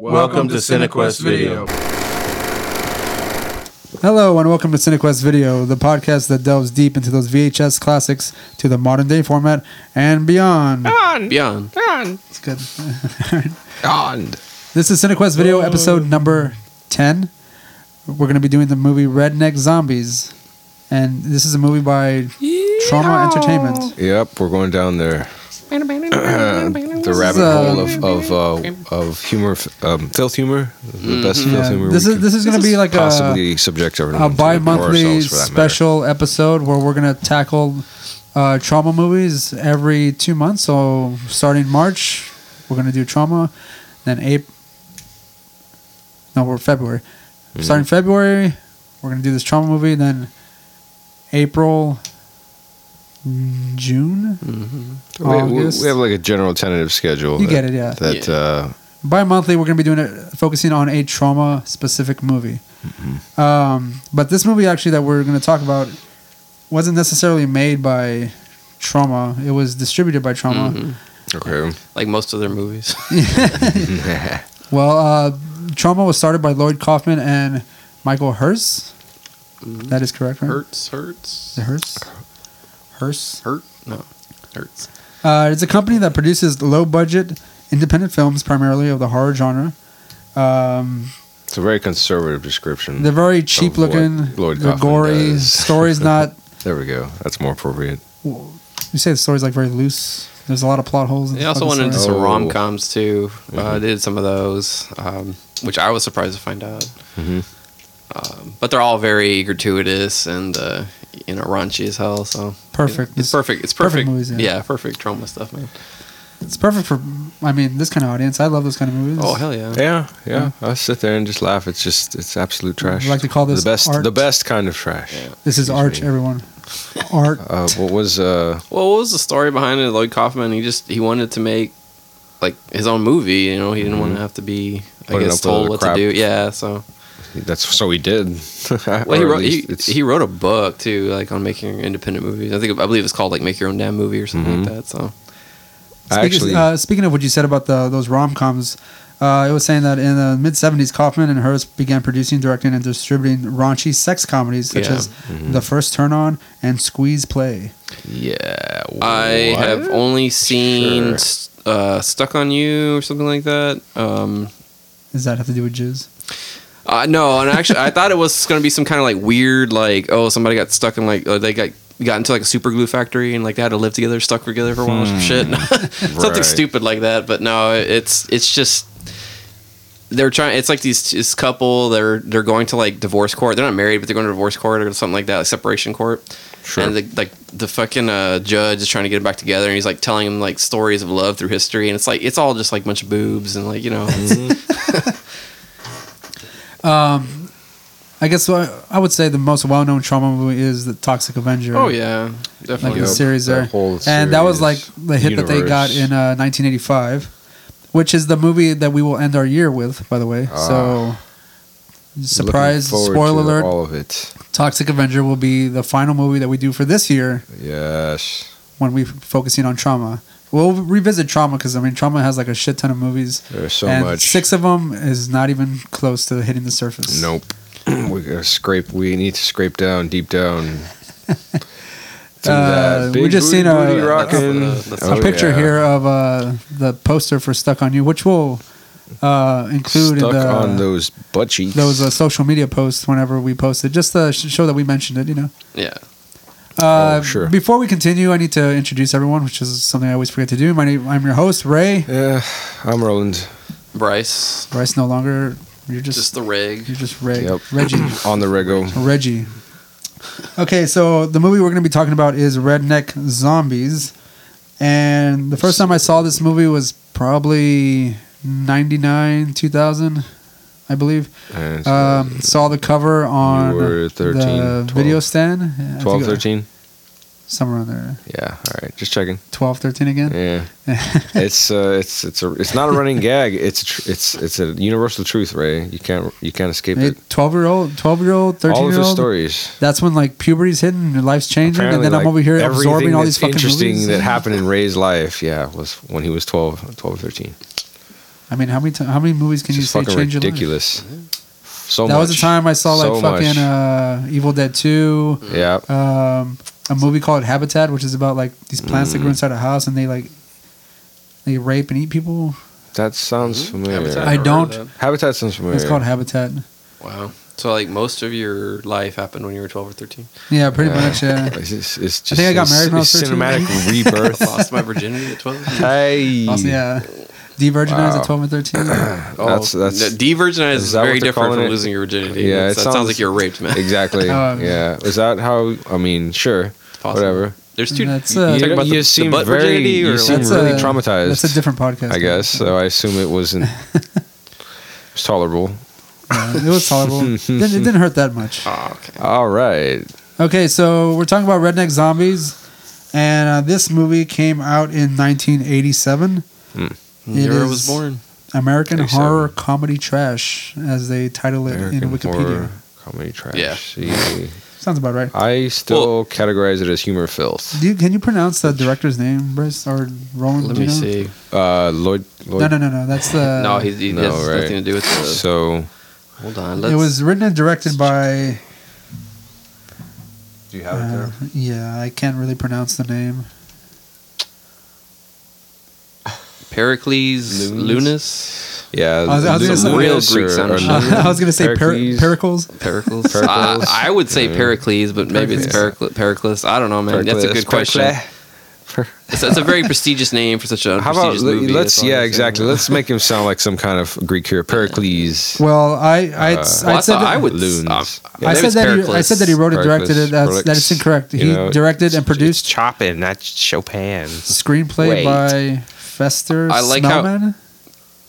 Welcome to Cinequest Video. Hello and welcome to Cinequest Video, the podcast that delves deep into those VHS classics to the modern day format and beyond. Beyond. It's good. This is Cinequest Video episode number 10. We're going to be doing the movie Redneck Zombies. And this is a movie by Trauma Entertainment. Yep, we're going down there. The the rabbit uh, hole of of uh, of humor, um, filth humor, the best filth Mm, Yeah, humor. this we is could this is going to be like a, possibly subject everyone a to, or bi-monthly ourselves for that matter. special episode where we're going to tackle uh, trauma movies every two months. So starting March, we're going to do trauma. Then April. No, we're February. Mm-hmm. Starting February, we're going to do this trauma movie. Then April, June, We, Mm-hmm. we, August. we have like a general tentative schedule. You that, get it, yeah. That Uh, bi-monthly we're going to be doing it focusing on a trauma specific movie Mm-hmm. um, but this movie actually that we're going to talk about wasn't necessarily made by trauma it was distributed by trauma Mm-hmm. okay. like most of their movies. well uh, trauma was started by lloyd kaufman and michael Hirst. Mm-hmm. that is correct right hurts, hurts, the Hirst? Hirst? hurt. No, hurts. Uh, it's a company that produces low budget independent films primarily of the horror genre um, It's a very conservative description. they're very cheap Lloyd- looking Lloyd they're Kaufman gory does. stories not There we go. That's more appropriate. You say the story's like very loose. There's a lot of plot holes. In They the also fucking went into story. some Oh. rom coms too. Uh, did some of those, um, which I was surprised to find out. Mhm. Um, but they're all very gratuitous and uh, you know raunchy as hell. So Perfect. It's perfect. It's perfect perfect. movies, yeah. yeah. perfect trauma stuff, man. It's perfect for, I mean, this kind of audience. I love those kind of movies. Oh hell yeah. Yeah, yeah. I sit there and just laugh. It's just it's absolute trash. like to call this the best art? the best kind of trash. Yeah. This is Excuse arch, me. everyone. Art. Uh, what was uh? Well, what was the story behind it? Lloyd Kaufman, he just he wanted to make like his own movie. You know, he didn't want to have to be, I Putting Mm-hmm. up guess, with all told the what crap. to do. Yeah, so That's so he did. Or well, he at wrote least he, it's- he wrote a book too, like on making independent movies. I think I believe it's called like Make Your Own Damn Movie or something Mm-hmm. like that. So I actually Speaking, uh, speaking of what you said about the those rom coms, uh, it was saying that in the mid '70s, Kaufman and Hearst began producing, directing, and distributing raunchy sex comedies such Yeah. as The First Turn On and Squeeze Play. yeah. I what? have only seen Sure. s uh, Stuck on You or something like that. Um, Does that have to do with jizz? Uh, no, and actually, I thought it was going to be some kind of like weird, like oh, somebody got stuck in like uh, they got got into like a super glue factory and like they had to live together, stuck together for a while, or some shit, something Hmm. Right. stupid like that. But no, it's it's just they're trying. It's like these this couple they're they're going to like divorce court. They're not married, but they're going to divorce court or something like that, like separation court. Sure. And the, like the fucking uh, judge is trying to get them back together, and he's like telling them like stories of love through history, and it's like it's all just like a bunch of boobs and like you know, it's- I guess what I- I would say the most well known trauma movie is The Toxic Avenger. oh yeah, definitely. like the Yep, series that there. whole and that was like series the hit that they got universe. in uh, 1985, which is the movie that we will end our year with, by the way. so, surprise, Ah. Looking forward spoiler to alert All of it. Toxic Avenger will be the final movie that we do for this year Yes. when we're focusing on trauma. We'll revisit trauma because, I mean, trauma has like a shit ton of movies. There's so and much. Six of them is not even close to hitting the surface. Nope. we gotta scrape. We need to scrape down deep down. to Uh, that we big just booty seen a- booty a- rockin'. a- that's a Oh, picture yeah. here of uh, the poster for Stuck on You, which will uh, include Stuck in the, on those butt cheeks. there was a uh, social media post whenever we posted just to sh- show that we mentioned it you know Yeah. uh, Oh, sure. before we continue i need to introduce everyone which is something i always forget to do my name i'm your host ray yeah, I'm Roland. Bryce. bryce no longer you're just, Just the rig. you're just Ray. Yep. reggie on the rego. reggie okay so the movie we're going to be talking about is redneck zombies and the first time i saw this movie was probably 99 2000 i believe And so um, saw the cover on were 13, the 12. video stand. I think 12, it- 13? Somewhere on there. Yeah. All right. Just checking. 12, 13 again? Yeah. it's uh, it's it's a it's not a running gag. It's a tr- it's it's a universal truth, Ray. You can't you can't escape it. 12 year old, 12 year old, 13 All of year his old. stories. That's when like puberty's hitting, and your life's changing, Apparently, and then I'm like, over here absorbing everything all these that's fucking interesting movies. that happened in Ray's life. Yeah, was when he was 12, 12 13. I mean, how many t- how many movies can It's you just say fucking change your life? ridiculous. So that much. was the time I saw like So much. fucking uh, Evil Dead Two, Yeah. um, a movie called Habitat, which is about like these plants Mm. that grow inside a house and they like they rape and eat people. That sounds familiar. Hmm? Habitat, I never heard of don't. that. Habitat sounds familiar. It's called Habitat. Wow. So like most of your life happened when you were 12 or 13. Yeah, pretty Yeah. much. Yeah. It's just, it's just I think I got a married when I was c- 13. cinematic rebirth. Lost my virginity at 12. hey. Also, yeah. De-virginized Wow. at 12 and 13. That's- that's- Oh, no, de-virginized is, is that very what they're different calling from it? losing your virginity. Yeah, Yeah, it that sounds, sounds- like you're raped, man. Exactly. Um, yeah. Is that how? I mean, sure. Possible. Whatever. There's two. That's, you uh, talking You- about you the, seem the butt very- virginity you or seem like- really traumatized. That's a different podcast. I guess. So I assume it wasn't. It was tolerable. Yeah, it was tolerable. didn't, it didn't hurt that much. Oh, okay. All right. Okay, so we're talking about Redneck Zombies, and uh, this movie came out in 1987. It Never is was born. American 87. Horror Comedy Trash, as they title it Uh, in American Wikipedia. horror comedy trash. Yeah. See, Sounds about right. I still Well- categorize it as humor filth. Do you, can you pronounce the director's name, Brice or Roland? Let do you me know? uh, see. Uh, Lloyd. Lloyd No, no, no, no. That's the. no, he, he no, has right. nothing to do with the. So. hold on. Let's, It was written and directed by. Do you Uh, yeah, I can't really pronounce the name. Lunas? Pericles Lunas. Yeah. I was- I was gonna say- real Greek sound shit. I was gonna say per- Pericles. Pericles. Pericles. I, I would say Pericles, but maybe it's Pericles. Pericles. I don't know, man. That's a good question. It's, it's a very prestigious name for such a How about prestigious movie. let's? that's all Yeah, I'm saying. exactly. Let's make him sound like some kind of Greek hero, Pericles. Well, I I Uh, Well, I said thought that- I would. Loons. um, I maybe said it's that he, I Pericles. said that he wrote and directed Pericles, it. That's, that is Pericles, incorrect. you He know, directed and produced Chopin, not Chopin. screenplay Wait. by Fester I like how- Smellman.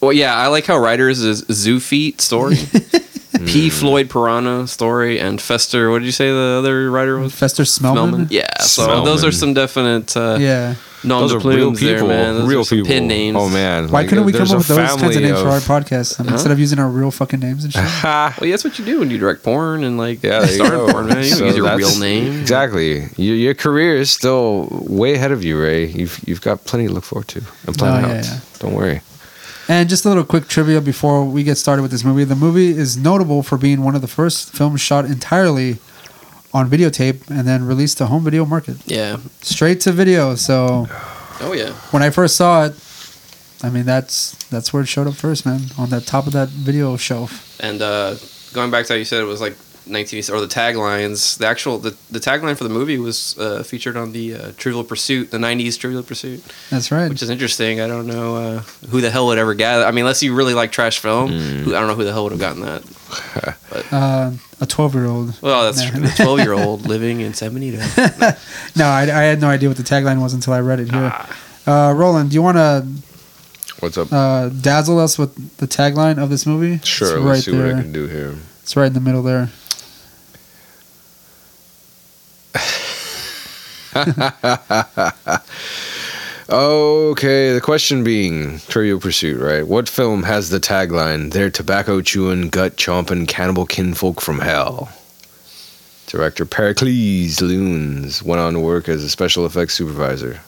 Well, yeah, I like how writers is Zoo Feet story, Hmm. P. Floyd Piranha story, and Fester. What did you say the other writer was? Fester Smellman. Smellman. Yeah. So Smellman. those are some definite. Uh, Yeah. Non Those de are real plumes people. there, man. Those real are some people. Pin names. Oh man. Why couldn't we come up there's with a those kinds of family names for our podcast um, Huh? instead of using our real fucking names and shit? Ha. Well, yeah, that's what you do when you direct porn and like Yeah, there you star go. porn, man. You So don't use your that's- real name. Exactly. Your, your career is still way ahead of you, Ray. You've you've got plenty to look forward to and plan Oh, yeah, out. yeah. Don't worry. And just a little quick trivia before we get started with this movie. The movie is notable for being one of the first films shot entirely on videotape and then released to home video market. Yeah. Straight to video. So Oh yeah. when I first saw it, I mean that's that's where it showed up first, man, on the top of that video shelf. And uh, going back to how you said it was like 19 or the taglines. The actual the, the tagline for the movie was uh, featured on the uh, Trivial Pursuit, the 90s Trivial Pursuit, That's right. which is interesting. I don't know uh, who the hell would ever gather. I mean, unless you really like trash film, Mm. who, I don't know who the hell would have gotten that. uh, a twelve-year-old. Well, that's Yeah. true. The 12 year old living in San Benito. No, I, I had no idea what the tagline was until I read it here. Ah. Uh, Roland, do you want to What's up? uh, dazzle us with the tagline of this movie? sure. it's Let's right see there. what I can do here. It's right in the middle there. Okay, the question being Trivial Pursuit, right? What film has the tagline, They're tobacco chewing, gut chomping cannibal kinfolk from hell? Director Pericles Loons went on to work as a special effects supervisor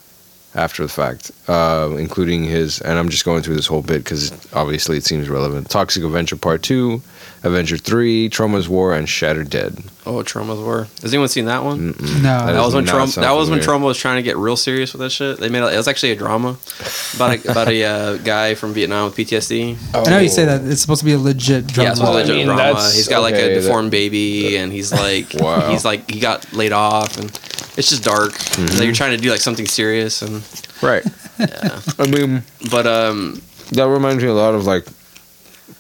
after the fact, uh, including his, and I'm just going through this whole bit because obviously it seems relevant Toxic Avenger Part 2, Avenger 3, Trauma's War, and Shattered Dead. oh, Trauma's War. Has anyone seen that Mm, one? That No, That does was when not Trump. sound That was when familiar. Trump was trying to get real serious with that shit. They made a, it was actually a drama about a, about a uh, guy from Vietnam with PTSD. I know you Oh. say that it's supposed to be a legit drama. Yeah, it's a Well, I legit mean, drama. that's- He's got like okay, a that- deformed baby, and he's like Wow. he's like he got laid off, and it's just dark. Mm-hmm. Like you're trying to do like something serious, and Right. I mean, but um that reminds me a lot of like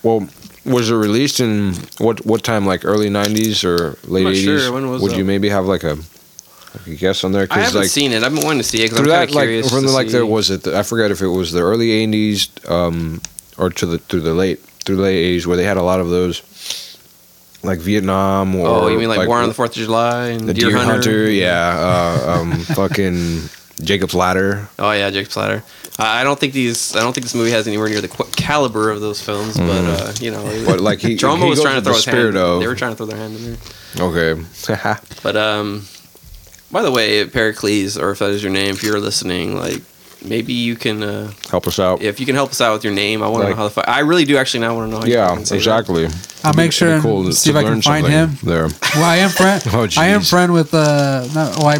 well was it released in what what time like early 90s or late not 80s sure. When was would that? you maybe have like a like a guess on there I haven't like seen it. I've been wanting to see it because I'm through kind that of like curious. from to the, like see- there was it I forget if it was the early 80s um or to the through the late through the late 80s where they had a lot of those like Vietnam or oh, you mean like, War on the Fourth of July and the Deer, Hunter? yeah uh, um fucking Jacob's Ladder Oh yeah, Jake's Platter. I I don't think these. I don't think this movie has anywhere near the qu- caliber of those films. But uh, you know, it- Mm-hmm. But, like, he- Troma he was goes trying with the to throw his spirit hand. of- They were trying to throw their hand in there. okay But um, by the way, Pericles, or if that is your name, if you're listening, like maybe you can uh, Help us out. if you can help us out with your name. I want to Like- know how the fuck. I really do actually now want to know. How you yeah, fucking say that. exactly. I'll It'd make be- sure it'd be and to- see to if I can learn find something him. There. Well, I am friend. Oh, I am jeez. friend with uh, no, well, I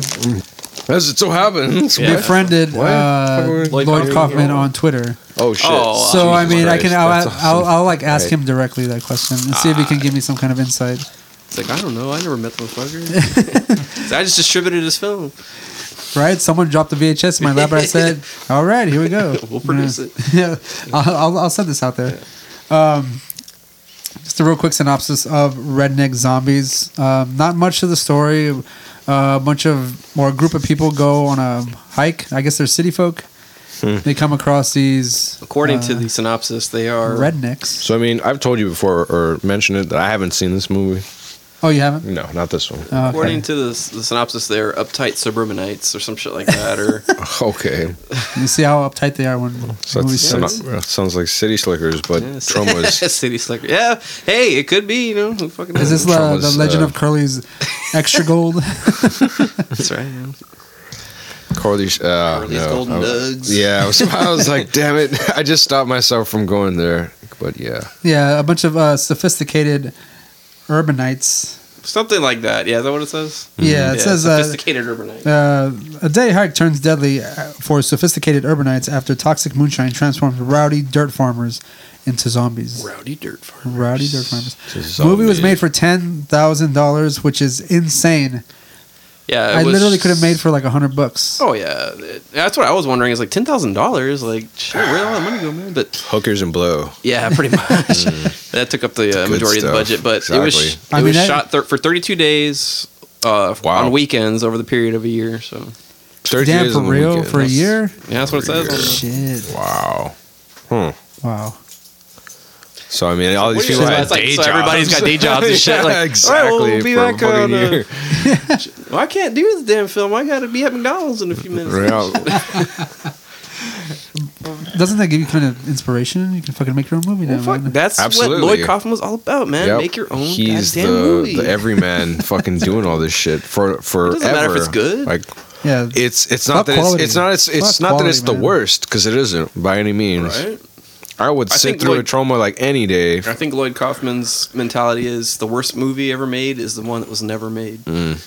As it so happens. Yeah. befriended What? uh, Lloyd Lloyd, Kaufman. Kaufman on Twitter. Oh shit. Oh, so I Jesus mean, I can. Christ, I'll, that's I'll, awesome. I'll like ask Right. him directly that question and see if he can give me some kind of insight. It's like I don't know. I never met the motherfucker. So I just distributed his film. Right? Someone dropped the VHS in my lap, and I said, "All right, here we go. We'll produce yeah. it. Yeah, I'll, I'll, I'll send this out there. Um, just a real quick synopsis of Redneck Zombies. Um, not much to the story. Uh, a bunch of or a group of people go on a hike. I guess they're city folk. They come across these According to Uh, the synopsis, they are rednecks. So I mean, I've told you before or mentioned it that I haven't seen this movie. Oh, you haven't? No, not this one. Oh, okay. According to the, the synopsis, they're uptight suburbanites or some shit like that. Or okay, You see how uptight they are when so Oh. movie that's, starts. sounds- sounds like City Slickers, but Yeah, Trauma is city slicker. Yeah, hey, it could be. You know, who fucking Is this knows? the, Trauma's, the Legend uh, of Curly's extra gold? That's right. man. Carly's. Uh, Carly's no. Golden I- Nugs. Yeah, I was, I was like, damn it! I just stopped myself from going there. But yeah, yeah, a bunch of uh, sophisticated urbanites. Something like that. Yeah, is that what it says? Mm-hmm. Yeah, it says uh, sophisticated urbanite. uh, a day hike turns deadly uh, for sophisticated urbanites after toxic moonshine transforms rowdy dirt farmers into zombies. Rowdy dirt farm. Rowdy dirt farmers. To Movie was zombies. made for ten thousand dollars, which is insane. Yeah, it I was- literally could have made for like a hundred bucks. Oh yeah, It- that's what I was wondering. Is like ten thousand dollars. Like shit, where did all that money go, man? But hookers and blow. yeah, pretty much. that took up the Mm. uh, Good majority of the stuff. budget. But it was Exactly. it I was mean, I- shot thir- for thirty two days. Uh, Wow. on weekends over the period of a year. So Thirty Damn, days for on the real? weekend. For a year? yeah, that's what it says. on the- Shit! Wow. Hmm. Wow. So I mean, all these What do you people mean? had It's like- day so jobs. everybody's got day jobs and shit, Yeah, like, all right, exactly. well, we'll be for back a fucking on, uh, year. Well, I can't do this damn film. I got to be at McDonald's in a few minutes. Yeah. Doesn't that give you kind of inspiration? You can fucking make your own movie now. Well, fuck, man. that's Absolutely. what Lloyd Kaufman was all about, man. Yep. Make your own He's goddamn the, movie. the everyman fucking doing all this shit for forever. doesn't matter if it's good. Like Yeah. it's it's Fuck not that it's, quality. it's not it's, it's Fuck not that it's quality, the man. worst because it isn't by any means. right? I would I sit think through a Lloyd- trauma like any day. I think Lloyd Kaufman's mentality is the worst movie ever made is the one that was never made. Mm,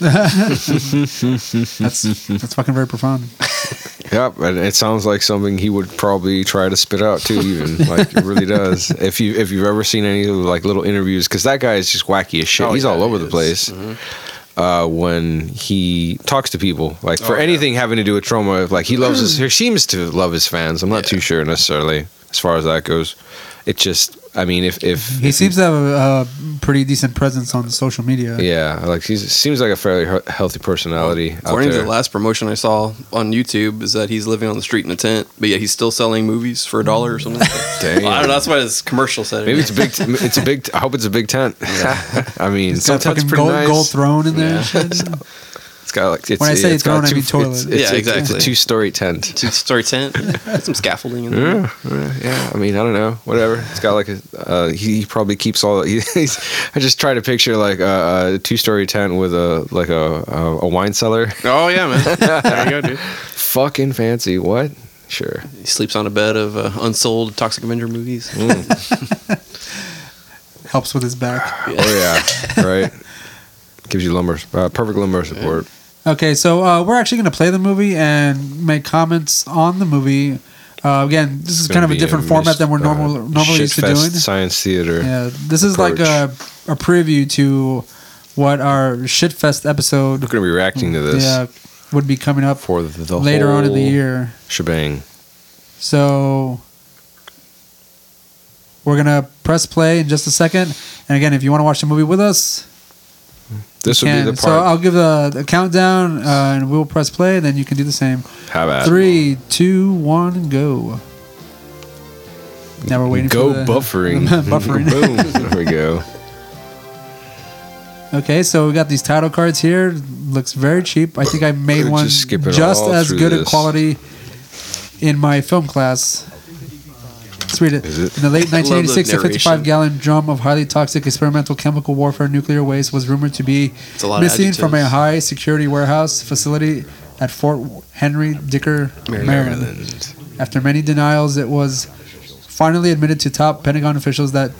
That's that's fucking very profound. Yep, and it sounds like something he would probably try to spit out too. Even like it really does. If you if you've ever seen any of the, like little interviews, because that guy is just wacky as shit. Oh, He's yeah, all over he the is. Mm-hmm. place. Uh, when he talks to people, like for Oh, yeah. anything having to do with trauma, like he loves his, he seems to love his fans. I'm not too sure necessarily as far as that goes. It just, I mean, if if He seems to have a, a pretty decent presence on social media. yeah, like he seems like a fairly he- healthy personality. out According to there. the last promotion I saw on YouTube, is that he's living on the street in a tent, but yet he's still selling movies for a dollar or something. like that. Damn. Well, I don't know. That's what his commercial said. Maybe it's a big. It's a big. I hope it's a big tent. I mean, It's got sometimes it's fucking pretty gold, nice. gold throne in there. and shit. It's got like it's, When I say it's it's grown, got I mean toilet. It's, Yeah, it's, yeah, exactly. It's exactly. a two-story tent. two story tent. Put some scaffolding in there. Yeah, yeah. I mean, I don't know. Whatever. It's got like a. Uh, he, he probably keeps all. He's, I just try to picture like a, a two-story tent with a like a a, a wine cellar. Oh yeah, man. there you go, dude. Fucking fancy. What? Sure. He sleeps on a bed of uh, unsold Toxic Avenger movies. Mm, Helps with his back. Oh yeah. right. Gives you lumbar. Uh, perfect lumbar support. Okay, so uh, we're actually going to play the movie and make comments on the movie. Uh, again, this is It's kind gonna of a be different format mist- than we're normal, uh, normally used to shitfest doing. Science theater. Yeah, this is like a, a preview to what our shitfest episode We're gonna be reacting to this yeah, would be coming up for the, the later on in the whole year. shebang. So we're gonna press play in just a second. And again, if you want to watch the movie with us, This you would be can. the part. so I'll give the, the countdown, uh, and we'll press play. Then you can do the same. Have at it. Three, two, one, go. Now we're waiting. Go for the, buffering. buffering. Boom. There we go. Okay, so we got these title cards here. Looks very cheap. I think I made Just one skip it just all as through good a this. quality in my film class. Let's read it. Is it? In the late I love the 1986, a 55 narration. gallon drum of highly toxic experimental chemical warfare nuclear waste was rumored to be It's a lot of missing from a adjectives. high security warehouse facility at Fort Henry Dicker, Maryland. Maryland. After many denials, it was finally admitted to top Pentagon officials that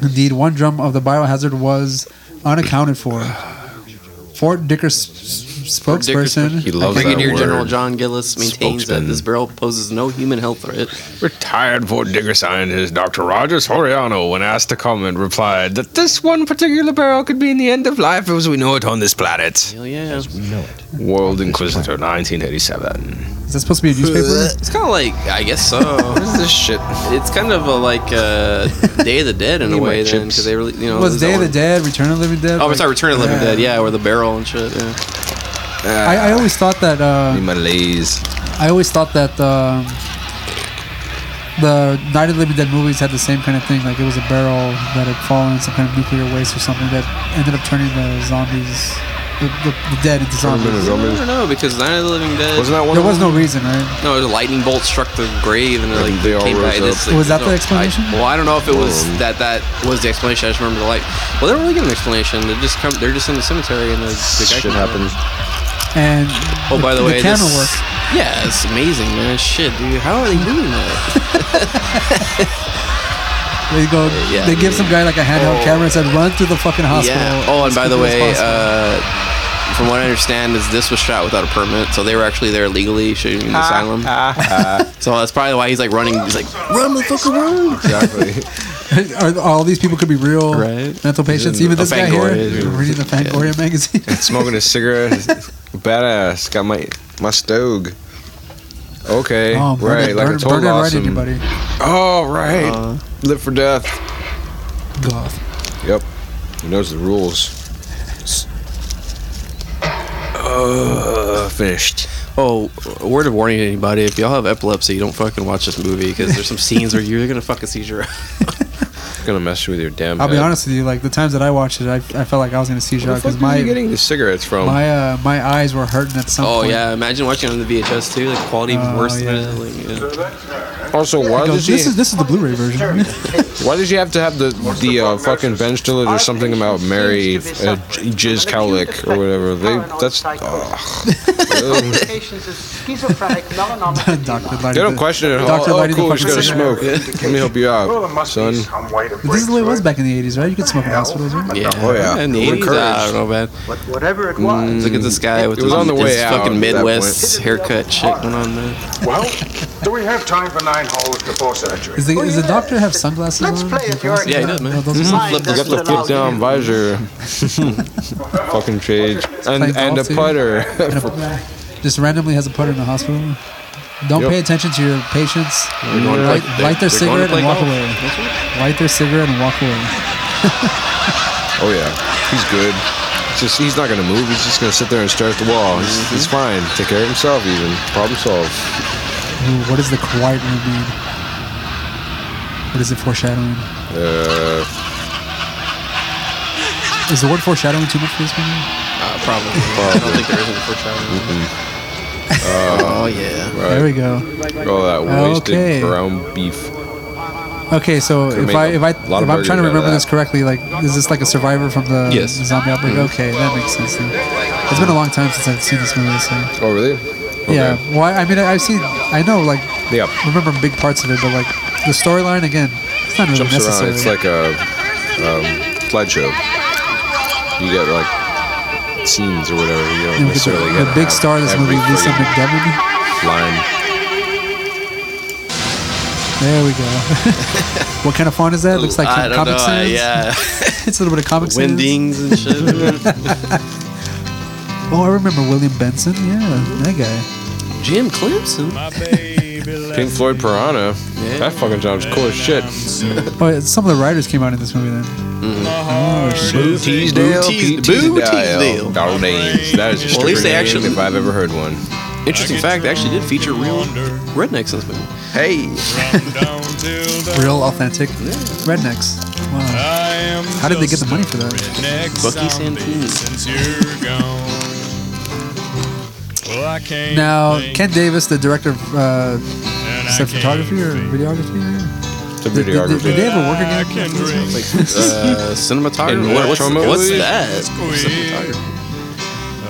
indeed one drum of the biohazard was unaccounted for. Fort Dicker s- s- Fort Dicker's- spokesperson He loves that Brigadier word. General John Gillis maintains that Spokesman. this barrel poses no human health threat. Retired Fort Digger scientist Dr. Roger Soriano, when asked to comment, replied that this one particular barrel could mean the end of life as we know it on this planet. Hell yeah. It's We know it. World Inquisitor, 1987. is that supposed to be a newspaper? kind of like, I guess so. What is this shit? it's kind of a, like uh, Day of the Dead in a Need my way, then, chips. because they really, you know, was there's that Day of the one- Dead, Return of the Living Dead? Oh, like- it's sorry, Return of the Living Dead, yeah, or the barrel and shit. Yeah. I, I always thought that uh, my lays. I always thought that um, the Night of the Living Dead movies had the same kind of thing. Like it was a barrel that had fallen in some kind of nuclear waste or something that ended up turning the zombies, the, the, the dead into Terminator zombies. zombies. I don't know because Night of the Living Dead. Wasn't that one? There of was them? no reason, right? No, the lightning bolt struck the grave and And like they all came rose back. up. This, like, Was that no, the explanation? I, well, I don't know if it was Um, that that was the explanation. I just remember the light. Well, they don't really give an explanation. They just come. They're just in the cemetery and the, the guy Shit comes out. happens. And Oh, by the, way, the camera this- work. Yeah, it's amazing, man. Shit, dude, how are they doing that? They go, Yeah, they give yeah. some guy like a handheld Oh. camera and said, "Run through the fucking hospital." yeah. Oh, and as by the quickly as way, possible." uh, from what I understand, is this was shot without a permit, so they were actually there legally shooting in the asylum. so that's probably why he's like running. He's like, run, motherfucker, run. Exactly. Are, all these people could be real Right. mental patients. Isn't Even the this guy Fangoria here is real. reading the Fangoria magazine. Smoking a cigarette. Badass. Got my my stog. Okay. oh, burn right. it, like burn, a total burn it right awesome. in your buddy. Oh right. Uh, Live for death. Goth. Yep. He knows the rules. Uh, finished. Oh, a word of warning to anybody: if y'all have epilepsy, don't fucking watch this movie because there's some scenes where you're gonna fucking seizure. Gonna mess with your damn. I'll be head. honest with you. Like the times that I watched it, I, I felt like I was gonna seizure Where the because fuck are you my getting the cigarettes from? my uh, my eyes were hurting at some oh point. yeah, imagine watching it on the VHS too. Like quality Oh, worse yeah. than that. Like, yeah. also, I why go, does he? this is this is the Blu-ray version. Why did you have to have the the uh, fucking bench diller? There's something about Mary uh, J- Jiz Cowlick or whatever. They that's ugh. Patients with schizophrenic melanoma Doctor edema. Lighty. they don't question it at all. Dr. Oh, Lighty the cool, fucking just gotta singer. smoke. Let me help you out, son. But this is the way it was back in the '80s, right? You could smoke in hospitals, right? Yeah. Oh, yeah. And the We're 80s, I don't know, man. But whatever it Mm. was, Look at this guy with It was his, on the way his out fucking at that Midwest point. haircut shit going on there. Well, do we have time for nine holes before surgery? Is the, Oh, does the yeah. doctor have sunglasses Let's on? play Mm-hmm. at your- Yeah, he does, man. No, those are Mhm. some- Flip You this got the doesn't flip allow down you- visor, fucking trade, and and a putter. just randomly has a putter in the hospital. Don't Yep. pay attention to your patients. going to Light, play- light their they're going to cigarette play and walk golf. away. Light their cigarette and walk away. Oh yeah, he's good. It's just he's not gonna move. He's just gonna sit there and stare at the wall. He's, Mm-hmm. he's fine. Take care of himself. Even problem solved. Ooh, what does the quiet room mean? What is it foreshadowing? Uh, Is the word foreshadowing too much for this movie? Uh, probably. I don't think there is any for Oh yeah. There we go. all Oh, that wasted Okay. ground beef. Okay, so Could've if made I a if I lot of if I'm trying burgers out to of remember this that. correctly, like is this like a survivor from the Yes. the zombie outbreak? Mm-hmm. Okay, that makes sense. Then. It's been a long time since I've seen this movie. So Oh really? yeah, well, I mean, I- I've seen, I know, like Yeah. remember big parts of it, but like the storyline again, it's not really Jumps necessary. around. It's like a um, slideshow. You get like scenes or whatever. You don't You know, necessarily the, get the big star of this movie, Lisa McDevitt. Line. There we go. what kind of font is that? Looks like I some don't comic know. I- sans. yeah. it's a little bit of comic sans. Windings and shit. Oh, I remember William Benson. Yeah, that guy. Jim Clemson. Pink Floyd Piranha. That fucking job's cool as shit. Oh, yeah, some of the writers came out in this movie then. Boo Teasdale. Teasdale. Pete Boo Teasdale. Teasdale. Our names. That is a Well, at stripper least they name actually- if I've ever heard one. Interesting fact, they actually did feature real rednecks in this movie. Hey. Real, authentic rednecks. Wow. How did they get the money for that? Bucky Santini. Now, Ken Davis, the director of uh, is that photography or videography, It's a did, did, did, did they videographer. ever work again? for this movie? Like uh, cinematography. In What- what's, retro what's movies? that? Cinematography.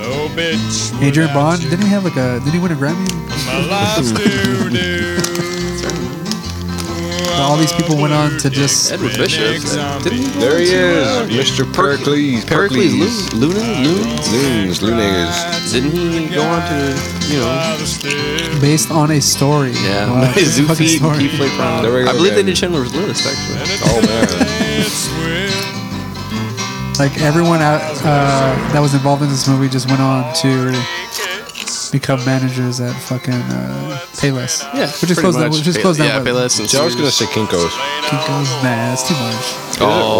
Oh, bitch. without Adrian Bond you, didn't he have like a did he win a Grammy? My life's doo-doo. all these people went on to just Edward Bishop. Didn't he There he is, Mr. Pericles. Pericles Lu- Luna? Luna? Loons, Lunagers. Didn't he go on to, you know? based on a story. Yeah. Wow, it's a fucking Zufi, story. he played prom. There we go I believe they again. did Chandler's List, actually. Oh, man. Like everyone out, uh, that was involved in this movie just went on to become managers at fucking uh, Payless. Yeah. which is close. Which is close down. Yeah, by the- Payless and See, I was going to say Kinko's. Kinko's- Nah, that's too much. Oh,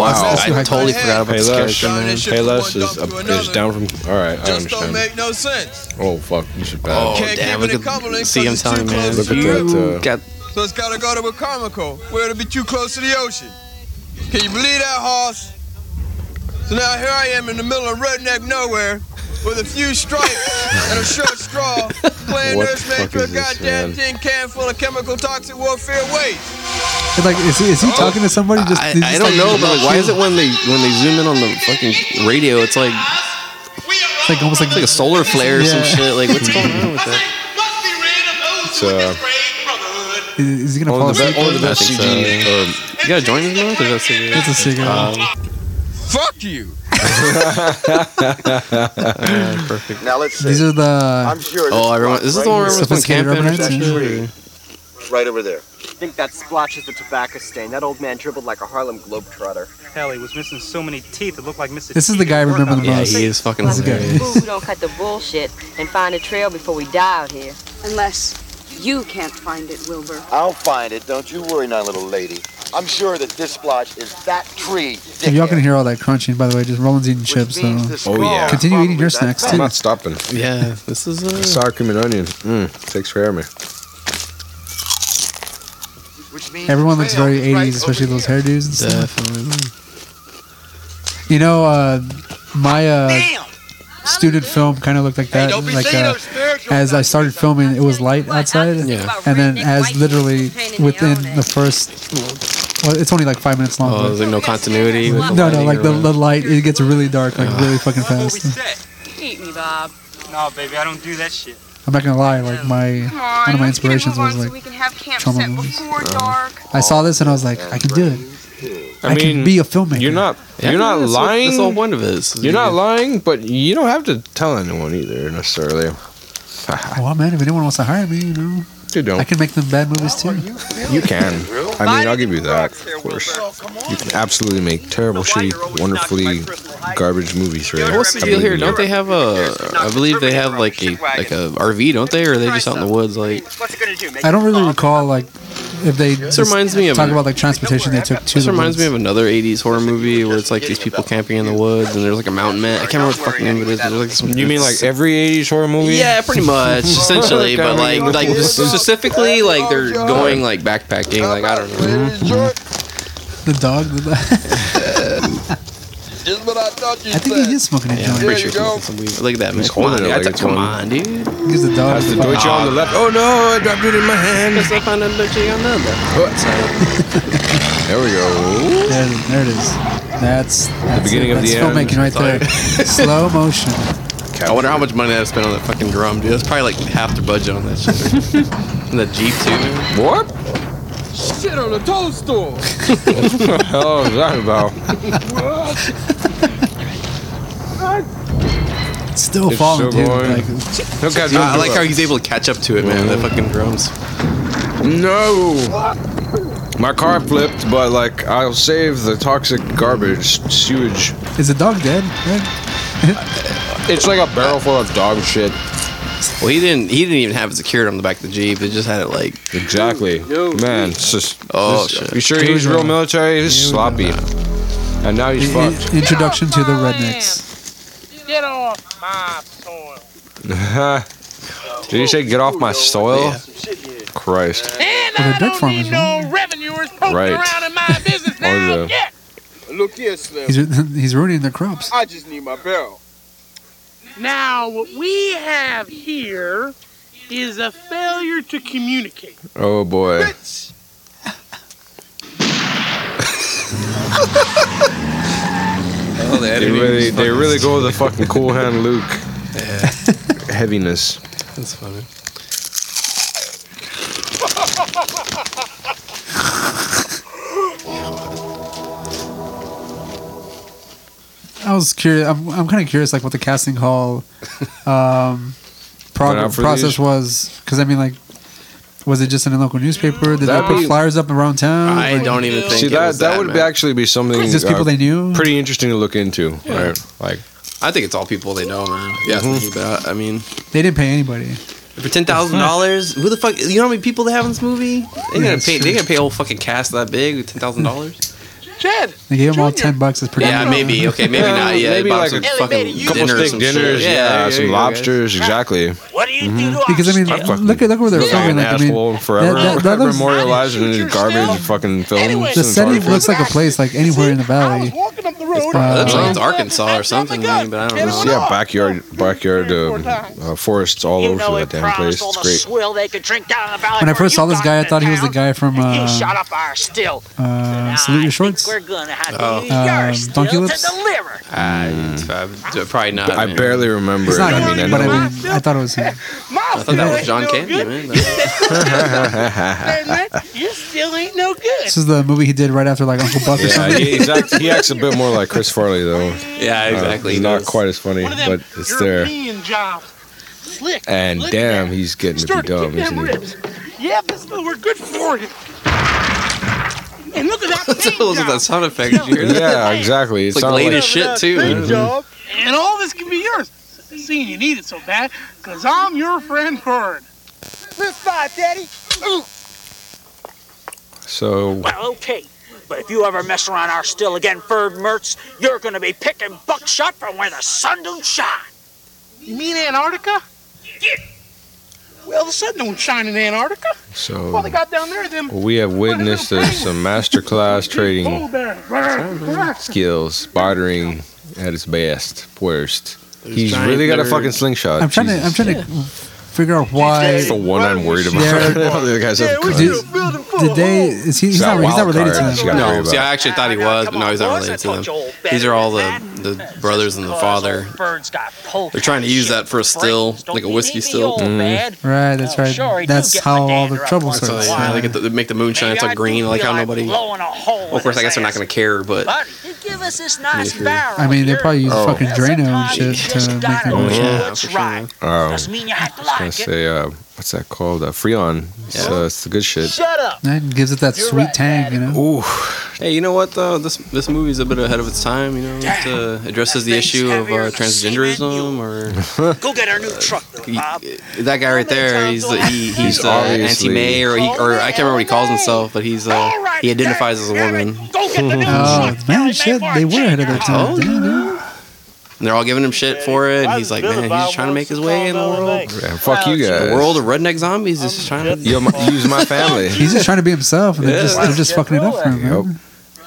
Wow. wow. That's too Oh, I high totally class. forgot about this Payless. character, man. Payless is, up, is down from. All right, I Just don't understand. make no sense. Oh, fuck. You should Oh, bad. Can't damn. keep it Look a compliment at, see, I'm 'cause it's telling you, too man. close to You you. got So it's gotta go to Wicomico, where it'll be too close to the ocean. Can you believe that, horse? So now here I am in the middle of redneck nowhere with a few stripes and a short straw playing What the nurseman fuck to a is this, goddamn man? tin can full of chemical toxic warfare waste. It's like, is he, is he talking to somebody? Just Oh, I, he's I just don't like- know, but like, why is it when they when they zoom in on the fucking radio, it's like It's like almost like, it's like a solar flare or some Yeah. shit. Like, what's going on with that? It's, uh, is, is he gonna fall Only the asleep? best, only the I best uh, think so, CG. yeah. or- You gotta join this month, or that's It's a cigarette. Fuck you. Now let's see. These are the I'm sure. Oh, everyone, this is the one where everyone's been Sophisticated camping. or urban some ants, shit, or- right over there. think that splotch is the tobacco stain. That old man dribbled like a Harlem Globetrotter. Hell, he was missing so many teeth. It looked like Mr. This is the guy I remember the Yeah, most. he is fucking This guy. hilarious. Who don't cut the bullshit and find a trail before we die out here? Unless you can't find it, Wilbur. I'll find it. Don't you worry, now, little lady. I'm sure that this splotch is that tree. If y'all dickhead, can hear all that crunching, by the way, just Roland's eating which chips. So means the Oh, yeah. squall Continue eating your probably that snacks, fat. I'm not stopping. Yeah, this is uh, Sour cream and onion. Mm, takes care of me. Which means everyone the looks trail very is right 80s, especially over those here. hairdos and stuff. definitely. You know, uh, my uh, student film kind of looked like that. Don't be like saying uh, no spiritual as I nonsense. started filming, it was light outside, Yeah. and then as literally within the first, well, it's only like five minutes long. Oh, there's but- like no continuity. With the no, no, lighting like or the, what? the light, it gets really dark, like really fucking fast. Eat me, Bob. No, baby, I don't do that shit. I'm not gonna lie, like my one of my inspirations was like can have camp trauma movies. Uh-huh. dark. I saw this and I was like, I can do it. I, can mean, be a filmmaker. You're not. Yeah, You're not that's what- That's all lying. one of us. You're not lying, but you don't have to tell anyone either necessarily. Well, Oh, man, if anyone wants to hire me, you know, You don't. I can make them bad movies too. You can. I mean, I'll give you that, of course. You can absolutely make terrible, shitty, wonderfully garbage movies. Right? What's the I deal here? believe Don't you. they have a? I believe they have like a like a RV, don't they? Or are they just out in the woods? Like What's it gonna do? Make I don't really recall like if they this just reminds me of talk about like transportation they took to this the reminds me woods. of another '80s horror movie where it's like these people camping in the woods and there's like a mountain man. I can't remember what the fucking name it is. But there's like some, You mean like every '80s horror movie? Yeah, pretty much, essentially, but like, like specifically, like they're going like backpacking, like I don't know. Mm-hmm. the dog. The, Just what I thought you I think he said. is smoking a Yeah, I'm joint. There pretty you sure. it's go. like some weed. Look at that, man! He's Come on, holding it dude. like That's- it's come one. on, dude. Gives the dog. That's the fucking- Deutsche on the left. Oh no! I dropped it in my hand. There we go. There, it is- there it is. That's, that's the beginning it. of that's the filmmaking end. right there. Slow motion. I wonder how much money I spent on that fucking drum, dude. That's probably like half the budget on that shit. and that Jeep too. man. What? Shit on the toadstool. the hell is that about? It's still It's falling, still dude. going. Like, Look at Dude, I like how you. he's able to catch up to it, man. That fucking drums. No. My car flipped, but like I'll save the toxic garbage sewage. is the dog dead? Right? It's like a barrel full of dog shit. Well, he didn't. He didn't even have it secured on the back of the Jeep. It just had it like. Exactly. Man, it's just. Oh, this- shit. You sure he's real military? He's Here we sloppy. And now he's In- fucked. introduction to the rednecks. Get off my soil. Did you say get off my soil? Christ. And Well, they're dirt farmers, right? revenuers poking Right. in my business Or the, Look here, Slim. He's, he's ruining their crops. I just need my barrel. Now, what we have here is a failure to communicate. oh boy. Oh, the They really, they really go with the fucking cool hand Luke. heaviness. That's funny. I was curious. I'm, I'm kind of curious, like what the casting call um, Went out prog- for process these? was, because I mean, like, was it just in a local newspaper? Did That'd they put be- flyers up around town? Like- See that that, would be actually be something uh, Just people they knew? Pretty interesting to look into. Yeah. Right? Like I think it's all people they know, man. Yeah, but I mean, They didn't pay anybody. for ten thousand dollars, who the fuck? You know how many people they have in this movie? They Yeah, gotta that's pay. They true. gotta pay a whole fucking cast that big with ten thousand dollars. Chad, They gave them all ten bucks. It's pretty. Yeah, good. maybe. Okay, maybe Yeah, not. Yeah, maybe buy like some a fucking couple dinner or steak some shit. dinners, yeah, there some you go, guys. lobsters, exactly. What do you do? Mm-hmm. Because I mean, look at look where they're filming. Like, I mean, asshole forever, that- that- that looks- memorialized in these garbage fucking films. the and setting sorry for- looks like a place like anywhere in the valley. It looks like Uh, it's Arkansas or something, man, but I don't know. yeah, backyard, backyard uh, uh, forests all over for that damn place. It's great. Swill they could drink down the valley. When I for first you saw this guy, I guys in thought he was the town. guy from He shot uh, up our still. uh, Salute Your Shorts. We're gonna have to Oh. use your Um, still Donkey to Lips? deliver. Ah, I, I- probably not. Uh, I man. barely remember. It's it. not I him, mean, I but I know- mean, I thought it was him. I thought that was John Candy, man. you still ain't no good. This is the movie he did right after like Uncle Buck or yeah, something. he, he's act, he acts a bit more like Chris Farley though. Yeah, exactly, he's he Uh, not does. quite as funny, One of them but it's there. European jobs. Slick. And slick damn, back. he's getting to be Start dumb, kick them isn't he? ribs. Yeah, this we're good for you. And look at that thing was that sound effect? Did you hear that? Yeah, exactly. It's It like sounded late like- as shit too. Mhm. And all this can be yours. Seeing you need it so bad, because I'm your friend Bird. Live by, Daddy. Ooh. So Well, okay. But if you ever mess around our still again, Ferd Mertz, you're gonna be picking buckshot from where the sun don't shine. You mean Antarctica? Yeah. Well, the sun don't shine in Antarctica. Well, So they got down there them. we have witnessed uh, some masterclass Oh, trading there. skills, bartering at its best, worst. He's giant really got a nerds. fucking slingshot. I'm trying to I'm trying to figure out why. That's the one I'm worried about. Yeah. the guy's a cunt. Did, did they? Is he? He's That not. He's not wild related card. to You gotta worry No, about see, it. I actually thought he was, but no, he's not related to them. These are all the, the brothers and the father. Bird's got polka. They're trying to use that for a still, like a whiskey still. them. Mm-hmm. Right. That's Oh, right. that's how all the trouble So starts. yeah, they get the, they make the moonshine. It's all green, like how nobody. Blowing a hole. Well, of course, I guess they're not gonna care, but Buddy, you give us this nice sure. barrel. I mean, they probably use Oh. fucking Drano and shit to make gotta them. know emotional. yeah, for sure. Um, I was Doesn't mean you have to like gonna it. say, uh, what's that called? Uh, Freon. It's, uh, it's the good shit. Shut up. That gives it that sweet tang, you know. Ooh, Hey, you know what though? This this movie's a bit ahead of its time. You know, it uh, addresses the issue of uh, transgenderism or Go get our new truck, he- uh, that guy right there. He's the, he, he's He's uh, obviously- anti-May or he, or I can't remember what he calls himself, but he's uh, he identifies as a woman. Oh man, shit! They were ahead of their time. Damn, dude. And they're all giving him shit for it, and he's like, man, he's just trying to make his way in the world. man, fuck you guys. The world of redneck zombies is just trying to. Yo, my, use my family. He's just trying to be himself, and they're Yeah. just they're just fucking it up for him. Yep. Man.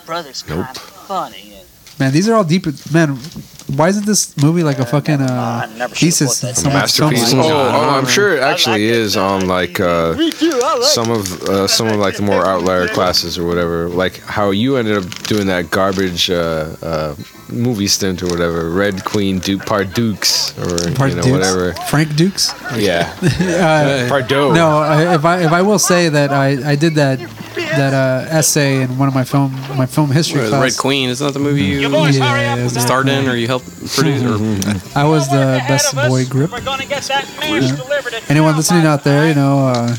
Brother's kind of funny. and man, these are all deep. Man, why isn't this movie like a fucking uh, never should've thesis? bought that A Someone's film masterpiece. Oh, school? oh, I'm sure it actually is on like uh, some of uh, some of like the more outlier classes or whatever. Like how you ended up doing that garbage uh, uh, movie stint or whatever. Red Queen, Duke Pardukes or Part you know Dukes? whatever. Frank Dukes. Yeah, Uh, Pardo. No, I, if I if I will say that I, I did that that uh, essay in one of my film my film history Or the Red class. Queen, isn't that the movie you Yeah, it was- starred in or you helped produce? Or, I was the best boy grip. We're gonna get that man delivered at Anyone listening out there, you know, uh,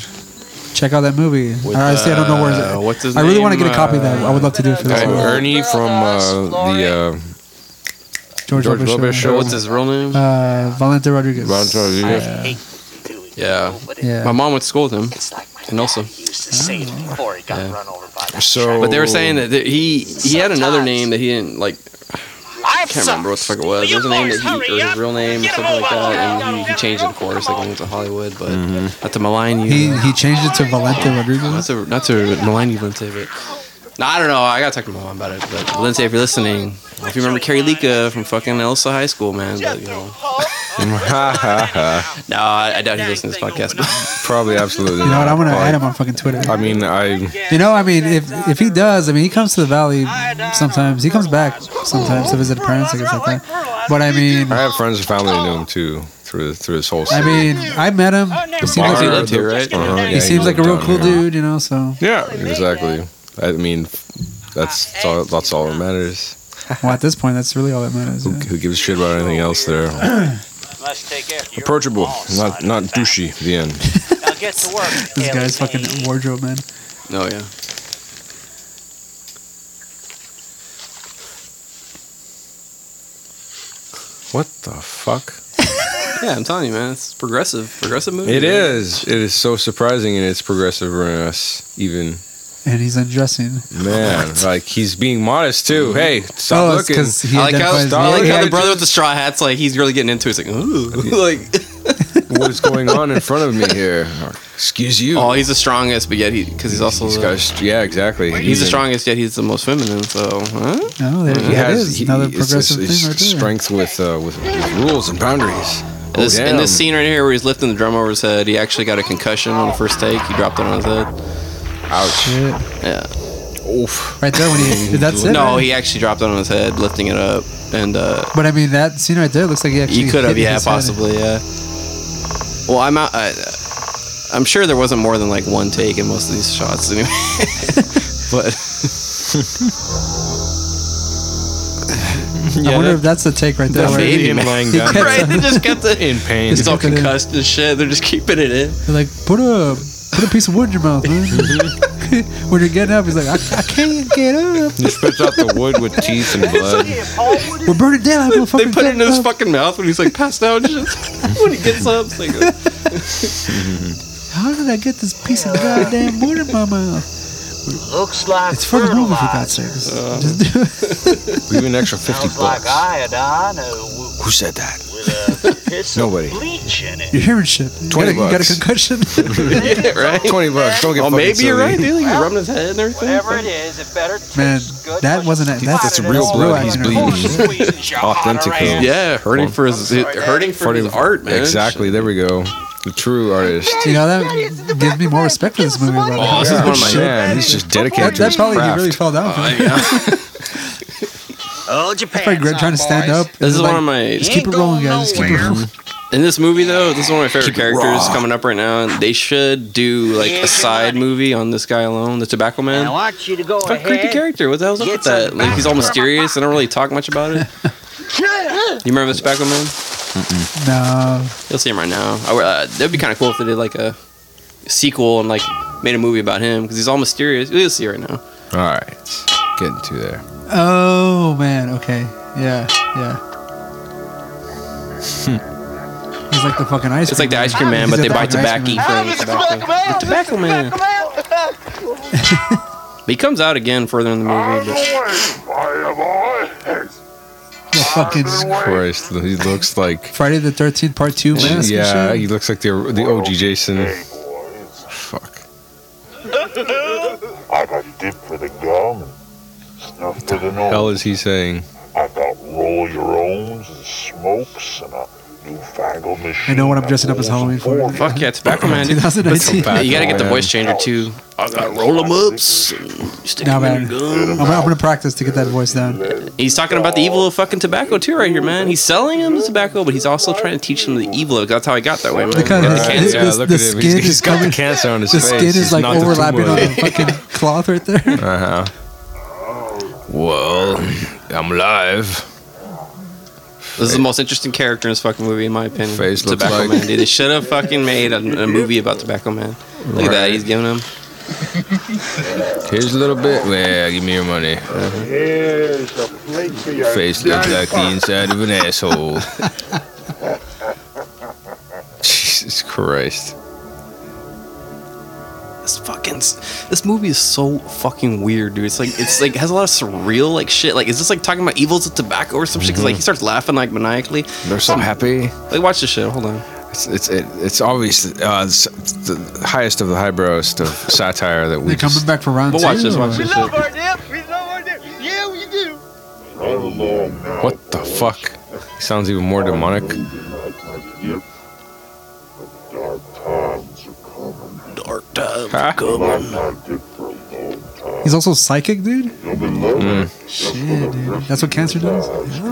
check out that movie. Honestly, I don't know where. uh, what's his I really want to name? uh, get a copy of that. I would love to do it for this. And one. Ernie from uh, the uh, George, George Lopez Lopez Show. show. what's his real name? Uh, Valente Rodriguez. Valente Rodriguez. Yeah. yeah. Yeah. My mom went to school with him. And also, used to save him before he got run over by that. So, but they were saying that th- he he had another name that he didn't like. I can't remember what the fuck it was. There was a name that he or his real name or something like that, and he, he changed it, of course, like when he went to Hollywood. But not to malign you, Mm-hmm. He he changed it to Valente not Rodriguez. to not to malign you, Lindsay. But no, I don't know. I gotta talk to my mom about it. But Lindsay, if you're listening, if you remember Carrie Lika from fucking Elsa High School, man, but, you know, Oh, Uh-huh. no, I, I doubt he's listening to this podcast. But probably absolutely. You know what? not. I'm gonna Like, add him on fucking Twitter. I mean, I You know, I mean, if if he does, I mean, he comes to the valley sometimes. He comes back sometimes to visit parents and things like that. But I mean, I have friends and family who knew him too. through through this whole. I mean, I met him. He seems like, Bar, he the- Uh-huh, yeah, he seems like a lived real down cool there. dude, you know. So Yeah, exactly. I mean, that's that's all, that's all that matters. well, at this point, that's really all that matters. Who, who gives a shit about anything else there? Approachable, not not douchey. The end. Now get to work. This guy's fucking wardrobe man. Oh yeah. What the fuck? Yeah, I'm telling you, man, it's progressive, progressive movie. It is. It is so surprising, and it's progressive progressiveness. Even And he's undressing. man, like he's being modest too. Hey, stop Oh, it's looking. 'cause he I like how, identifies I like me. how Yeah, the brother with the straw hat's like he's really getting into it. It's like, ooh, like what is going on in front of me here? Excuse you. Oh, he's the strongest, but yet he because he's also He's the- got- yeah, exactly. he's the strongest, yet he's the most feminine. So, huh? Oh, there, He yeah, has- it is he- another it's- it's- progressive it's thing right there. Strength with uh, with, with rules and boundaries. In this, oh, in this damn. scene right here where he's lifting the drum over his head, he actually got a concussion on the first take. He dropped it on his head. Ouch. Yeah. Oof. Right there when he- that's it, No, right? he actually dropped it on his head, lifting it up, and uh, But I mean, that scene right there looks like he actually. you could have, hit yeah, his head. possibly, yeah. Well, I'm out. I, I'm sure there wasn't more than like one take in most of these shots, anyway. but I wonder if that's the take right there. That where baby he- man. he kept right? They the- just kept the in pain. It's all Kept it in. concussed and shit. They're just keeping it in. They're like, put a put a piece of wood in your mouth, man. when you're getting up, he's like, I, I can't get up. He spits out the wood with teeth and blood. We're burning down. I'm They put it in his fucking mouth when he's like passed out. and shit. when he gets up, it's like, "Oh, How did I get this piece of goddamn wood in my mouth? Looks like It's for the movie, for God's fertilizer. sake. Just do it. Give me an extra fifty Sounds like bucks. iodine uh, w- Who said that? with a piss of Nobody. bleach in it. You're hearing shit. You got 20 a- you got a bucks. concussion. yeah, right. Twenty bucks. Don't get. Oh, fucking maybe you're silly. right, dude. He's rubbing his head and everything. Whatever it is, it better. Man, that wasn't it. That's, That's real blood. He's bleeding. Authentic. Yeah, hurting for his it, hurting for his art, man. Exactly. There we go. The true artist. You know that gives me more respect for this movie. About Oh, this is one of my Shit. man. He's just That, dedicated to that his probably he craft. really fell down. from. Oh, Japan. probably great trying to stand up. This is and, like, one of my. Just keep it rolling, guys. Just keep it rolling. In this movie, though, this is one of my favorite characters raw. coming up right now. and They should do like a side movie on this guy alone, the Tobacco Man. I want you to go Fuck, creepy ahead. character. What the hell's up with that? Like he's all mysterious. They don't really talk much about it. You remember the Tobacco Man? No. You'll see him right now. I, would- uh, that'd be kind of cool if they did like a sequel and like made a movie about him because he's all mysterious. You'll see right now. All right, getting to there. Oh man. Okay. Yeah. Yeah. He's like the fucking ice. It's like the ice cream man, but they buy tobacco from the Ah, tobacco. The tobacco man. But he comes out again further in the movie. But The fucking Christ, he looks like. Friday the Thirteenth Part Two mask. Yeah, And he shit. looks like the the OG Jason. Fuck. I got dip for the gum and snuff for the nose. Hell is he saying? I got roll your owns and smokes and a newfangled machine. I know what I'm dressing up as Halloween for. Fuck yeah, tobacco man. dude. 2019. Yeah, you gotta get the Man. voice changer too. I got roll 'em ups. Stick No 'em man. in your I'm, gum. I'm gonna practice to get that voice down. He's talking about the evil of fucking tobacco too, right here, man. He's selling him the tobacco, but he's also trying to teach him the evil. of it. That's how he got that way, man. Because He got his- his- the cancer. his- the skin He's- is he's got coming- the cancer on his the face. skin is He's like not the overlapping on tumor. the fucking cloth right there. Uh huh. Well, I'm alive. This is the most interesting character in this fucking movie, in my opinion. Face looks tobacco like- Man, dude. They should have fucking made a, a movie about Tobacco Man. Look at that. Right. He's giving him. Here's a little bit. Well, give me your money. Here's a plate for your Face looks like the inside of an asshole. Jesus Christ. This fucking. s- This movie is so fucking weird, dude. It's like it's like has a lot of surreal like shit. Like is this like talking about evils of tobacco or some shit? 'Cause, Mm-hmm. like he starts laughing like maniacally. They're so happy. Like watch this shit. Hold on. It's it's it, it's obvious uh, it's the highest of the highbrowest of satire that we. They're coming just- back for round But two. watch this, watch or- this shit. our dip. We love our dip. Yeah, we do. What the fuck? He sounds even more demonic. Dark times are coming. He's also psychic, dude. Mm. Shit, dude. That's what cancer does.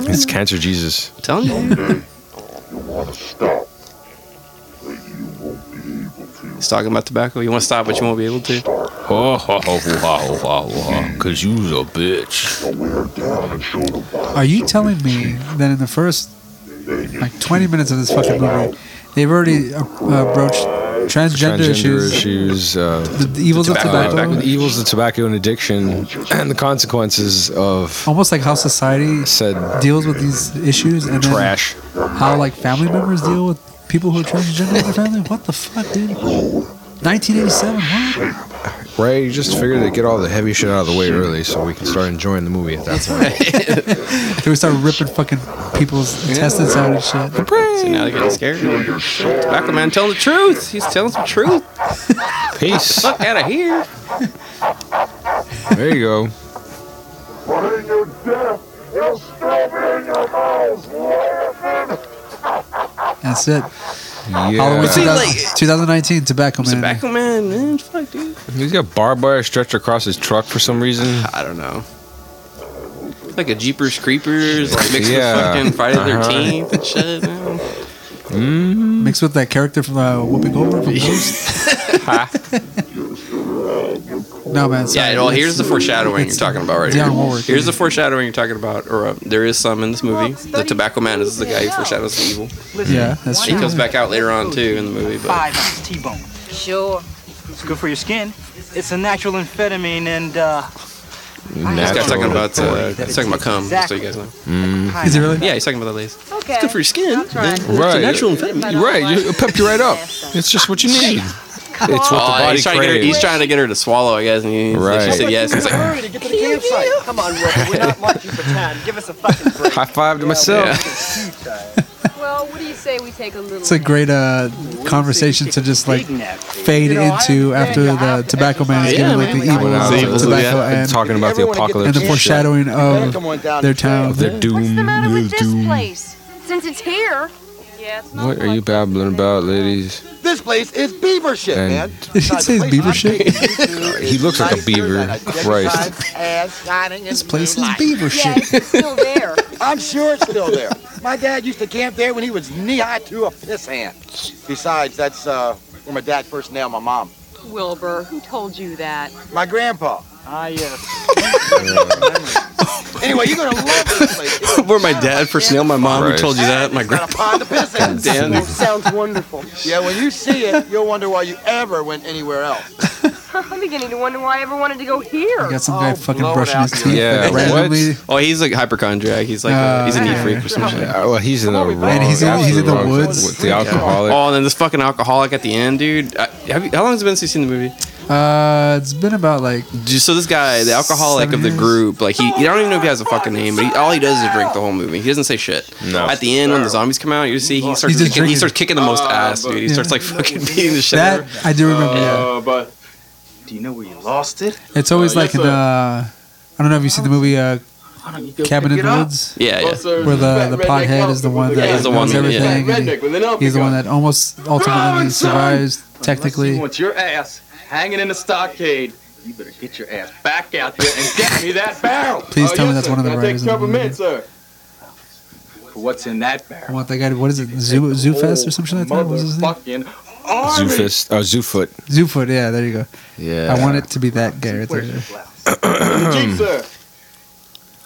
It's cancer Jesus. Tell me. stop. He's talking about tobacco. You want to stop, but you won't be able to. Ho ho ho ho ho ho. Cause you's a bitch. Are you telling me that in the first like 20 minutes of this fucking movie, they've already uh, uh, broached transgender, issues? issues, uh, The- the evils of tobacco. the evils of tobacco and addiction, and the consequences of Almost like how society deals with these issues and then Trash. how like family members deal with people who are transgender in their family. What the fuck, dude? 1987. What? right. You just figure they get all the heavy shit out of the way early, so we can start enjoying the movie at that point. They would start ripping fucking people's intestines out and shit. See, now they're getting scared. Tobacco man telling the truth. He's telling some truth. Peace. Fuck out of here. there you go. That's it. Yeah. Halloween See, 2000 like- 2019, Tobacco Man. Tobacco man, man, fuck dude. He's got barbed wire stretched across his truck for some reason. I don't know. Like a Jeepers Creepers, like mixed Yeah. with fucking Friday the Uh-huh. 13th and shit. Man. Mixed with that character from uh, Whoopi Goldberg from Ghost. No, man. Sorry. yeah, well, It's- here's the foreshadowing you're it's talking about right Dionne here. Warwick. Here's the foreshadowing you're talking about, or uh, there is some in this movie. The Tobacco Man is the guy who foreshadows the evil. Yeah, that's He true. comes back out later on too in the movie, but Five ounce T-bone. Sure. It's good for your skin. It's a natural amphetamine, and uh, Hmm. this guy's talking about uh, he's talking about cum, just so you guys know. Mm. Is it really? Yeah, he's talking about the lace. Okay. It's good for your skin. Right. natural You're right. It'll pep you right up. It's just what you need. It's what the Oh, body he's trying, to get her, he's craves. trying to get her to swallow, I guess. And he, she Right. said yes. He's like, Hurry to get to the campsite. Come on, Wilbur. We're not marching for time. Give us a fucking break. High five to myself. Well, what do you say we take a little? It's a great uh, conversation to just like fade into after the Tobacco Man is giving like the When I was evil of little, tobacco yeah, and talking about the apocalypse and the shit. foreshadowing of their town. Of their doom. What's the matter with doom. place since it's here. Yeah, it's What are you babbling about, ladies? This place is beaver shit, And- man. Uh, Did he say it's beaver shit? He looks like a beaver. Christ. This place is beaver yeah, shit. It's still there. I'm sure it's still there. My dad used to camp there when he was knee high to a piss hand. Besides, that's uh, where my dad first nailed my mom. Wilbur, who told you that? My grandpa. Ah, yes. anyway, you're gonna love this place. Where my dad first nailed my mom. Who Christ. told you that? My grandpa. On the piss hand. Damn. That sounds wonderful. Yeah, when you see it, you'll wonder why you ever went anywhere else. I'm beginning to wonder why I ever wanted to go here. You got some guy fucking brushing his teeth Yeah. like, randomly, What? Oh, he's like hypochondriac. He's like uh, Uh, he's a neat freak or some shit. Uh, well, he's in the wrong, and he's in, he's in the wrong- woods. with the alcoholic. Oh, and then this fucking alcoholic at the end, dude. I, have you, how long has it been since you've seen the movie? Uh, it's been about like Just, so this guy, the alcoholic Seven of the years? group, like he, you don't even know if he has a fucking name, but he, all he does is drink the whole movie. He doesn't say shit. No. At the end, when the zombies come out, you see he starts He's just kicking, drinking. he starts kicking the most ass, dude. He Yeah. starts like fucking beating the shit. out that. of I do remember. yeah. Oh. Uh, but do you know where you lost it? It's always Uh, like yes, in the. I don't know if you've seen the movie uh, Cabin in the Woods. Yeah, yeah. Where the, the pothead is the one that Yeah, he's the one knows that- yeah. everything. and he- Oh he's the one that almost ultimately survives technically. want your ass hanging in the stockade. You better get your ass back out here and get me that barrel. Oh, Please tell me that's one of the writers in the movie. sir. For what's in that barrel? I want that guy to, what is it, Zoo, Zoo Fest or something like that? What was his name? Fucking Zoofist. Oh, Zoofoot. Zoofoot, yeah, there you go. Yeah. I want it to be that guy right there.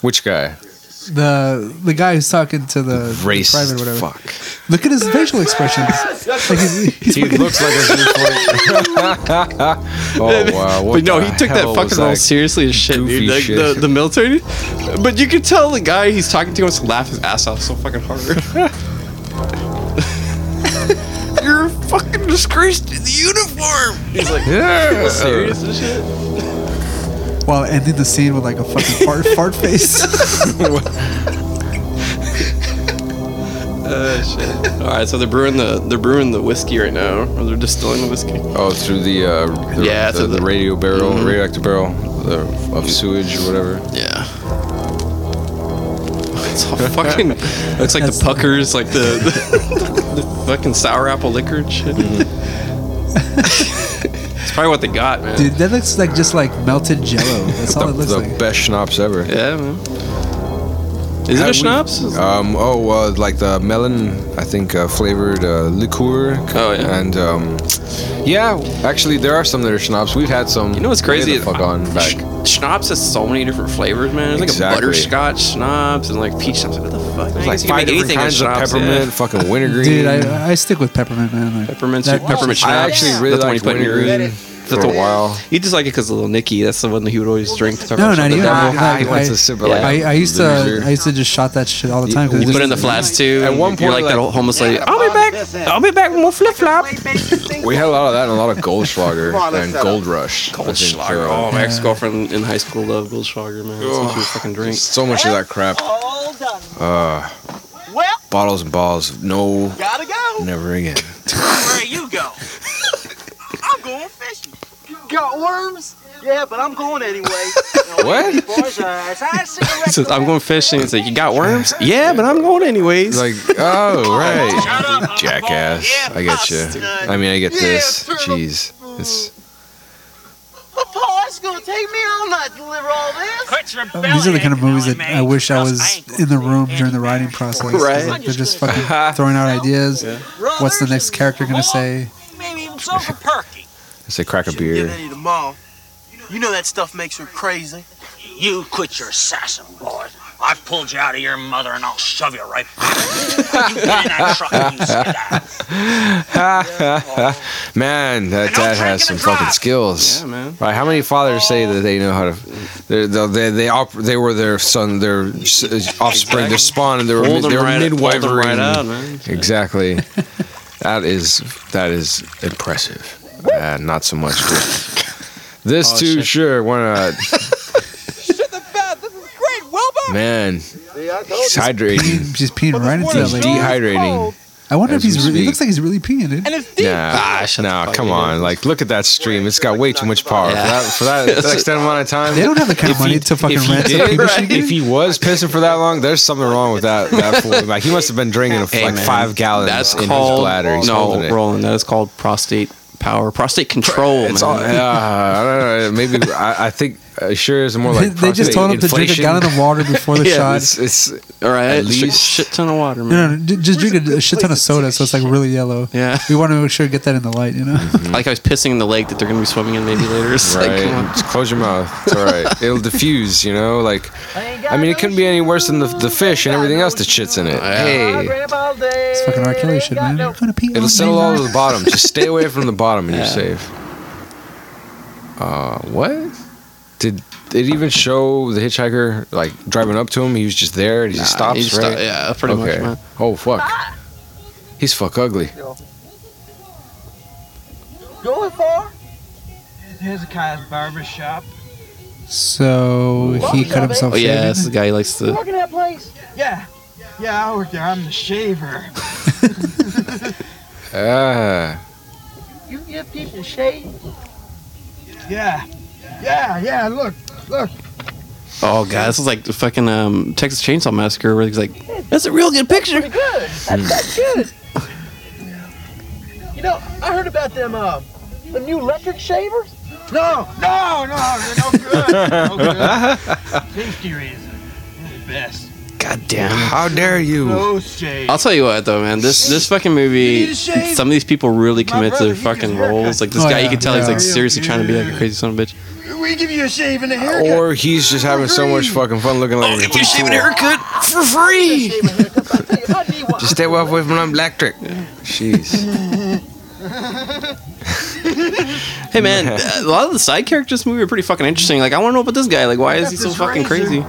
Which guy? The the guy who's talking to the, the Racist private or whatever. fuck. Look at his facial expressions. Like he's, he's He fucking- looks like a Zoofoot. oh wow! What but no, the he took that hell was fucking role seriously as shit, goofy dude. Like, shit? The, the military. But you could tell the guy he's talking to wants to laugh his ass off so fucking hard. You're a fucking disgrace to the uniform. He's like, Yeah. serious and shit. while ending the scene with like a fucking fart, fart face. Uh, shit. All right, so they're brewing the they're brewing the whiskey right now, or they're distilling the whiskey. Oh, through the uh, the, Yeah, the, through the, Mm-hmm. the- radio barrel, radioactive barrel the, of sewage or whatever. Yeah. It's all fucking. It's like the puckers, like the, the, the fucking sour apple liquor and shit. Mm-hmm. it's probably what they got, man. Dude, that looks like just like melted jello. That's all the it looks the like. best schnapps ever. Yeah, man. Is it Have a we- schnapps? Um, oh, uh, like the melon, I think, uh, flavored uh, liqueur. Oh, yeah. And, um, yeah, actually, there are some that are schnapps. We've had some. You know what's crazy? The fuck on back. Schnapps has so many different flavors, man. There's like Exactly. a butterscotch schnapps and like peach schnapps. What the fuck? There's man? like You can five make different anything with kinds of schnapps, peppermint, yeah. fucking wintergreen. Dude, I, I stick with peppermint, man. Like, Peppermint, that- peppermint schnapps. I actually really That's the one you liked put in your wintergreen green. for a while. You just like it because of little Nicky. That's the one that he would always drink. the No, peppermint not schnapps. even. The devil. I, I, I, I used to, I used to just shot that shit all the time. 'cause You it's put it in the just- flats too. At one point, you're like, that old homeless lady. I'll be back. I'll be back with more flip flop. We had a lot of that and a lot of Goldschlager Come on, let's and set up. Gold Rush. Goldschlager. Oh, my ex girlfriend in high school loved Goldschlager, man. That's what she would fucking drink. So much of that crap. Uh, bottles and balls. No. Gotta go. Never again. Where you go? I'm going fishing. Got worms? Yeah, but I'm going anyway. What? Boys, uh, as I see He says, I'm going fishing. It's like, you got worms? Yeah, but I'm going anyways. Like, oh, right. Jackass. I get you. I mean, I get this. Jeez. It's, Paul, it's gonna take me all night to deliver all this. Quit rebelling. These are the kind of movies that I wish I was in the room during the writing process. 'cause, Right. like, they're just fucking throwing out ideas. What's the next character gonna say? Maybe even so for Perky. it's a crack of beer. any tomorrow. You know that stuff makes her crazy. You quit your assassin, boy. I've pulled you out of your mother and I'll shove you right back. you get in that truck and you sit down. man, that dad has some fucking skills. Yeah, man. Right? How many fathers say Oh. that they know how to? They they they, op, they were their son, their s- uh, offspring, their spawn, and they were Hold 'em they were right- hold 'em right midwivering. out, man. Exactly. that is that is impressive. Uh, not so much. This Oh, too, shit. sure. Why not? Great, Wilbur. Man, he's hydrating. She's peeing right into that He's lady. dehydrating. I wonder if as he's. we Really, he speak. looks like he's really peeing, dude. Ah, Nah, nah, come on. Like, look at that stream. It's got way too much power for that, for that, that extended amount of time. They don't have the kind of If he- money to fucking if he rent some did- people shit, dude. If he was pissing for that long, there's something wrong with that. that fool. Like, he must have been drinking Hey, like man, five gallons That's in called, his bladder. He's holding no, it. Roland. That is called prostate power, prostate control. It's man. all, uh, I don't know. Maybe I, I think uh, sure is more like they just prostate told him to drink a inflation. gallon of water before the Yeah, shot. It's, it's all right. At Shit- least shit ton of water, man. No, no, j- just drink a, a shit ton of soda, so it's like really yellow. Yeah. we want to make sure to get that in the light, you know. Like I was pissing in the lake that they're gonna be swimming in maybe later. It's right. like, come on. Just close your mouth. It's all right. It'll diffuse. You know, like I mean, it couldn't be any worse than the, the fish and everything else that shits in it. Hey. It's fucking R. Kelly shit, man. I'm gonna pee It'll on settle me. all to the bottom. Just stay away from the bottom and Yeah. you're safe. Uh, what? Did it even show the hitchhiker like driving up to him? He was just there. and He just Nah, stops, he just right? sto- yeah, pretty much, man. Oh fuck. He's fuck ugly. Going far? Here's a kind of barber shop. So he cut himself. Oh yeah, shaving? that's the guy who likes You to. working that place? Yeah. Yeah, I work there. I'm the shaver. Ah. you give people shave? Yeah. Yeah, yeah, look, look. Oh god, this is like the fucking um, Texas Chainsaw Massacre where he's like, That's a real good picture. Pretty good. That's, that's good. You know, I heard about them, uh, the new electric shavers. No, no, no, they're no good. No good. Safety reasons. They're the best. God damn. How dare you? No shave. I'll tell you what though, man. This this fucking movie, shave? some of these people really commit to brother, their he fucking roles. Like this Oh, guy, you yeah, can tell he's yeah. like seriously trying to be like a crazy son of a bitch. We give you a shave and a haircut. Or he's just having so much fucking fun looking like a shave fool. and a haircut for free. Just stay well away from them electric. Jeez. Hey man, a lot of the side characters in this movie are pretty fucking interesting. Like I want to know about this guy. Like why is he so fucking crazy?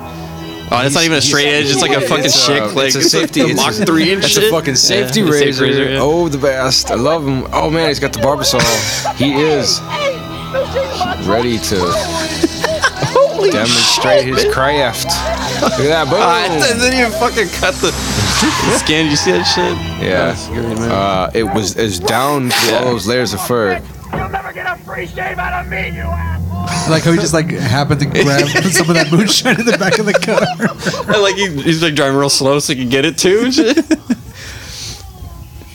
Oh, that's not even a straight edge. It's like a fucking It's a- chick. like it's a safety. Like a it's Mach a- three and it's shit. a fucking safety Yeah, it's razor. a razor, yeah. Oh, the best. I love him. Oh man, he's got the barbasol. He is ready to Holy demonstrate his craft. Look at that. Boom. Ah, it doesn't even fucking cut the skin. Did you see that shit? Yeah. Uh, it was is down to all those layers of fur. like how he just like happened to grab some of that moonshine in the back of the car. And, like he, he's like driving real slow so he can get it too. and shit.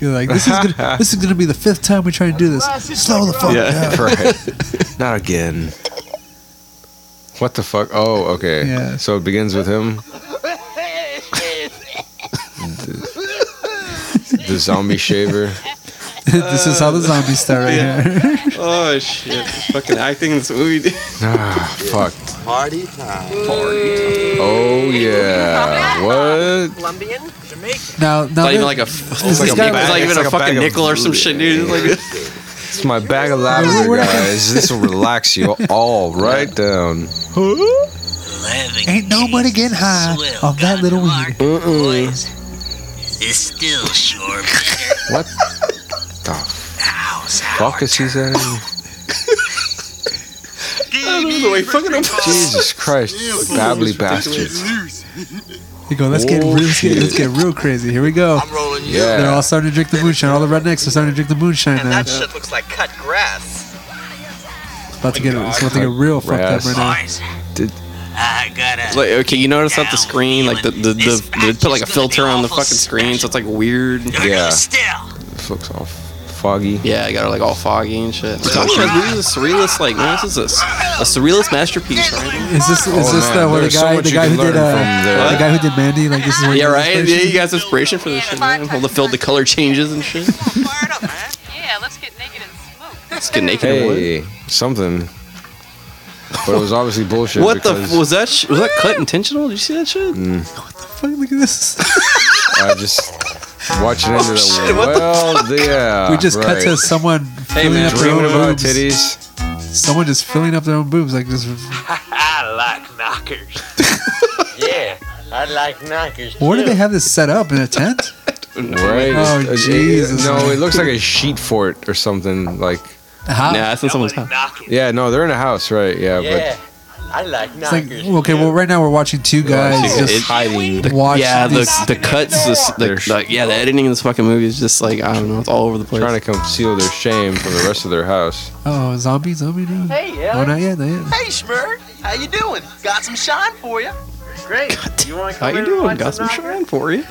You're like, this is gonna, this is gonna be the fifth time we try and do this. Slow the fuck Yeah. down. Right. Not again. What the fuck? Oh, okay. Yeah. So it begins with him. the zombie shaver. this is how the zombies start right Yeah. here. oh shit! Fucking acting in this movie. ah, fuck. Party time. Oh yeah. What? Colombian? Now, now It's not even there- like a. f- It's, this like, guy- a, it's not even it's a like a fucking bag of- nickel or some shit, dude. It's like It's my bag of lavender, guys. This will relax you all right down. Ain't nobody getting high off that little weed. It's still sure better. What the fuck is he saying? I don't know the way fucking up. Jesus Christ, babbly bastard. You go, let's get Oh, real, let's get, shit. let's get real crazy. Here we go. Yeah. They're all starting to drink the moonshine. All the rednecks are starting to drink the moonshine And now. that shit looks like cut grass. About to get it's about to get real fucked up right now. Did, I gotta. Like, okay, you notice that the screen, like the the, the they put like a filter on the fucking screen, so it's like weird. Yeah. Still. This looks all foggy. Yeah, I got her like all foggy and shit. Like, oh, this movie is a surrealist, like, man, this is a, a surrealist masterpiece, right? Is this is Oh, this man, the where the there's so guy much the you guy can who did learn uh, from there. the guy who did Mandy like this is where Yeah, he got right? Yeah, inspiration? you got inspiration for this shit, man. All the, fill- the color changes and shit. Yeah, let's get naked and smoke. Let's get naked and what? Hey, something. But it was obviously bullshit. What the because f- was that? Sh- was that cut intentional? Did you see that shit? Fuck, look at this. I just watching into Oh, the shit, what the well, yeah. we just right. cut to someone Hey filling man, up their dreaming own about boobs. titties. Someone just filling up their own boobs like this. I like knockers. yeah, I like knockers. Where did they have this set up in a tent? Right. Uh, Oh, It- it- Jesus. no, it looks like a sheet fort or something. Like, How? Nah, that's in someone's house. yeah, no, they're in a house, right? Yeah, Yeah, I like It's like knockers. okay, well right now we're watching two guys It's- just it's hiding. The, watch yeah, the, these- the cuts, this, the, the, yeah, the editing in this fucking movie is just like I don't know, it's all over the but place. trying to conceal their shame from the rest of their house. oh zombie zombie dude. Hey, yeah. Oh not yet, not yet. Hey, Schmurd. How you doing? Got some shine for you. Great. You want to How you doing? Got some shine for you.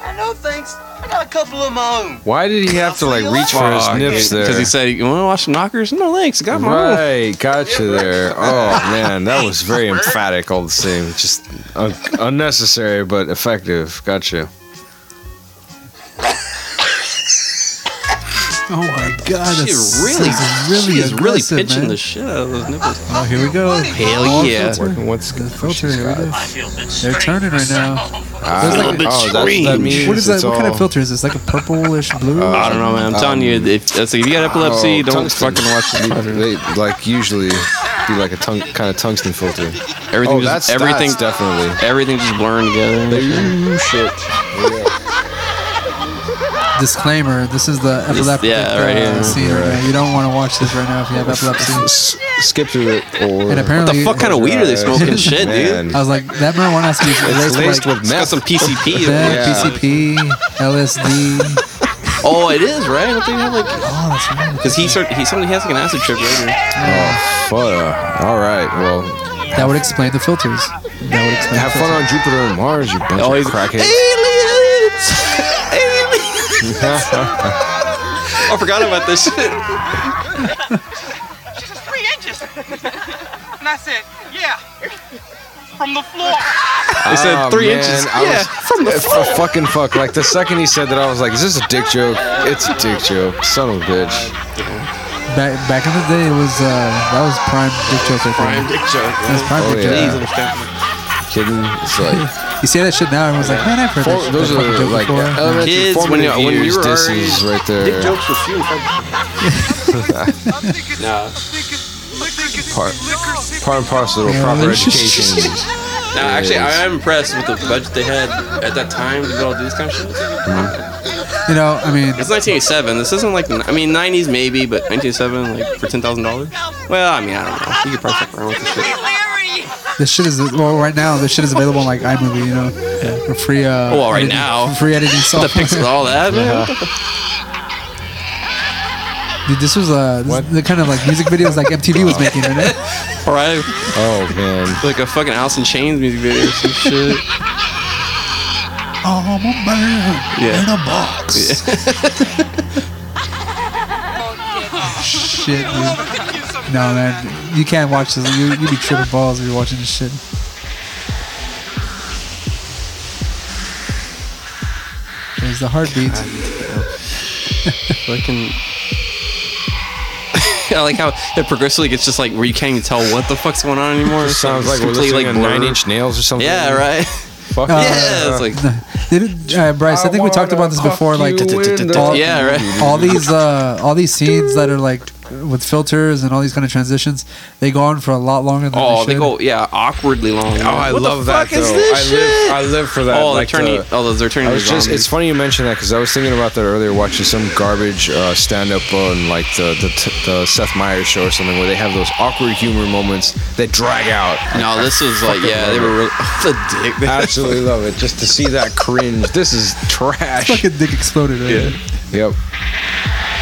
I know, thanks. I got a couple of my own. Why did he have to like reach for his nips there? Because he said, "You want to watch some knockers? No thanks. Got my own." Right, gotcha there. Oh man, that was very emphatic all the same. Just un- unnecessary but effective. Gotcha. Oh my god, She that's really, that's really, really is really aggressive, pinching man. the shit out of those nipples. Oh, here we go. Hell More yeah. filter. Working what's The filter, here we go. They're turning right now. Ah, There's like a- oh, that's, that means What is it's that? What kind all- of filter is this? Like a purplish blue? I don't know, man. I'm telling you, if, if you got epilepsy, Um, Oh, don't tungsten. fucking watch the movie. They like usually be like a tung- kind of tungsten filter. Everything oh, that's just- everything- that's definitely. Everything just blurring together. Ooh, shit. Disclaimer: This is the epileptic yeah, right uh, here. scene right now. You don't want to watch this right now if you have epilepsy. S- skip through it. Or And apparently, fuck kind of weed are they smoking? Shit, Man. dude. I was like, that marijuana has to be It's laced laced with like with It's got meth. some PCP. in meth, it. PCP, LSD. Oh, it is right. I think like Oh, that's right. because he started, he somebody has like an acid trip later. Oh, fuck. All right. Well, That would explain the filters. That would explain. have the fun on Jupiter and Mars, you bunch Oh, he's of crackheads. aliens. Aliens. Oh, I forgot about this shit. She's just three inches. and I said, yeah, from the floor. I said three inches. Yeah, from the floor. fucking fuck. Like the second he said that, I was like, "Is this a dick joke?" It's a dick joke. Son of a bitch. filters. Back back in the day, it was uh, that was prime dick joke. I think. dick joke. That's prime Oh, dick yeah. joke. Please understand. Kidding. It's like You say that shit now, everyone's like, man, I've heard that for, shit. those that are fucking joke like before. elementary Kids, when formative you- when you years were disses right Dick there. jokes with you. Nah. Part, part and parcel of Yeah. proper education. Nah, actually, I am impressed with the budget they had at that time to be able to do this kind of shit. You know, I mean, It's 1987. This isn't like I mean 90s maybe, but 1987 like for ten thousand dollars. Well, I mean I don't know. You could probably fuck around with this shit. this shit is well right now. This shit is available on like iMovie, you know, for free. Uh, Well, right editing- now. for free editing The software. pics and all that. Man. Dude, this was uh, this is the kind of like music videos like MTV was making, right? All right, Oh man. like a fucking Alice in Chains music video or some shit. Oh, I'm a man Yeah. in a box. shit, dude. No, man, you can't watch this. You you be tripping balls if you're watching this shit. There is the heartbeat. Fucking. I like how it progressively gets just like where you can't even tell what the fuck's going on anymore. It's Sounds like we're completely, listening to blurred. Nine Inch Nails or something. Yeah, right. Uh, Fuck yeah, yeah. it's like Did, uh, Bryce, I think we talked about this before. Like, all, Yeah, right. All these, uh, all these scenes that are like with filters and all these kind of transitions, they go on for a lot longer than oh, they they should. go yeah awkwardly long. Oh, I love that. though. I live, I live for that. Oh, like they're turning. the- oh, those are turning. I was just, it's funny you mentioned that because I was thinking about that earlier, watching some garbage uh, stand up on like the, the t- the Seth Meyers show or something where they have those awkward humor moments that drag out. No, I this was like fucking yeah, they love were it. really, the dick. man. Absolutely love it. Just to see that cringe. This is trash. Fucking dick exploded. Right there. Yep.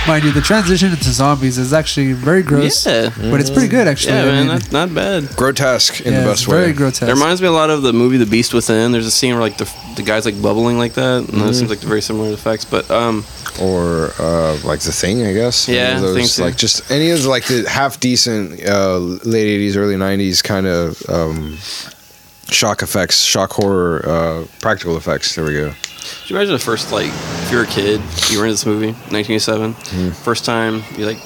Mind you, the transition into zombies is actually very gross. Yeah, But it's pretty good actually. Yeah, I man, mean, not, not bad. Grotesque in the Yeah, best it's way. very grotesque. It reminds me a lot of the movie The Beast Within. There's a scene where like the, the guy's like bubbling like that, and Mhm. it seems like they're very similar effects. But um, or uh, like the thing, I guess. Any Yeah, of I think those, so. like just any of the, like the half decent uh, late eighties, early nineties kind of um, shock effects, shock horror, uh, practical effects. There we go. Could you imagine the first like if you were a kid, you were in this movie, 1987, Hmm. first time you like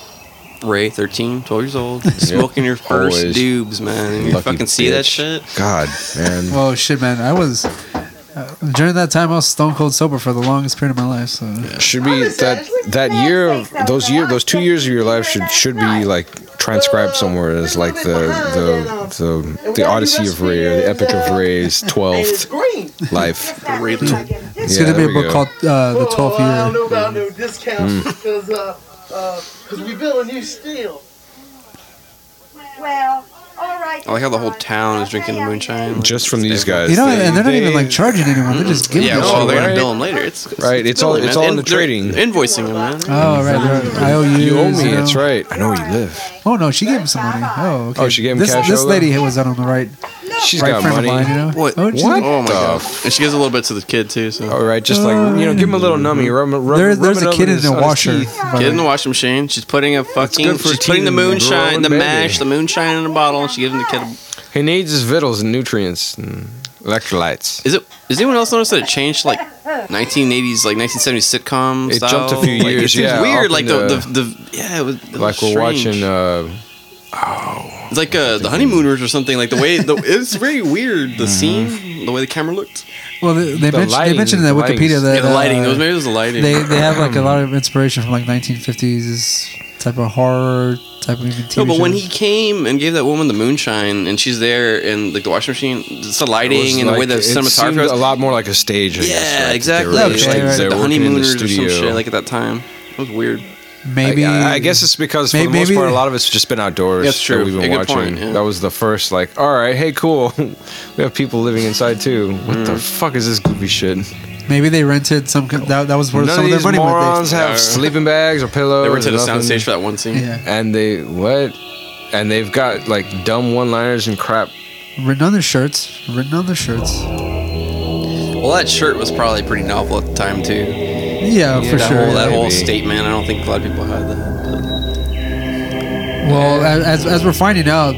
Ray, 13, 12 years old, smoking your first Always. dubes, man, and you Lucky fucking see that bitch. shit. God, man. Well, shit, man, I was uh, during that time I was stone cold sober for the longest period of my life. So should be that that year of those year those two years of your life should should be like transcribed somewhere as like the the the, the Odyssey of Ray or the Epic of Ray's twelfth green. life. it's Yeah, gonna be there a we book go. called uh, The Twelfth I don't know Year. about no discounts Mm. because uh, uh, cause we build a new steel. Well, all right. I like how the whole town is drinking the moonshine. Just from these guys. You know, and they're not even like charging anyone; they're just giving. yeah, it well, to they're you. gonna bill them later. It's, it's Right, it's all- billing, it's man. all in the they're trading. invoicing them, man. Oh right, they're IOUs. You owe me. know. That's right. I know where you live. Oh no, she gave him some money. Oh, okay. Oh, she gave him this, cash This over? lady was on the right. She's right got front of money. mine, you know? What? Oh, she's like- Oh my god! And she gives a little bit to the kid too. So all right, just like you know, give him a little nummy. Rub, rub, There- rub there's it a up kid his- in a on his washer. teeth. Kid in the washing machine. She's putting a fucking. good for a She's putting the teen growing moonshine, the baby. mash, the moonshine in a bottle, and she gives him the kid. A, He needs his vittles and nutrients and electrolytes. Is it? Is anyone else notice that it changed to, like 1980s, like 1970s sitcom? It style? jumped a few Like, years, It seems yeah, weird. up Like the, the, into- the yeah, it was it was Like we're strange. watching. Uh, It's like uh, the honeymooners or something. Like the way the it's very weird. Mm-hmm. The scene, the way the camera looked. Well, they, they, The mentioned, lighting- they mentioned in the that Wikipedia lighting's- that Yeah, the lighting. uh, Those- maybe it was the lighting. They they have like a lot of inspiration from like 1950s type of horror type of even TV No, but when shows. he came and gave that woman the moonshine, and she's there, and like the washing machine, it's the lighting and the way the it cinematography seemed was. a lot more like a stage. I yeah, guess, right? exactly. They were It was just, like like, they the were working in honeymooners or some studio. shit like at that time. It was weird. maybe I, I guess it's because for may- the most maybe part, a they- lot of it's just been outdoors. That's true. That we've A been good watching. point, yeah. That was the first like, all right, hey, cool. we have people living inside too. What the fuck is this goofy shit? Maybe they rented some. co- That that was where None of some of their these money went. morons They- have sleeping bags or pillows. They were to or the Oh, nothing. soundstage for that one scene. Yeah. and they what? And they've got like dumb one-liners and crap. Written on their shirts. Written on their shirts. Well, that shirt was probably pretty novel at the time too. Yeah, for that sure. Whole, that whole Maybe. statement. I don't think a lot of people had that. Well, a- as, as we're finding out,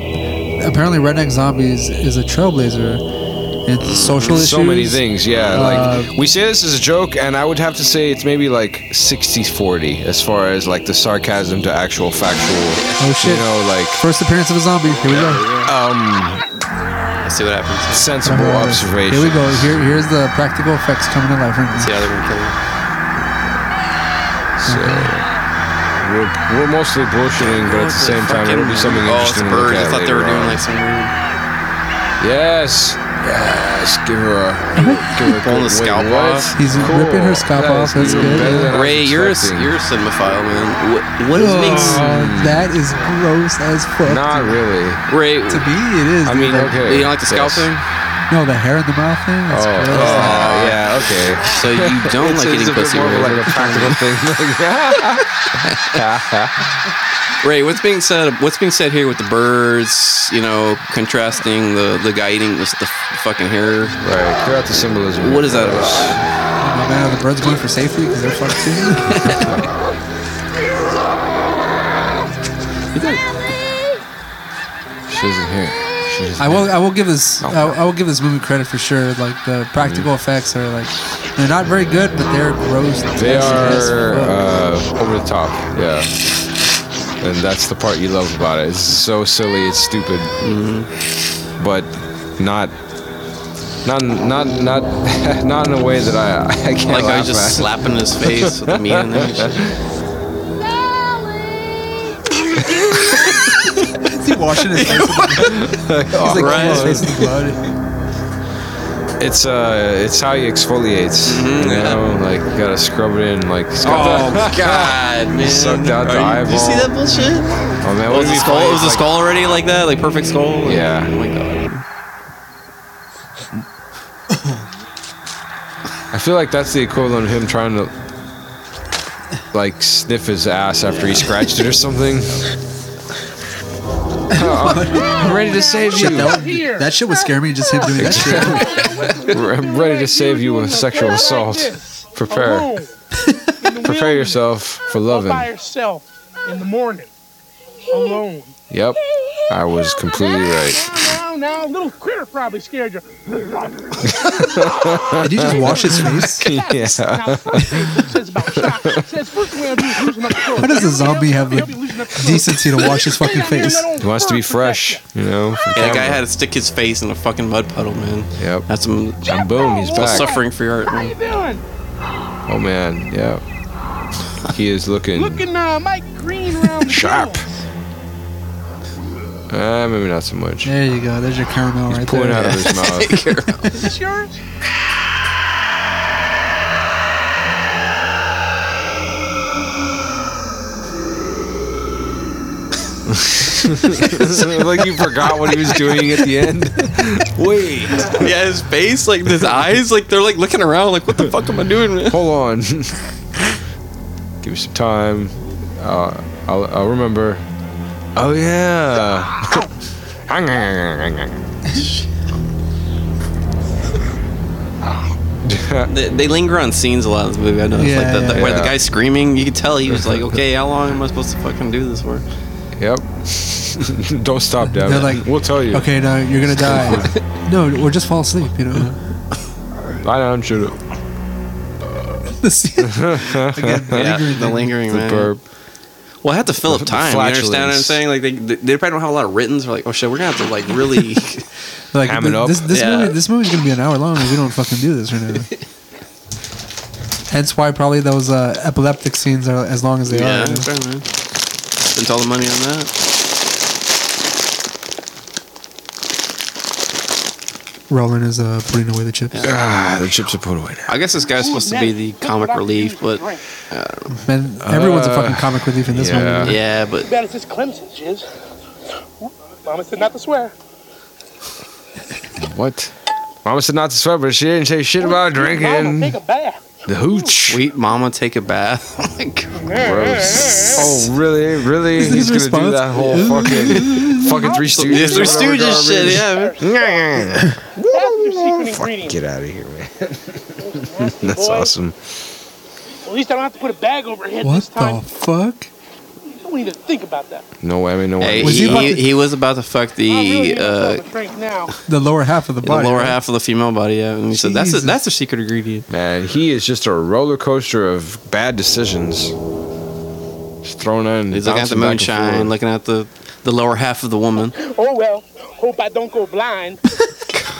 apparently Redneck Zombies is a trailblazer in social issues. so many things, yeah. Uh, like we say this as a joke, and I would have to say it's maybe like 60-40 as far as like the sarcasm to actual factual. Oh You shit! know, like First appearance of a zombie. Here we go. um, Let's see what happens. sensible observation. Uh-huh. Here we go. Here, here's the practical effects coming to life right now. See how they're gonna kill him. So we're, we're mostly bullshitting, but at the same time, it'll be something oh, it's interesting a to look bird. at I thought later they were doing on. like some weird. Yes, yes. Give her a give her a Pulling the good- scalp wait, what? off. He's Cool. ripping her scalp That off. is That's even good. better than yeah. I was Ray, you're a, s- expecting. you're a cinemaphile, man. What, what does Oh, that is gross as fuck. not really. Oh, makes Ray? To me, it is. I mean, dude. okay. You don't like the scalp yes. thing? No, the hair in the mouth thing. That's Oh, gross. oh, yeah, okay. So you don't It's- like it's a eating bit pussy, more of Ray. like a practical thing. Like, Ray, what's being said? What's being said here with the birds? You know, contrasting the the guy eating this the fucking hair. right, clear out the symbolism. What is that about? Oh, man, are the birds going for safety because they're fucked too. She doesn't hear. She It I will. I will give this. I, I will give this movie credit for sure. Like the practical Mm-hmm. effects are like they're not very good, but they're gross. They as are fuck. uh, over the top, yeah. And that's the part you love about it. It's so silly, it's stupid, Mm-hmm. but not, not, not, not, not in a way that I, I can't Like I laugh just at. slapping his face with the meat in there and shit. Is he washing his face? with blood? He's like Right. washing his face with blood. It's uh, it's how he exfoliates. you know, like you gotta scrub it in, like. it's got Oh that- God, man! Sucked out the Are you- did you see eyeball. that bullshit? Oh man, What wouldn't it was the be skull? funny was if, the like- skull already like that? Like perfect skull? Yeah. Oh my god. I feel like that's the equivalent of him trying to like sniff his ass after he scratched it or something. Uh, I'm ready to save Shit, you. that, would- that shit would scare me. Just him doing that shit. I'm ready to save you with sexual assault. Prepare. Alone. In the Prepare wilderness, yourself for all by loving. herself in the morning. Alone. Yep. I was completely right. Now, now, little critter probably scared you. Did you just wash his face? Yeah. Says first thing I'll do is loosen up the shorts. Why does a zombie have the decency to wash his fucking face? He wants to be fresh, you know. for Yeah, that guy camera. had to stick his face in a fucking mud puddle, man. Yep. That's some. And boom, he's back. Suffering for your art, How you man. doing? Oh man, yeah. He is looking Looking uh, Mike Green around the Sharp. uh, maybe not so much. There you go. There's your caramel right pulling there. out of his mouth. grill. Is this yours? like you forgot what he was doing at the end. Wait. Yeah, his face, like his eyes, like they're like looking around, like what the fuck am I doing? Man? Hold on. Give me some time. Uh, I'll, I'll remember. Oh yeah. They, they linger on scenes a lot in this movie. I know, Yeah, like that, that- yeah. where the Yeah. guy's screaming, you could tell he was like, okay, how long am I supposed to fucking do this for? yep. Don't stop, Devin. They're like, we'll tell you. Okay, no, you're gonna die. no, or just fall asleep. You know. Lie down, shoot it. The scene- Again, the Yeah, lingering the thing. lingering The man. burp. Well, I had to fill The- up the time. You understand what I'm flatulence. saying? Like they, they they probably don't have a lot of written. They're like, oh shit, we're gonna have to like really. Like Ham th- it up. this, this Yeah. movie, this movie's gonna be an hour long if we don't fucking do this right now. Hence why probably those uh, epileptic scenes are as long as they yeah, are. you know? fair, man. Spent all the money on that. Roland is uh, putting away the chips. Ah, the chips are put away now. I guess this guy's supposed to be the comic relief, but uh, Man, everyone's a Uh, fucking comic relief in this yeah. movie. yeah, but Bad as this Clemson jizz. Mama said not to swear. What? Mama said not to sweat, but she didn't say shit Mama, about drinking take a bath. the hooch. sweet mama take a bath. oh my god. Gross. Oh, really? Really? He's gonna do response? that whole fucking fucking Three Stooges. Yes, Three or whatever Stooges shit, yeah, man. garbage. That's your secret ingredient. Get out of here, man. That's awesome. At least I don't have to put a bag over her head What this the time. fuck? I don't need to think about that. No whammy, no Hey, whammy. Was he he, about he, to- he was about to fuck the uh, Have a drink now. The lower half of the the body. lower right? half of the female body, yeah. And he said, "That's a, Jesus. that's a secret ingredient." Man, he is just a roller coaster of bad decisions. Just thrown in. He's looking at bouncing back the and moonshine, forth. looking at the the lower half of the woman. Oh well. Hope I don't go blind.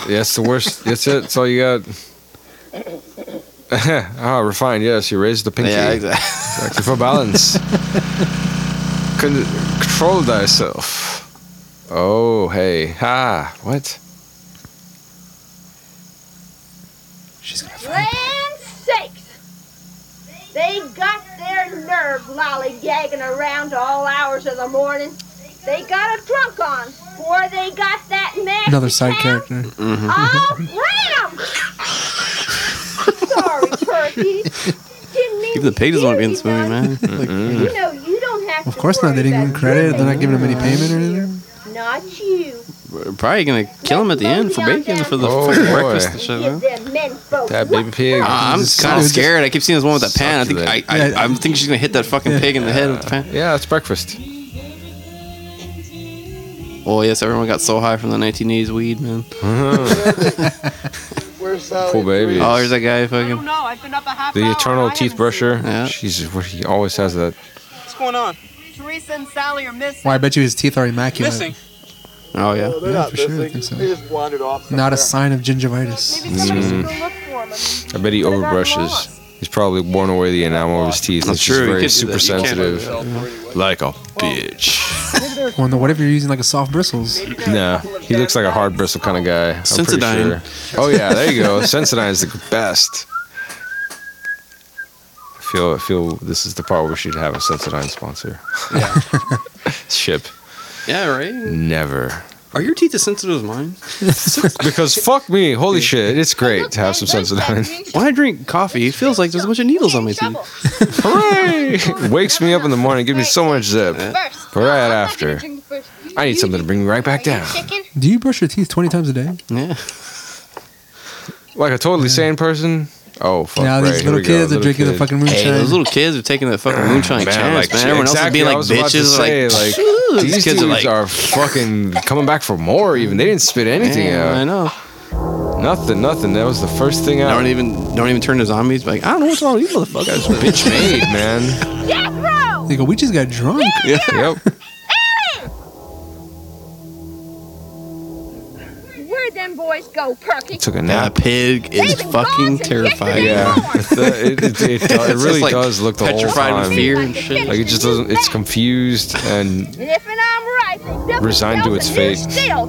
Yeah, it's the worst. That's it. That's all you got. ah, refined. Yes, you raised the pinky. Yeah, exactly. Exactly, for balance. Con- control thyself. Oh, hey. Ha. What? She's gonna Land sakes! They got their nerve lollygagging around all hours of the morning. They got a drunk on, or they got that nasty another side character. All round. Sorry, turkey. Didn't mean Even the to pig doesn't want to be in you, this movie, man. You know you don't have Of to course not. They worry didn't give him about credit. They're nothing. not giving him any payment or anything. Not you. We're probably gonna kill him at the end for bacon for the Oh, fucking boy. breakfast and shit. Give Man. them men folk. That baby pig. Ah, I'm Jesus. kind of Just- scared. I keep seeing this one with that pan. I think I, I, Yeah. I think she's gonna hit that fucking pig in the head with the pan. Yeah, it's breakfast. Well, Oh, yes, everyone got so high from the 1980s weed, man. Where's uh, Cool baby. Oh, there's that guy fucking. No, I've been up a half The hour. eternal I teeth haven't- brusher. Jesus, what he always has that. What's going on? Teresa and Sally are missing. Well, I bet you his teeth are immaculate. Missing? Oh yeah. Yeah, for sure. I think so. just wandered off. Not a sign of gingivitis. I bet he overbrushes. He's probably worn away the enamel of his teeth. That's It's just true, you Very could do super that, you sensitive. can't do Like a bitch. Well, no, what if you're using like a soft bristles? Nah, he looks like a hard bristle kind of guy. I'm pretty Sensodyne. sure. Oh yeah, there you go. Sensodyne is the best. I feel I feel this is the part where we should have a Sensodyne sponsor. Yeah. Ship. Yeah, right. Never. Are your teeth as sensitive as mine? because fuck me, holy shit, it's great to have some Sensodyne. When I drink coffee, it feels like there's a bunch of needles on my teeth. Hooray! Wakes me up in the morning, gives me so much zip. Right after. I need something to bring me right back down. Do you brush your teeth 20 times a day? Yeah. Like a totally sane person. Oh fuck! Now right, these here little we kids go. are drinking the fucking moonshine. Hey, those little kids are taking that fucking moonshine Man, chance, like, man. Everyone else is exactly, being I like was about to bitches. say, like, like, these these kids are dudes like, are fucking coming back for more. Even they didn't spit anything Yeah, out. I know. Nothing, nothing. That was the first thing out. Don't even, don't even turn to zombies. Like, I don't know what's wrong with you motherfuckers. bitch made, man. They go, we just got drunk. Yeah. Yep. Where'd them boys go, Perky? Took a That nap. pig is They've fucking gone to terrifying. Yeah, The- it, it, it, do- it It's really just, like, does look the whole petrified with time. fear and shit. Like it just doesn't. It's confused, and And if I'm right, they doubled Resigned to its themselves a new fate. Still,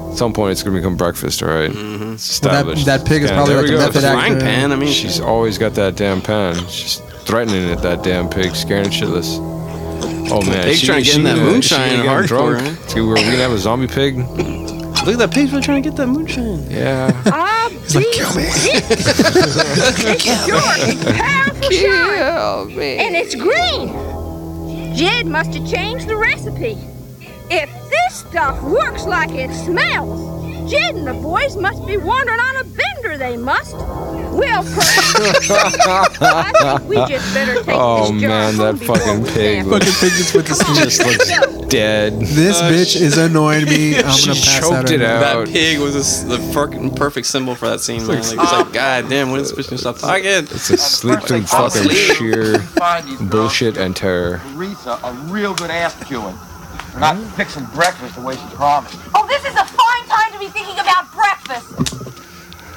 too. at some point it's gonna become breakfast. All right? Mm-hmm. established. that pig is Yeah, probably there like we a go. method Frying actor. pan. I mean, She's always got that damn pen. She's threatening it, that damn pig, scaring it shitless. Oh man, Pig's she, trying to get she in that gonna- she moonshine gonna get hardcore, drunk. huh? Dude, are we gonna have a zombie pig? look at that pig's really trying to get that moonshine. Yeah. Ah, He's like, kill me. powerful Kill me. And it's green. Jed must have changed the recipe. If this stuff works like it smells, Jed and the boys must be wandering on a bender, they must. Well, Perky, I think we just better take Oh this jar man, home that before fucking we pig nap. Fucking looks, pig just with the just looks dead. This bitch is annoying me. I'm She gonna pass choked out. it right now. out. That pig was just the fucking perfect symbol for that scene. Man. Like, it's like, god damn, when is this bitch gonna stop talking? It's a sleep through fucking sheer bullshit and terror. Rita a real good ass chewing. We're not Mm-hmm. fixing breakfast the way she promised. Oh, this is a fine time to be thinking about breakfast.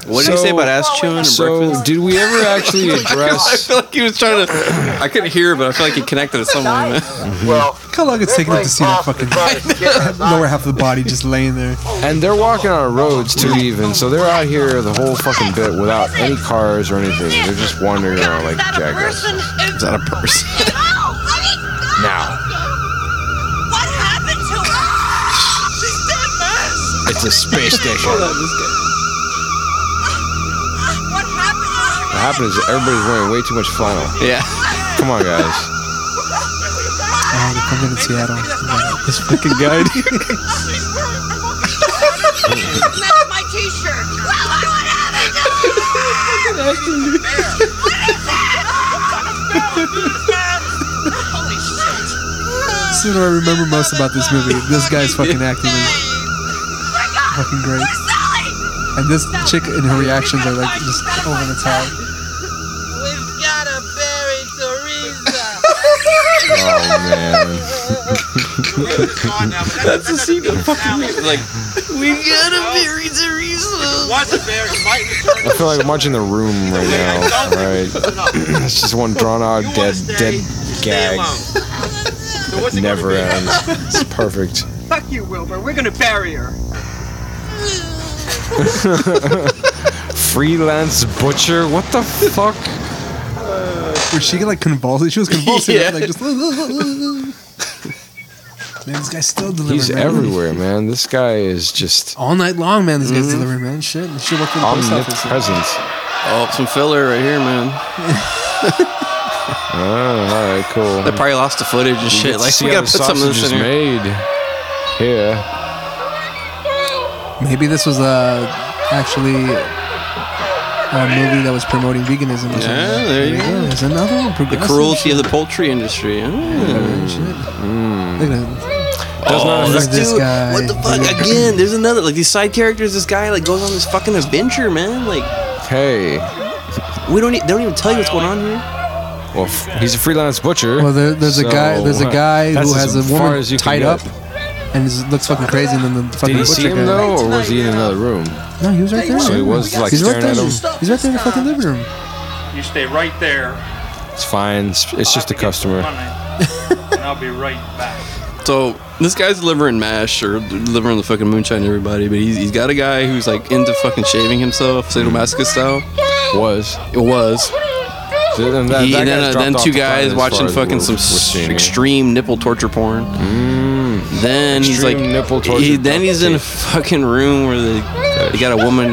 What did he say about ass chewing and So, breakfast? did we ever actually I address? feel like he was trying to. I couldn't hear, but I feel like he connected it somewhere. Man. Mm-hmm. Well, Look how long it's taking him to see that fucking lower half of the body just laying there. And they're walking on roads too, even. So they're out here the whole fucking bit without any cars or anything. They're just wandering around like jackasses. Is that a person? Now, What happened to her? She's dead, man. it's a space station. What happened is everybody's wearing way too much flannel. Yeah. Come on, guys. Oh, they come in in Seattle. Like, This fucking guy. That's my T-shirt. Well, what happened to her? Holy shit! This is what I remember most about this movie. This guy's fucking acting is fucking great. And this chick and her reactions are like just over the top. We've got to bury Teresa. Oh man. That's the scene that fucking made like. we got to bury Teresa. Wasn't buried. Might return. I feel like I'm watching the room right now. All right, it's just one drawn out dead dead gag. Never ends. It's perfect. Fuck you, Wilbur. We're gonna bury her. Freelance butcher. What the fuck? Where she like convulsing. She was convulsing. Yeah. right? Like just. Man, this guy's still delivering. He's man. everywhere, man. This guy is just All night long, man. This Mm-hmm. guy's delivering, man. Shit. She worked in the post office. omnipresent. Oh, some filler right here, man. Oh, all right, cool. They probably lost the footage and shit. Let's Like, see we how gotta the put some of sausage is this in here. made. Yeah. Maybe this was uh, actually a movie that was promoting veganism. Or something. Yeah, there you go. There's another one. The progressive cruelty of shit. the poultry industry. Oh. Shit. Look at that. Does not Oh, affect this Dude, guy. What the fuck? Again, there's another like these side characters. This guy like goes on this fucking adventure, man. Like, hey, we don't e- they don't even tell you what's going on here. Well, f- he's a freelance butcher. Well, there, there's a guy. There's a guy that's who as has a far woman as you can tied get. up, and he's, looks fucking crazy. And then the fucking Did he butcher see him guy. though, or was he in another room? No, he was right there. So he was, like, he's right staring there. at him. He's right there in the fucking living room. You stay right there, It's fine. It's, it's just a customer. and I'll be right back. So this guy's delivering mash or delivering the fucking moonshine to everybody, but he's, he's got a guy who's like into fucking shaving himself, sadomasochist style. Was it was. Dude, and that- He- that and then, guy's uh, then dropped two off the planet guys as watching far as fucking we're- some we're seeing. Mm. extreme nipple torture porn. Then he's like, Extreme nipple torture he, then he's in porn. a fucking room where they, they got a woman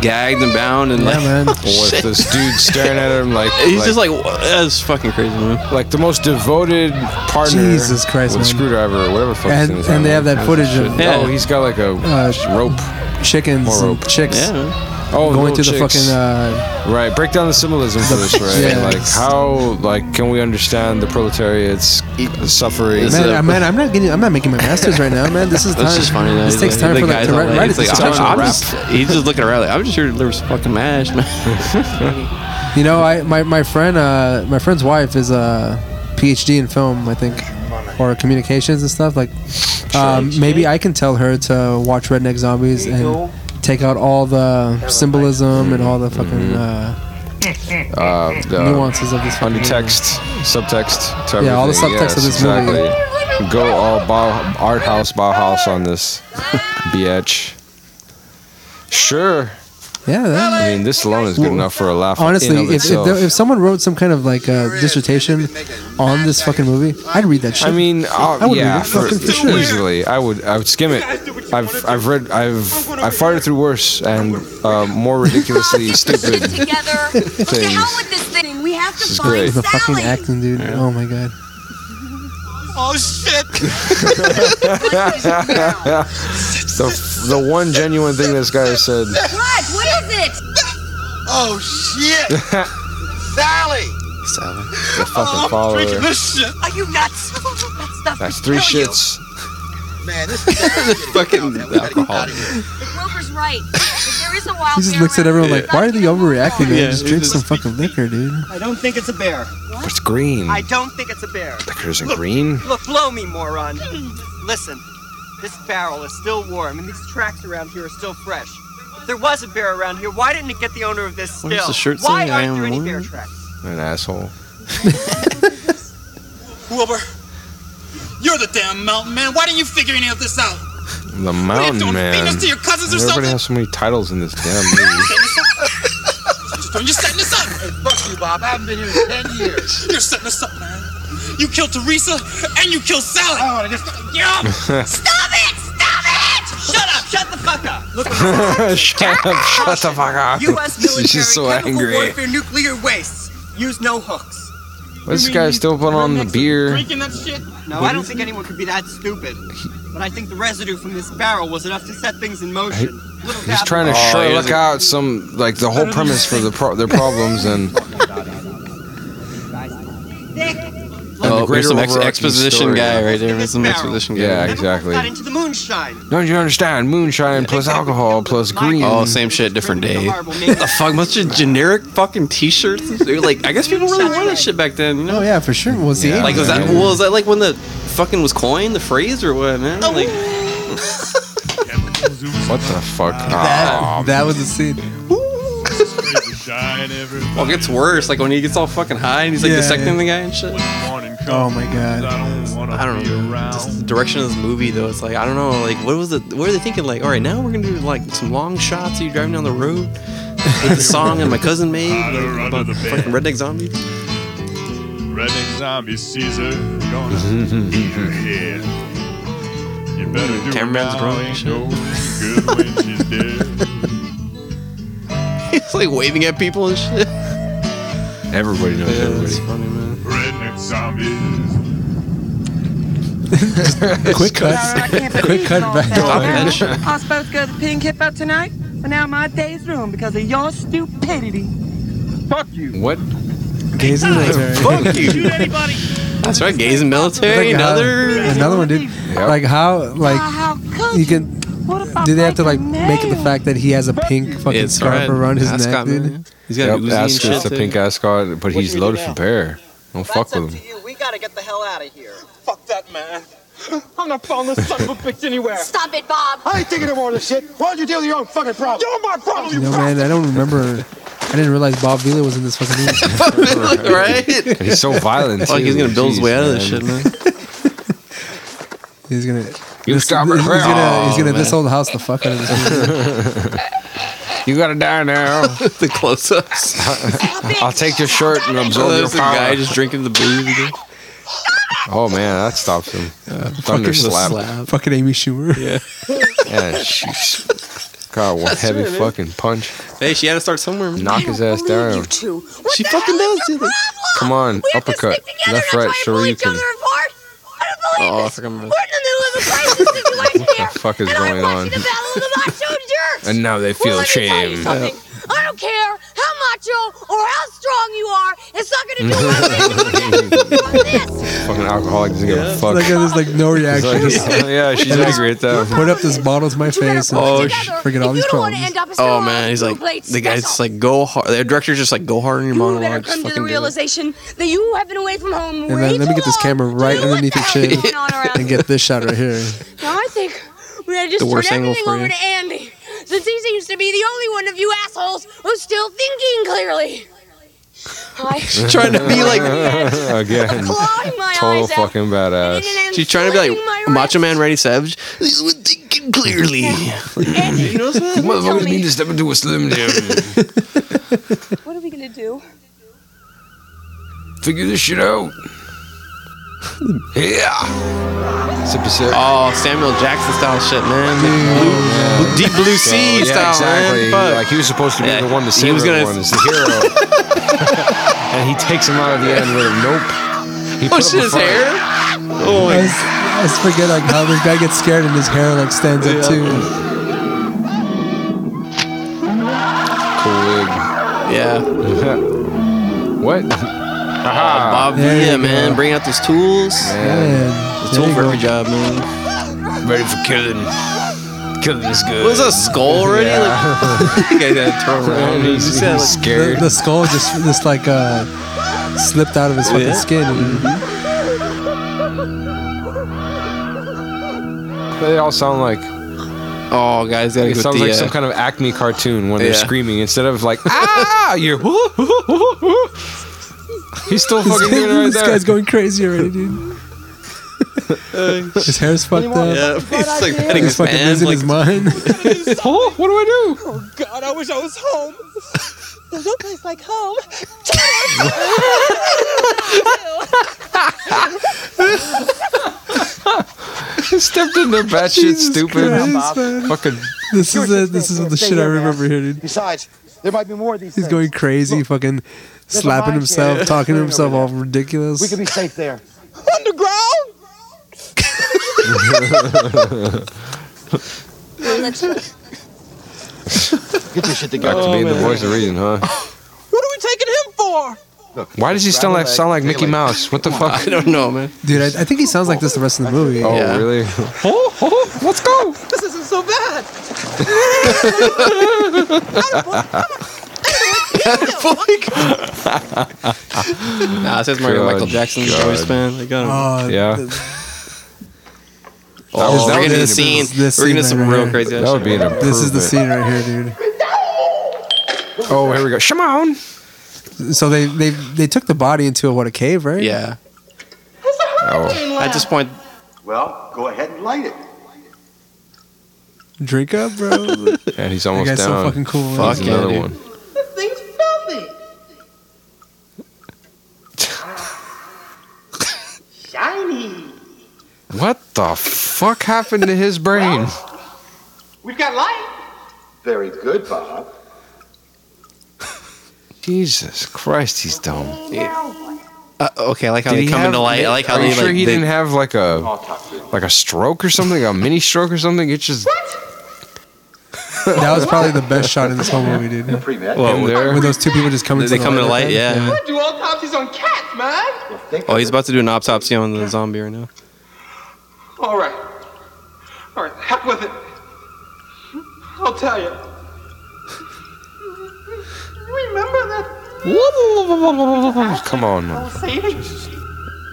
gagged and bound and Yeah, like, man. Shit. With this dude staring at him like he's just like, "What?" that's fucking crazy, man. Like the most devoted partner. Jesus Christ, with man. Screwdriver or whatever. the fuck And- his name is. and they have that footage of- Shit. Oh, he's got like a Uh, rope. Chickens More and rope. chicks. Yeah, man. Oh, going little through the chicks. fucking. Uh, Right. Break down the symbolism for this, right? Yeah. Like how like can we understand the proletariat's suffering? man, I- man, I'm not getting. I'm not making my masters right now, man. This is time. That's just funny. though. This He's takes like- time the for that guy's to all write. like- write he's it. like, It's "I'm- time for I'm rap." just- He's just looking around like I'm just here to deliver some fucking mash, man. You know, I my, my friend uh, my friend's wife is uh, a PhD in film, I think, or communications and stuff. Like, um, maybe I can tell her to watch Redneck Zombies and take out all the symbolism and all the fucking Mm-hmm. uh, uh, the Nuances of this fucking movie. undertext, subtext. To Yeah, all the everything. subtext of this movie. exactly. Go all Bau, art house, Bauhaus on this, bitch. Sure. yeah. That, I mean, this alone is good enough for a laugh. in honestly, of if, if, itself. there, if someone wrote some kind of like uh, dissertation on this fucking movie, I'd read that shit. I mean, I'll, I would yeah, read it fucking for, for, sure. easily. I would, I would skim it. I've, I've read, I've, I've farted through worse and uh, more ridiculously stupid things. with this thing. We have This to is find great. The fucking acting, dude. Oh my god. Oh shit! the, the one genuine thing this guy said. What? What is it? Oh shit! Sally! Sally, the fucking follower. shit! Are you nuts? That stuff That's could three kill you. shits. Man, this fucking oh, alcohol. Wilbur's right. If there is a wild He just bear looks at everyone around- like, why are they overreacting? Yeah, Man? Just it drink just- some fucking liquor, dude. I don't think it's a bear. But It's green. I don't think it's a bear. Liquor's in Look, green. Look, blow me, moron. Listen, this barrel is still warm, and these tracks around here are still fresh. If there was a bear around here, why didn't it get the owner of this What is still? the shirt why saying? I aren't am there any one? bear tracks? An asshole. Wilbur, you're the damn mountain man. Why didn't you figure any of this out? The mountain doing, man. fingers to your cousins or Everybody something? has so many titles in this damn movie. You're setting us up. Hey, fuck you, Bob. I haven't been here in 10 years. You're setting us up, man. You killed Teresa and you killed Sally. Oh, I just. Yeah. Stop it! Stop it! Shut up! Shut the fuck up! Look shut up! Shut the fuck up! U.S. military She's just so chemical angry. warfare nuclear wastes use no hooks. What's this guy still putting on the beer? that shit? No, What I don't is think anyone could be that stupid. But I think the residue from this barrel was enough to set things in motion. Little He's dab trying to of- oh, he Sherlock doesn't- out some like the whole premise for the pro- their problems and Oh, the there's greater some ex- overarching exposition story. guy right there. There's some exposition guy. yeah, exactly. Got into the moonshine. Don't you understand? Moonshine plus alcohol plus green. Oh, same shit, different day. what the fuck? Bunch of generic fucking t-shirts. and shit. Like, I guess people really wore that shit back then. You know? Oh yeah, for sure. Was the 80s, Like, was that man. was that like when the fucking was coined the phrase or what, man? Like, What the fuck? Ah, That, that was the scene. well, it gets worse. Like when he gets all fucking high and he's like Yeah, dissecting yeah. the guy and shit. Oh my god. I don't know. Just the direction of this movie, though, it's like I don't know. Like, what was it? What are they thinking? Like, all right, now we're gonna do like some long shots. Are you driving down the road? With the song and my cousin made like, about fucking redneck zombies. Redneck zombie Caesar, gonna eat your head. You better do Cameraman's it now, drunk and ain't shit. no good when she's dead. He's like waving at people and shit. Everybody knows Yeah, everybody. that's funny, man. Redneck zombies. Quick cut. Quick cut back. I was supposed to go to the pink hippo tonight, but now my day's ruined because of your stupidity. What? Gays and Fuck you. anybody. That's right, gays in military. Like, uh, another another one, dude. Like how like you can. Do they have to like make it the fact that he has a pink fucking It's scarf red around his neck, ascot, dude? man. He's got an Uzi and ask shit, us the too. pink ascot, but he's loaded for bear. Don't fuck with him. We gotta get the hell out of here. Fuck that man. I'm not following this son of a bitch anywhere. Stop it, Bob. I ain't taking no more of this shit. Why don't you deal with your own fucking problem? You're my problem, You know, man, I don't remember. I didn't realize Bob Vila was in this fucking movie. And he's so violent. Like he's gonna build his way out of this shit, man. He's gonna. You this- stop it He's right- gonna. He's Oh, gonna. This man. whole house the fuck out of this movie. You gotta die now. the close-ups. I'll take your shirt and absorb your There's a power. guy just drinking the booze again. Oh man, that stops him. Thunder fucking slap. Fucking Amy Schumer. Yeah. Yeah, jeez. God, one That's heavy right, man. fucking punch. Hey, she had to start somewhere. Man. Knock his ass down. she fucking does do that. Come on, uppercut. Left, right, Shoryuken. Oh, I forgot. my- What the fuck is going on? and now they feel Well, let me tell you shame. something. I don't care how macho or how strong you are. It's not gonna do anything to this. Fucking alcoholic doesn't give a fuck. Like there's like no It's reaction. like- Just yeah, she's angry at that. put up this bottle to my face and Oh, just forget all these problems. End up a Oh sterile man, he's like blade the guy's special. just like go hard. The director's just like go hard on your You better monologue. Just come to the fucking do it. realization that you have been away from home And way then let me too get this long. camera right underneath your hell is chin going on around and get this shot right here. Now I think we gotta just The worst turn angle everything for over you. to Andy, since he seems to be the only one of you assholes who's still thinking clearly. I She's trying to be like again. Clawing my Total eyes out. fucking badass. She's trying to be like Macho Man Randy Savage. Thinking clearly. you know You motherfuckers need to step into a slim jim. What are we gonna do? Figure this shit out. Yeah. Sip a sip. Oh, Samuel Jackson style shit, man. Blue- blue- Deep Blue Sea Oh, yeah, style, exactly. man. Fuck. Like he was supposed to be the one to he save was gonna- everyone as the hero, and he takes him out at the end with a nope. He put Pushed up a his fight. hair. Oh I my just, I just forget like how this guy gets scared and his hair like stands up Yeah. too. Yeah. what? Bob There Villa, you man. go. Bring out those tools. Man. The tool There you for every go. job, man. Ready for killing. Killing is good. What was that skull already? Like, you guys gotta turn around. He's- You said, he's The, like, scared. the skull just just like uh slipped out of his fucking Yeah. skin. They all sound like Oh, guys, gotta it go sounds with like the, some uh, kind of Acme cartoon when they're Yeah. screaming instead of like ah you're "Woo, woo, woo, woo." He's still fucking doing it right this there. guy's going crazy already, dude. his hair's fucked up. Yeah, he's like petting He's his fucking man. losing Like, his mind. oh, what do I do? Oh God, I wish I was home. There's no place like home. Stepped into batshit Jesus stupid. Christ, man. Fucking This is it. This is the Stay shit I here, man. remember here, dude. Besides, there might be more of these He's things. going crazy, fucking slapping mine himself, shaft. talking to Yeah. himself, all We ridiculous. could be safe there. Underground. Get this shit back together. to being the voice of reason, huh? What are we taking him for? Why does he sound like sound like Mickey Mouse? What the fuck? I don't know, man. Dude, I, I think he sounds like this the rest of the movie. Oh Yeah. really? Oh, oh, let's go. This isn't so bad. Nah, it says Mario Good Michael Jackson's God. voice, man. They got him. Uh, Yeah. th- Oh, that we're was getting the this- scene. this we're getting scene some right real here. crazy. That would be an improvement. This is the scene right here, dude. Oh, here we go. Shimon. So they they they took the body into a, what a cave, right? Yeah. Oh, At this point, Well, go ahead and light it. Drink up, bro. that and he's almost guy's so down. fucking cool. Fuck He's yeah, another dude. one. This thing's filthy. Shiny. What the fuck happened to his brain? We've got light. Very good, Bob. Jesus Christ, he's dumb. uh, okay, I like how Did they he come have- into light. I like how Are they you sure like. he they- didn't have like a like a stroke or something, a mini stroke or something? It's just that was probably the best shot in this whole movie, dude. Well, Him with- there- with those two people just coming. They to come to the light, yeah. I do autopsies on cats, man. Oh, he's about to do an autopsy on the zombie right now. All right. All right, heck with it. I'll tell you. Remember that Come on. I man. was saving?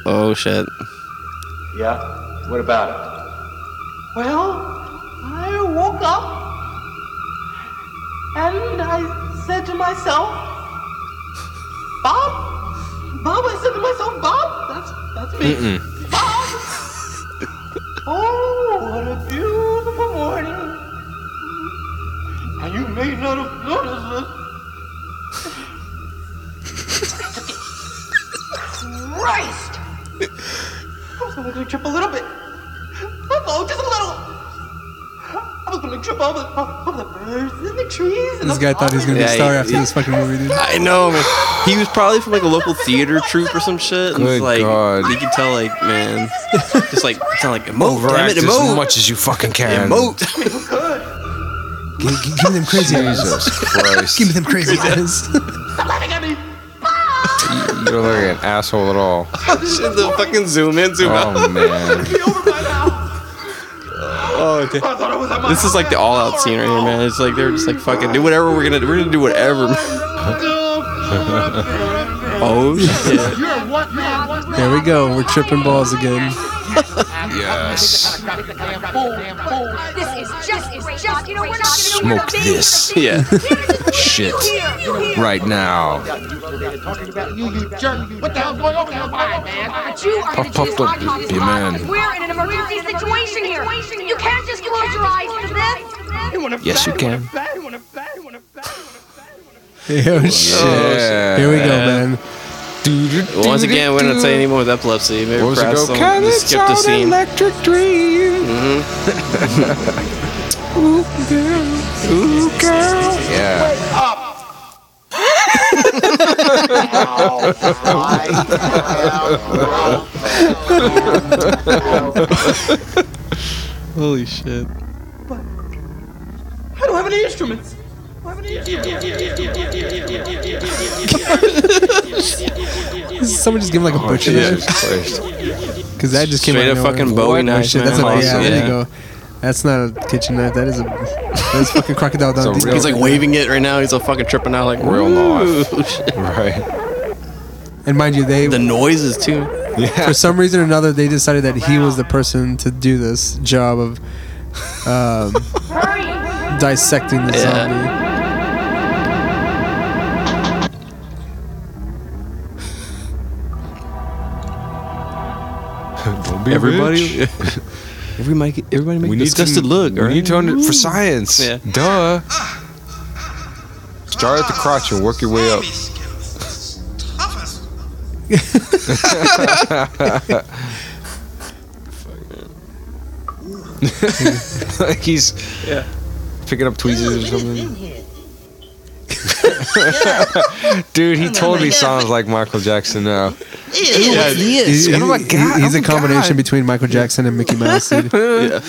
Oh shit. Yeah? What about Well, I woke up and I said to myself, Bob, Bob, I said to myself, Bob, that's, that's me. Mm-mm. Oh, what a beautiful morning. And you may not have noticed it. Christ! I was only gonna trip a little bit. That's all, just a little. I was gonna trip over, over the birds and the trees and This the guy thought he was gonna be Yeah, a star he- after this fucking movie, dude. I know, man. He was probably from like a local theater troupe or some shit. And Good it's like, God. You could tell, like, man, just like, sound like emote, damn Overact it, as emote, much as you fucking can. emote. Give, give, give me them crazy eyes. Jesus Christ. Give me them crazy eyes. Stop laughing at me! You're like an asshole at all. Shit, the fucking zoom in, zoom out. Oh, man. Oh, damn. This is like the all out scene right here, man. It's like they're just like fucking do whatever we're gonna do. We're gonna do whatever. Oh shit. You're a what man? What There we go. We're tripping balls again. Yes. This is just, is just, you know, we're not Smoke this. Yeah. Shit. Right now. You, you jerk. What the hell's going on with your mind, man? But you are Puff, puff, the don't be- be a man. We're in an emergency situation here. You can't just close your eyes to this. Yes, you can. Oh shit. Here we go, man. Well, Once again, we're not saying anyone with epilepsy. Maybe What was it perhaps go? some Can just it skip the sound scene. electric dream? Ooh, girl. Ooh, girl. Yeah. Wake up. Holy shit. I don't have any instruments. I don't have any Someone just give him like a butcher knife. Jesus Christ. Because that just came Oh, Straight out of up nowhere. fucking Bowie Oh, knife, shit, man. That's a, yeah, Awesome. there you Yeah. go. That's not a kitchen knife. That is a that's fucking crocodile Dundee. He's like waving it right now. He's all fucking tripping out like Real "Ooh, life." shit." Right. And mind you, they The noises too. Yeah. for some reason or another they decided that he was the person to do this job of um, dissecting the Yeah. Don't be a Everybody- bitch. Everybody, everybody make We a need disgusted to, look. We Right? need to under for science. Yeah. Duh. Start at the crotch and work your way up. like he's Yeah. picking up tweezers or something. Dude, he totally sounds like Michael Jackson now. zombie. He's, Oh my he's- God, he's oh a my combination God. between Michael Jackson and Mickey Mouse. Dude. Yeah.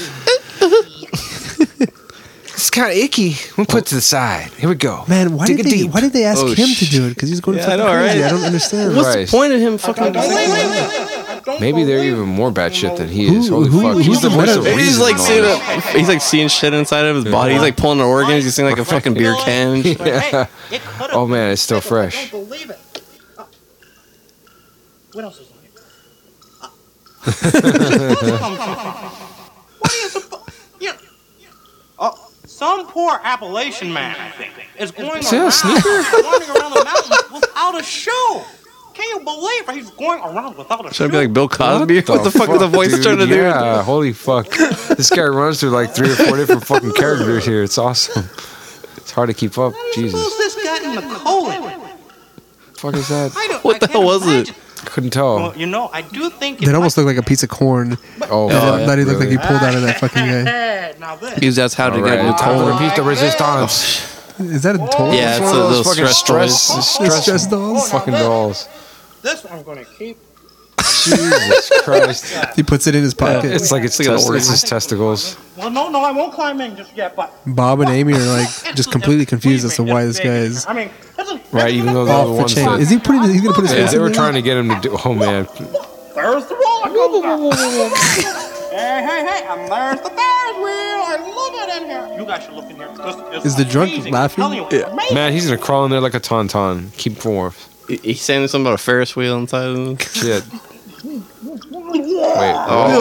It's kind of icky. We'll put it to the side. Here we go. Man, why Dig did it they deep. why did they ask Oh, him to do it? Because he's going Yeah, I fucking know, right? crazy. I don't understand. What's Christ. the point of him fucking? Maybe they're even more batshit than he is. Who- Holy who- fuck. who's He's the the voice winner? of reason. He's like on seeing this. a, he's like seeing shit inside of his body. He's like pulling at organs. He's seeing like a fucking beer can. Yeah. Oh man, it's still fresh. Believe it. Uh, What else is on here? Uh, what is a you know, oh, some poor Appalachian man, I think, is going Is that a around, sneaker? wandering around the mountains without a shoe. Can you believe it? He's going around without a shoe. Should I be like Bill Cosby? What the, fuck is the voice dude? trying to do? Yeah, holy fuck. This guy runs through like three or four different fucking characters here. It's awesome. It's hard to keep up. Jesus. Who's this guy in the colon? fuck is that? I don't, I What the can't hell was it? imagine. Couldn't tell. Well, you know, I do think it That almost looked like a piece of corn. Oh, that, fuck, that he looked like really? he pulled out of that fucking guy. might- now this. Because that's how to Alright, get Oh, new time to colon. repeat the resistance. Is that a toy? Yeah, it's one a, of those those fucking stress stress- toys. It's Stress just dolls. fucking dolls. This one I'm gonna keep. Jesus Christ. He puts it in his pocket. It's like it's, Look at the test- words. it's his testicles. Well, no, no, I won't climb in just yet, but. Bob and Amy are like just completely confused as to why this guy is I mean, it's a, Right, even though they're the off the ones chain. that. Is he putting? He's gonna put his yeah, face they in were there? trying to get him to do. Oh man, there's the roller coaster. hey, hey, hey, and there's the Ferris wheel, and look at it here. You guys should look in here. This Is the drunk laughing? Yeah. man, he's gonna crawl in there like a tauntaun. Keep warmth. He's saying something about a Ferris wheel inside of him. Shit. Wait. Oh.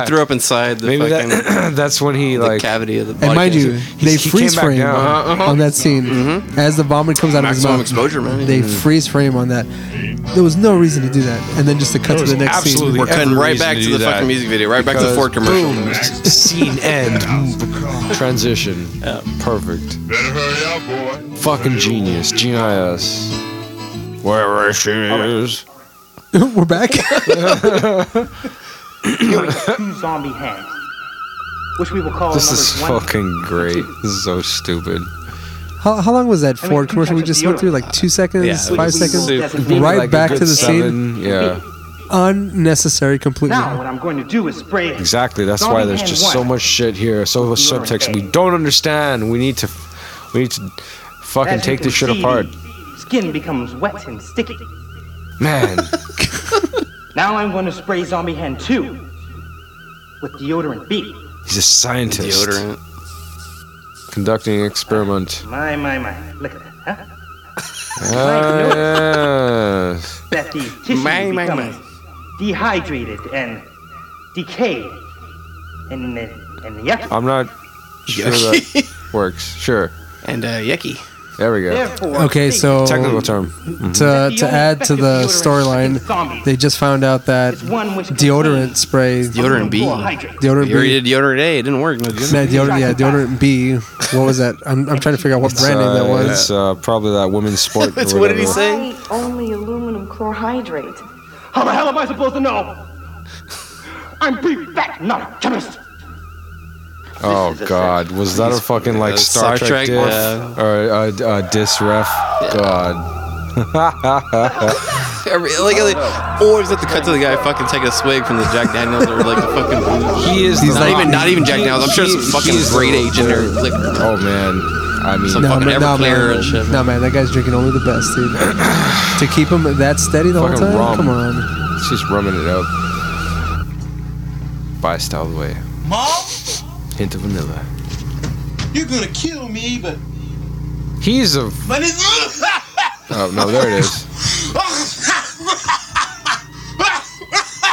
he threw up inside the Maybe fucking. that, that's when he like cavity of the. And mind you, they freeze frame down. on, Uh-huh. Mm-hmm. on that scene as the vomit comes out of his Maximum mouth. exposure, man. They Mhm. freeze frame on that. There was no reason to do that, and then just to cut to the next scene. We're cutting right back to the fucking music video, right back to the Ford commercial. Boom. Scene end. Transition. Perfect. Fucking genius. Genius. Wherever she is. We're back. two zombie hands, which we will call This numbers is one fucking great. This is so stupid. How, how long was that I mean, Ford two commercial we types of just went through? Like two seconds, Yeah, it five was seconds? super- Right Like a back good to the seven, scene. yeah. Unnecessary completely. Now what I'm going to do is spray it. Exactly. That's Zombie why there's hand just one. so much shit here. So much subtext we don't understand. We need to, we need to, fucking As you take can this shit see, apart, the Skin becomes wet and sticky. man. Now I'm going to spray zombie hand two with deodorant B. He's a scientist. Deodorant. Conducting an experiment. My my my, look at that, huh? Ah, yes. That the tissue My, my, becomes dehydrated and decayed, and the, and the yucky. I'm not sure that works. Sure. And uh, yucky. There we go. Therefore, Okay, so uh, technical term. To to add to the storyline, they just found out that deodorant spray, Deodorant B. deodorant You already B, did deodorant A. It didn't work. No yeah, deodorant, yeah, deodorant B. What was that? I'm, I'm trying to figure out what brand name Uh, that was. It's uh, probably that women's sport. or whatever. say? Only aluminum chlorhydrate. How the hell am I supposed to know? I'm brief back, not a chemist. Oh God, was that a fucking like Uh, Star, Star Trek, Trek, diff? yeah. or a, a, diss ref? God. Every- like, like, or is it the cut to the guy fucking taking a swig from the Jack Daniels or like the fucking? He is not the- even not even he- Jack Daniels. I'm sure he it's is- some he fucking is the- great agent or liquor. oh man, I mean, Some fucking man, Everclear man. and shit. No, man, that guy's drinking only the best, dude. to keep him that steady the Fucking whole time. rum. Come on. it's just rubbing it up. By style the way, Mom, hint of vanilla. you're gonna kill me, but He's a. but it's Oh no, there it is.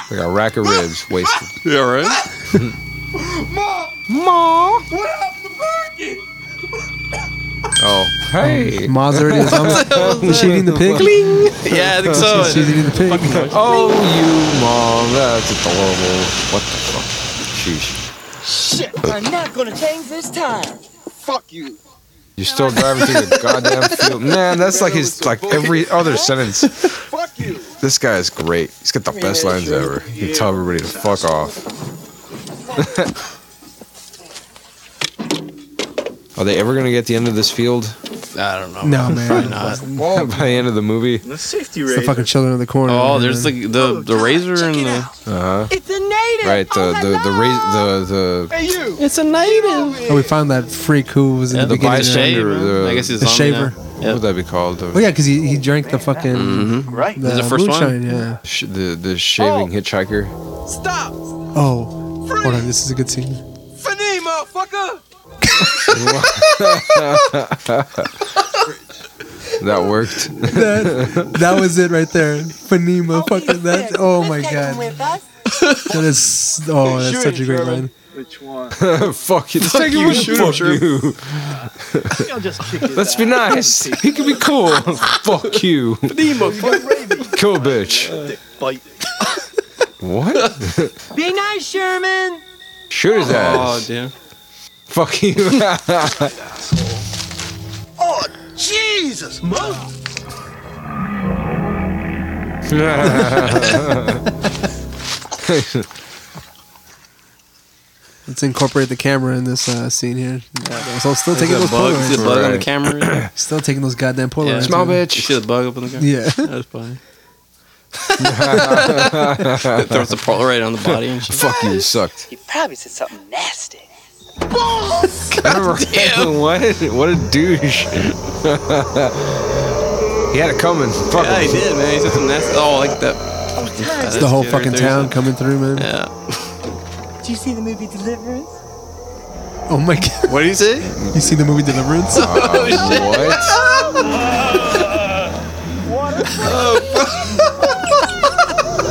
Like a rack of ribs wasted. Yeah, right. Ma, Ma, what happened to Berkey? Oh, hey. Ma's already is, um, is she eating the pig? Yeah, I think so. She's, she's eating the pig. Oh, you mom, that's adorable. What the fuck? Sheesh. Shit, I'm not gonna change this time. Fuck you. You're still driving through the goddamn field. Man, that's like his like every other sentence. This guy is great. He's got the best lines ever. He can tell everybody to fuck off. Are they ever gonna get the end of this field? I don't know. No, man. Probably not. By the end of the movie. The safety It's the fucking children of the corner. Oh, man. there's the the, the razor and the. Uh huh. It's a native. Right. The the the raz- the the Hey you. It's a native. Oh, we found that freak who was in the, the, beginning. of bystander. The, I guess he's uh, the zombie shaver. now. What would that be called? The- Oh yeah, because he, he drank the fucking Mm-hmm. Right. The, moonshine, Yeah. Sh- the the shaving hitchhiker. Oh, hold on. This is a good scene. Finney, motherfucker. that worked. That, that was it right there. Fanima, fucking that. Oh my god. That is. Oh, that's such a great line. Which one? fuck you. Let's take you, you, shoot him, fuck Sherman. you. I'll just kick Let's be nice. He can be cool. fuck you. Cool bitch. Uh, Bite. What? Be nice, Sherman. Shoot his ass. Oh, damn. Fuck you. Oh, Jesus, Mo. Let's incorporate the camera in this uh, scene here. Yeah, so still Is taking it those bug? Is it Polaroids. bug on the camera? Still taking those goddamn Polaroids. Yeah. man. You see the bug up on the camera? Yeah. That's funny. Throws the Polaroid on the body and shit. Fuck you, you sucked. He probably said something nasty. Damn. what? What a douche. he had it coming. Fuck Yeah, him. he did, man. He said some nasty. Oh, like that. It's the whole fucking town coming through, man. Yeah. Did you see the movie Deliverance? Oh my god. What do you say? You seen the movie Deliverance? Oh, shit.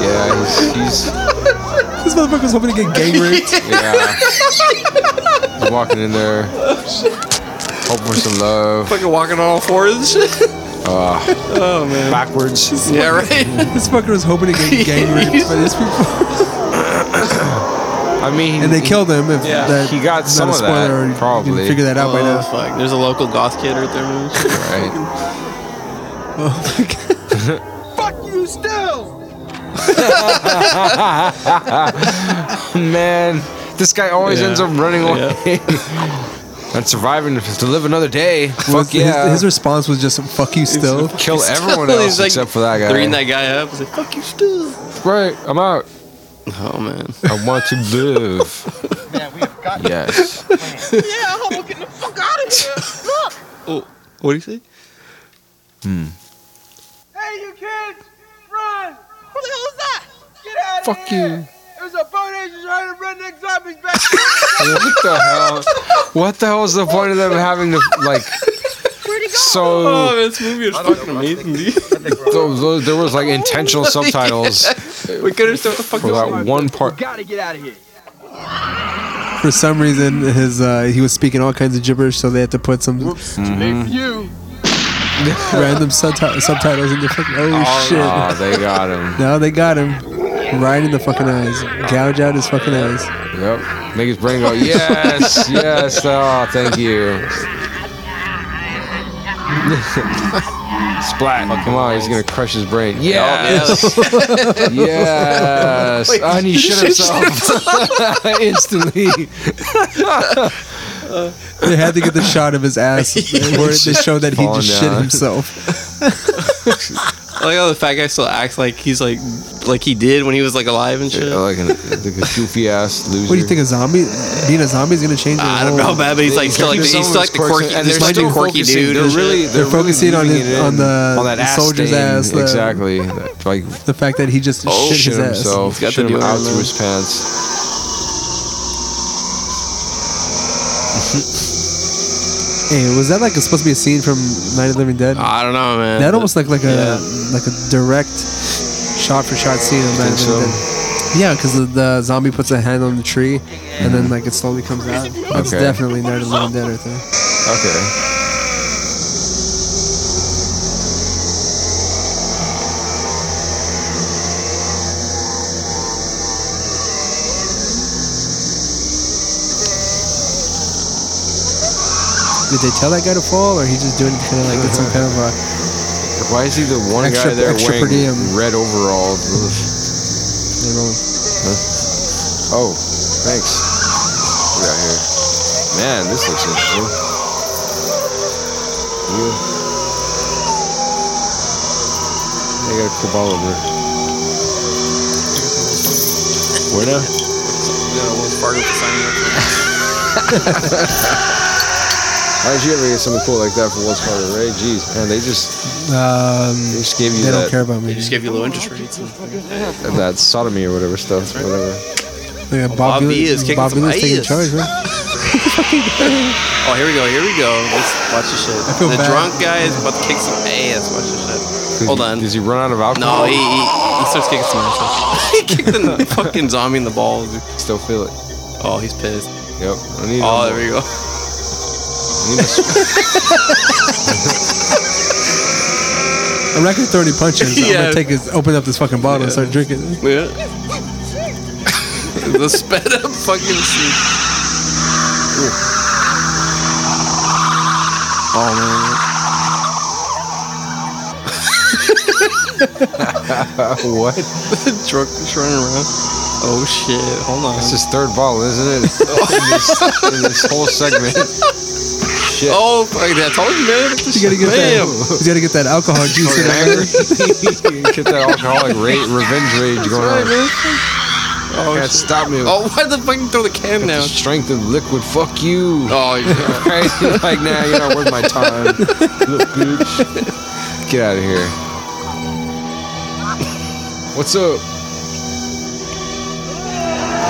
Yeah, he's, he's This motherfucker's hoping to get gang raped. he's walking in there, hoping for some love. Fucking walking on all fours and shit. Uh, Oh, man. backwards. Yeah, right? this fucker was hoping to get gang raped by these people. I mean, And they killed him if Yeah. that- he got not some a of that. spoiler, you can probably Uh, figure that out by now. Oh, Fuck. There's a local goth kid right there, man. Right. Oh my god. Fuck you still! Man, this guy always Yeah. ends up running away. And surviving to live another day. Was- Fuck yeah. His, his response was just "fuck you still." Kill everyone He's else like- except for that guy. They're eating that guy up. He's like, fuck you still. Right, I'm out. Oh, man. I want to live. yes. yeah, homo, get the fuck out of here! Look! Oh, what do you say? Hmm. Hey, you kids! Run! Who the hell is that? Get out Fuck you. There's a boat trying to redneck zombies back What the hell? What the hell is the point of Oh, them having to like? So Oh, this movie is fucking amazing, dude. those, those- there was like intentional subtitles we could understand what the fuck for this that one part. Gotta get out of here. For some reason, his uh, he was speaking all kinds of gibberish, so they had to put some Mm-hmm. Mhm. You! random subti- subtitles in the fucking. Oh, Oh, shit! aw, they got him. Now they got him right in the fucking eyes, gouge out his fucking eyes. Yep. Make his brain go. Yes, yes. Oh, thank you. Splat! Come on, he's gonna crush his brain. Yes, yes. Wait, Oh, and he you shit should himself instantly. They had to get the shot of his ass where they Just showed that he falling just shit down. himself. I like how the fat guy still acts like he's like like he did when he was like alive and shit. Yeah, like, an, like a goofy ass loser. What do you think a zombie? Being a zombie is gonna change. their I don't whole- know, man, but he's like still like he's still like the quirky, and this they're might be still quirky focusing- dude. They're and shit. really They're focusing on leaning his- it on in, the- on that the ass soldier's stain, ass, the- Exactly. That, like The fact that he just oh, shit his ass. himself. He's got shit the him deodorant out through on. his pants. Hey, was that like supposed to be a scene from Night of the Living Dead? I don't know, man. That almost looked like a Ah, Yeah. like a direct shot for shot scene of Night of the Think Living Dead. Yeah, because the, the zombie puts a hand on the tree and then like it slowly comes out. That's Okay. definitely Night of the Living Dead right there. Okay. Did they tell that guy to fall, or he just doing kind of like it's some kind of a Why is he the one Extra- guy there extra per wearing diem. red overalls? Ugh. you know, Oh, thanks. Look out here. Man, this looks interesting. Yeah. I got a cabal over. Where now? Yeah, Wells Fargo for signing up. How did you ever get something cool like that from Wells Fargo, right? Jeez, man, they just um, they just gave you they don't that care about me. They just gave you low interest rates. and- that sodomy or whatever stuff, whatever. Look at Bob Bobby Dylan- is kicking Bob some Dylan's taking ass. charge, right? Oh, here we go, here we go. Let's watch this shit. feel the bad. drunk guy is about to kick some ass. Watch this shit. Hold on. Does he run out of No, alcohol? he, he, he starts kicking some ass. he kicked in the fucking zombie in the balls. dude. still feel it. Oh, he's pissed. Yep. I need Oh, a- there we go. I need a I'm not gonna throw any punches. I'm gonna Yeah. take his, open up this fucking bottle and start drinking. Yeah. the sped up fucking scene. Oh man. what? The truck is running around. Oh shit, hold on. That's his third ball, isn't it? in, this, in this whole segment. shit. Oh, fuck, I told you, man. He's gotta get that. He's gotta get that alcohol juice in there. Get that alcoholic rage, revenge rage going right, on. man. Oh, can't stop me. Oh, why the fucking throw the can Got now? the strength of liquid. Fuck you. Oh, yeah. right? Like now, you're not worth my time. Little bitch. Get out of here. What's up?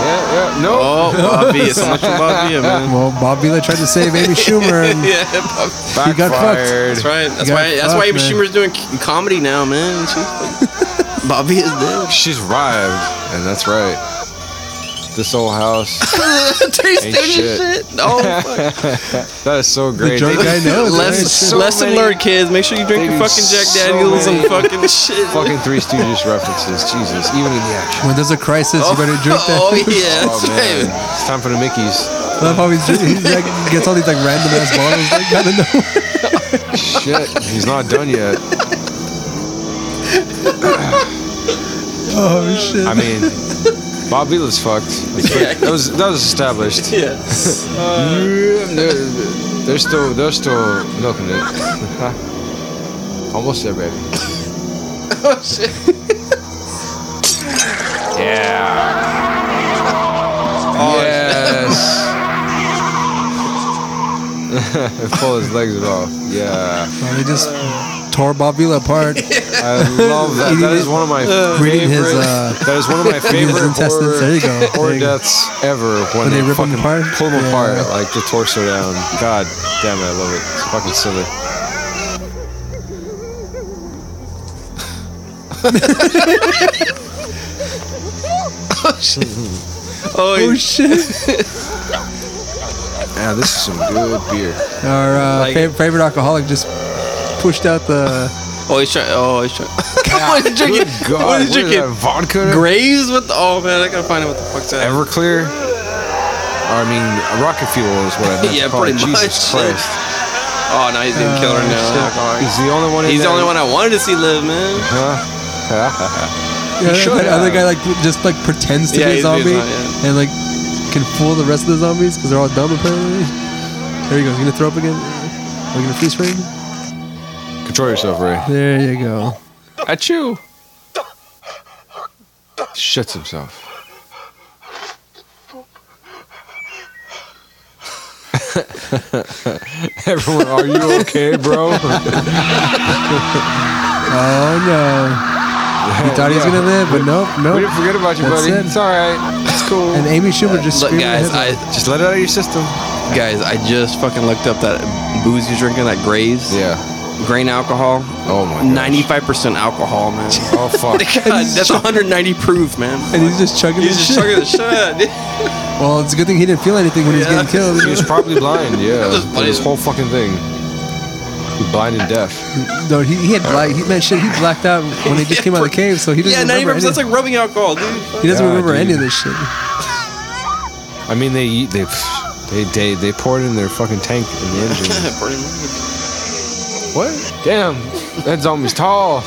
Yeah, yeah, no. Oh, Bobby, so much for Bobby, man. Well, Bob Vila tried to save Amy Schumer. And yeah, Bob- Oh, He got Backfired. fucked. That's right. That's got why. That's why fucked, Amy man. Schumer's doing c- comedy now, man. She's like, Bobby is dead. She's rived, and that's right. This old house. Taste Ain't of shit. shit. Oh, fuck. that is so great. drunk They- guy knows, right? lesson, So lesson many- learned, kids. Make sure you drink they your do fucking Jack so Daniels and many- fucking shit. Fucking Three Stooges references. Jesus, even in the action. When there's a crisis, you better drink that. Oh yeah, Oh, that's man. right. It's time for the Mickeys. I love how he's, he's like, gets all these like random ass bottles. Like, I don't know. Shit, he's not done yet. Oh shit. I mean, Bob Vila's fucked. That was that was established. Yeah. Mm, they're, they're still they're still milking it. Almost there, baby. Oh shit. Yeah. yes. Pull his legs off. Yeah. Well, they just tore Bob Vila apart. I love that. That is one of my favorite. Reading his, uh, that is one of my reading his favorite intestines. horror, There you go. horror There you go. deaths ever. When, When they, they rip 'em fucking apart? pull them Yeah. apart, like the torso down. God damn it, I love it. It's fucking silly. Oh, Oh shit. Yeah, this is some good beer. Our uh, Like- fav- favorite alcoholic just pushed out the. oh, he's trying. Oh, he's trying. what is he Good drinking? God, what is he what is that, drinking? vodka? Graves with. Oh man, I gotta find out what the fuck's that. Everclear? I mean, rocket fuel is what I meant. to yeah, call pretty it. much. Jesus Christ. Oh, now he's gonna kill her now. He's the only one. in He's the there. only one I wanted to see live, man. Huh? Yeah, should that have. other guy like just like pretends to be Yeah, a he's being zombie zo- yeah. and like can fool the rest of the zombies because they're all dumb apparently. There you go. You gonna throw up again? Are we gonna freeze frame? Control yourself, Ray. There you go. At you. Shits himself. Everyone, are you okay, bro? Oh no. Oh, He thought he was gonna live, but nope, We nope. didn't forget about you, That's buddy. it. It's all right. It's cool. And Amy Schumer just Look, screaming at guys, him. I Just let it out of your system. guys, I just fucking looked up that booze you're drinking, that Graves, Yeah. grain alcohol, Oh my. gosh. ninety-five percent alcohol, man. Oh fuck. God, that's 190 proof, man. and he's just chugging He's his just shit. chugging the shit. out, dude. Well, it's a good thing he didn't feel anything when he was Yeah. getting killed. He was probably blind. Yeah. was funny. This whole fucking thing. He's blind and deaf. No, he, he had black. He, man, shit, he blacked out when he just came out of the cave, so he Yeah, doesn't 90 remember. percent. That's Any, like rubbing alcohol, dude. he doesn't Yeah, remember any dude. of this shit. I mean, they they they they they poured in their fucking tank in the engine. Pretty much. what? Damn, that zombie's tall.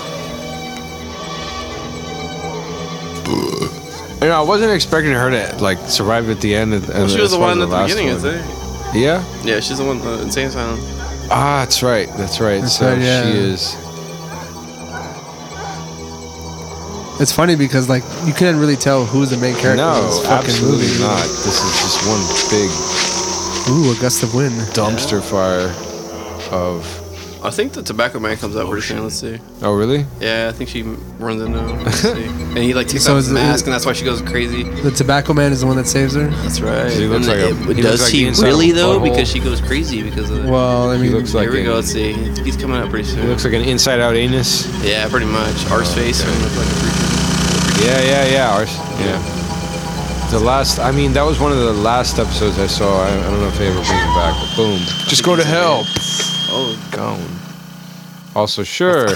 You know, I wasn't expecting her to like survive at the end. Of, Well, she was the one at the beginning, one. is it? Yeah. Yeah, she's the one uh, insane asylum. Ah, that's right. That's right. That's so right, yeah. she is. It's funny because like you couldn't really tell who's the main character. in this No, fucking absolutely movie. not. This is just one big Ooh, a gust of wind. dumpster fire of. I think the tobacco man comes up. We're just gonna let's see. Oh, really? Yeah, I think she runs into him. Let's see. and he like takes So off is his it- mask, and that's why she goes crazy. The tobacco man is the one that saves her. That's right. He looks And like a- it- he looks does like the he inside of really a though? butthole. Because she goes crazy because of it. Well, I He mean, looks like Here we an- go. Let's see. He's coming up pretty He soon. looks Oh, like an inside-out anus. Yeah, pretty much. Our space. Yeah, yeah, yeah. Ours. Yeah. The last, I mean, that was one of the last episodes I saw. I, I don't know if they ever bring it back, but boom. Just go to hell. Oh, Gone. Also, sure.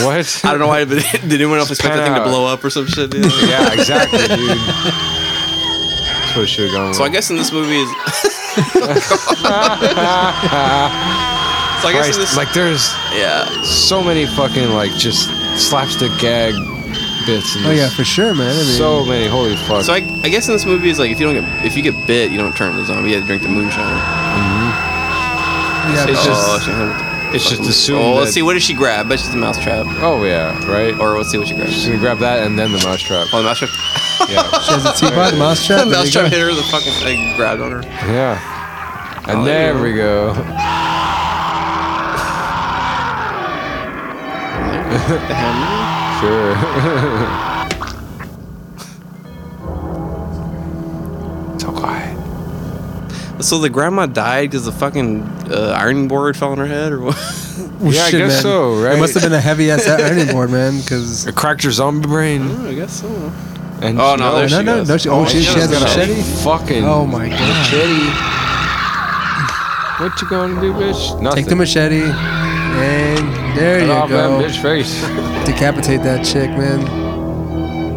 what? I don't know why, but did anyone else expect that thing to Pan out. blow up or some shit? dude? yeah, exactly, dude. That's what it should have gone So I with. guess in this movie is. so I guess Christ, in this. like, there's yeah. so many fucking, like, just slapstick gag bits. In Oh this. yeah, for sure, man. I mean, So many. Holy fuck. So I, I guess in this movie is like if you don't get if you get bit you don't turn into a zombie you have to drink the moonshine. Mm-hmm. Yeah, it's but- just. it's just assumed Oh, that- let's see. What did she grab? Bet she's the mousetrap. Oh yeah, right. Or let's see what she grabs. She's gonna grab that and then the mousetrap. Oh, the mousetrap. Yeah. She has a teapot, mousetrap. The there you mousetrap go. hit her. The fucking thing grabbed on her. Yeah. And Oh, there there you we go. sure. So quiet. So the grandma died because the fucking uh, ironing board fell on her head, or what? Well, shit, man. It must have been a heavy ass ironing board, man. Because it cracked her zombie brain. Oh, I guess so. And Oh, no, no, there she no, goes. no, she- oh, she- she has a got machete? Fucking. Oh, my God. Machete. What you gonna do, bitch? Nothing. take the machete, and there Cut you off go. that bitch face. Decapitate that chick, man.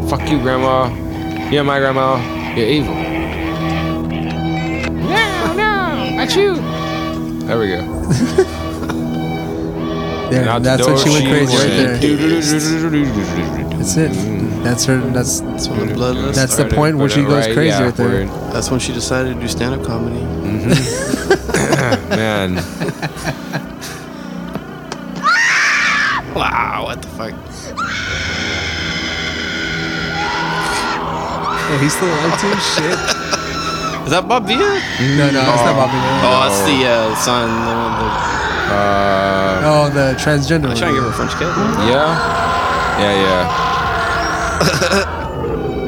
Fuck you, grandma. You're my grandma. You're evil. No, no, that's you. There we go. And Yeah, out the that's door when she went crazy right went. there. That's it. That's her. That's that's when the bloodlust That's the point where she goes Right, crazy yeah, right there. That's when she decided to do stand-up comedy. Man. wow, what the fuck? Yeah, he's still alive too. Shit. Is that Bob Villa? No, no, it's not Bobby. Oh, that's the uh, son. Uh, Oh, the transgender. I'm trying to give her a French kiss. yeah. Yeah,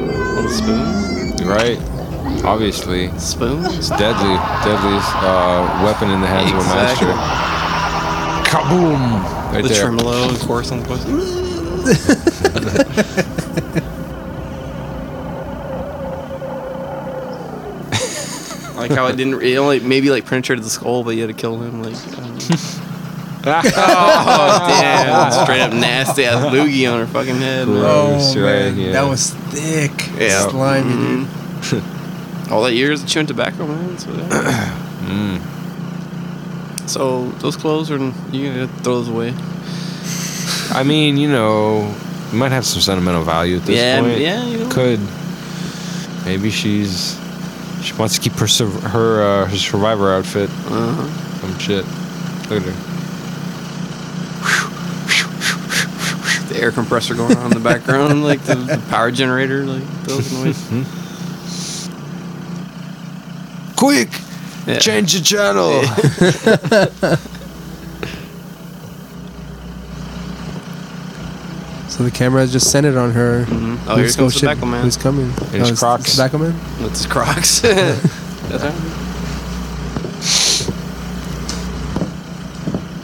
yeah. On the spoon. Right. Obviously. Spoon. It's deadly. Deadliest uh, weapon in the hands Exactly. of a master. Kaboom! Right the there. tremolo, of course, on the post. like how it didn't. It only maybe like penetrated the skull, but you had to kill him. Like. I don't know. oh damn! Straight up nasty ass loogie on her fucking head. man. Oh Gross, right, man, yeah. that was thick, Yeah. slimy, dude. All that years of chewing tobacco, man. That's what it Mm. is. So those clothes are you gonna throw those away? I mean, you know, it might have some sentimental value at this Yeah, point. yeah, you know. Could. Maybe she's. She wants to keep her sur- her, uh, her survivor outfit. Uh-huh. Some shit. Look at her. The air compressor going on in the background, like the, the power generator, like those noise. Quick! Yeah. Change the channel! Mm-hmm. So the camera has just centered on her. Oh, here comes the Tobacco Man. Who's coming? Oh, There's it's- Crocs. it's Tobacco man. That's Crocs. That's right.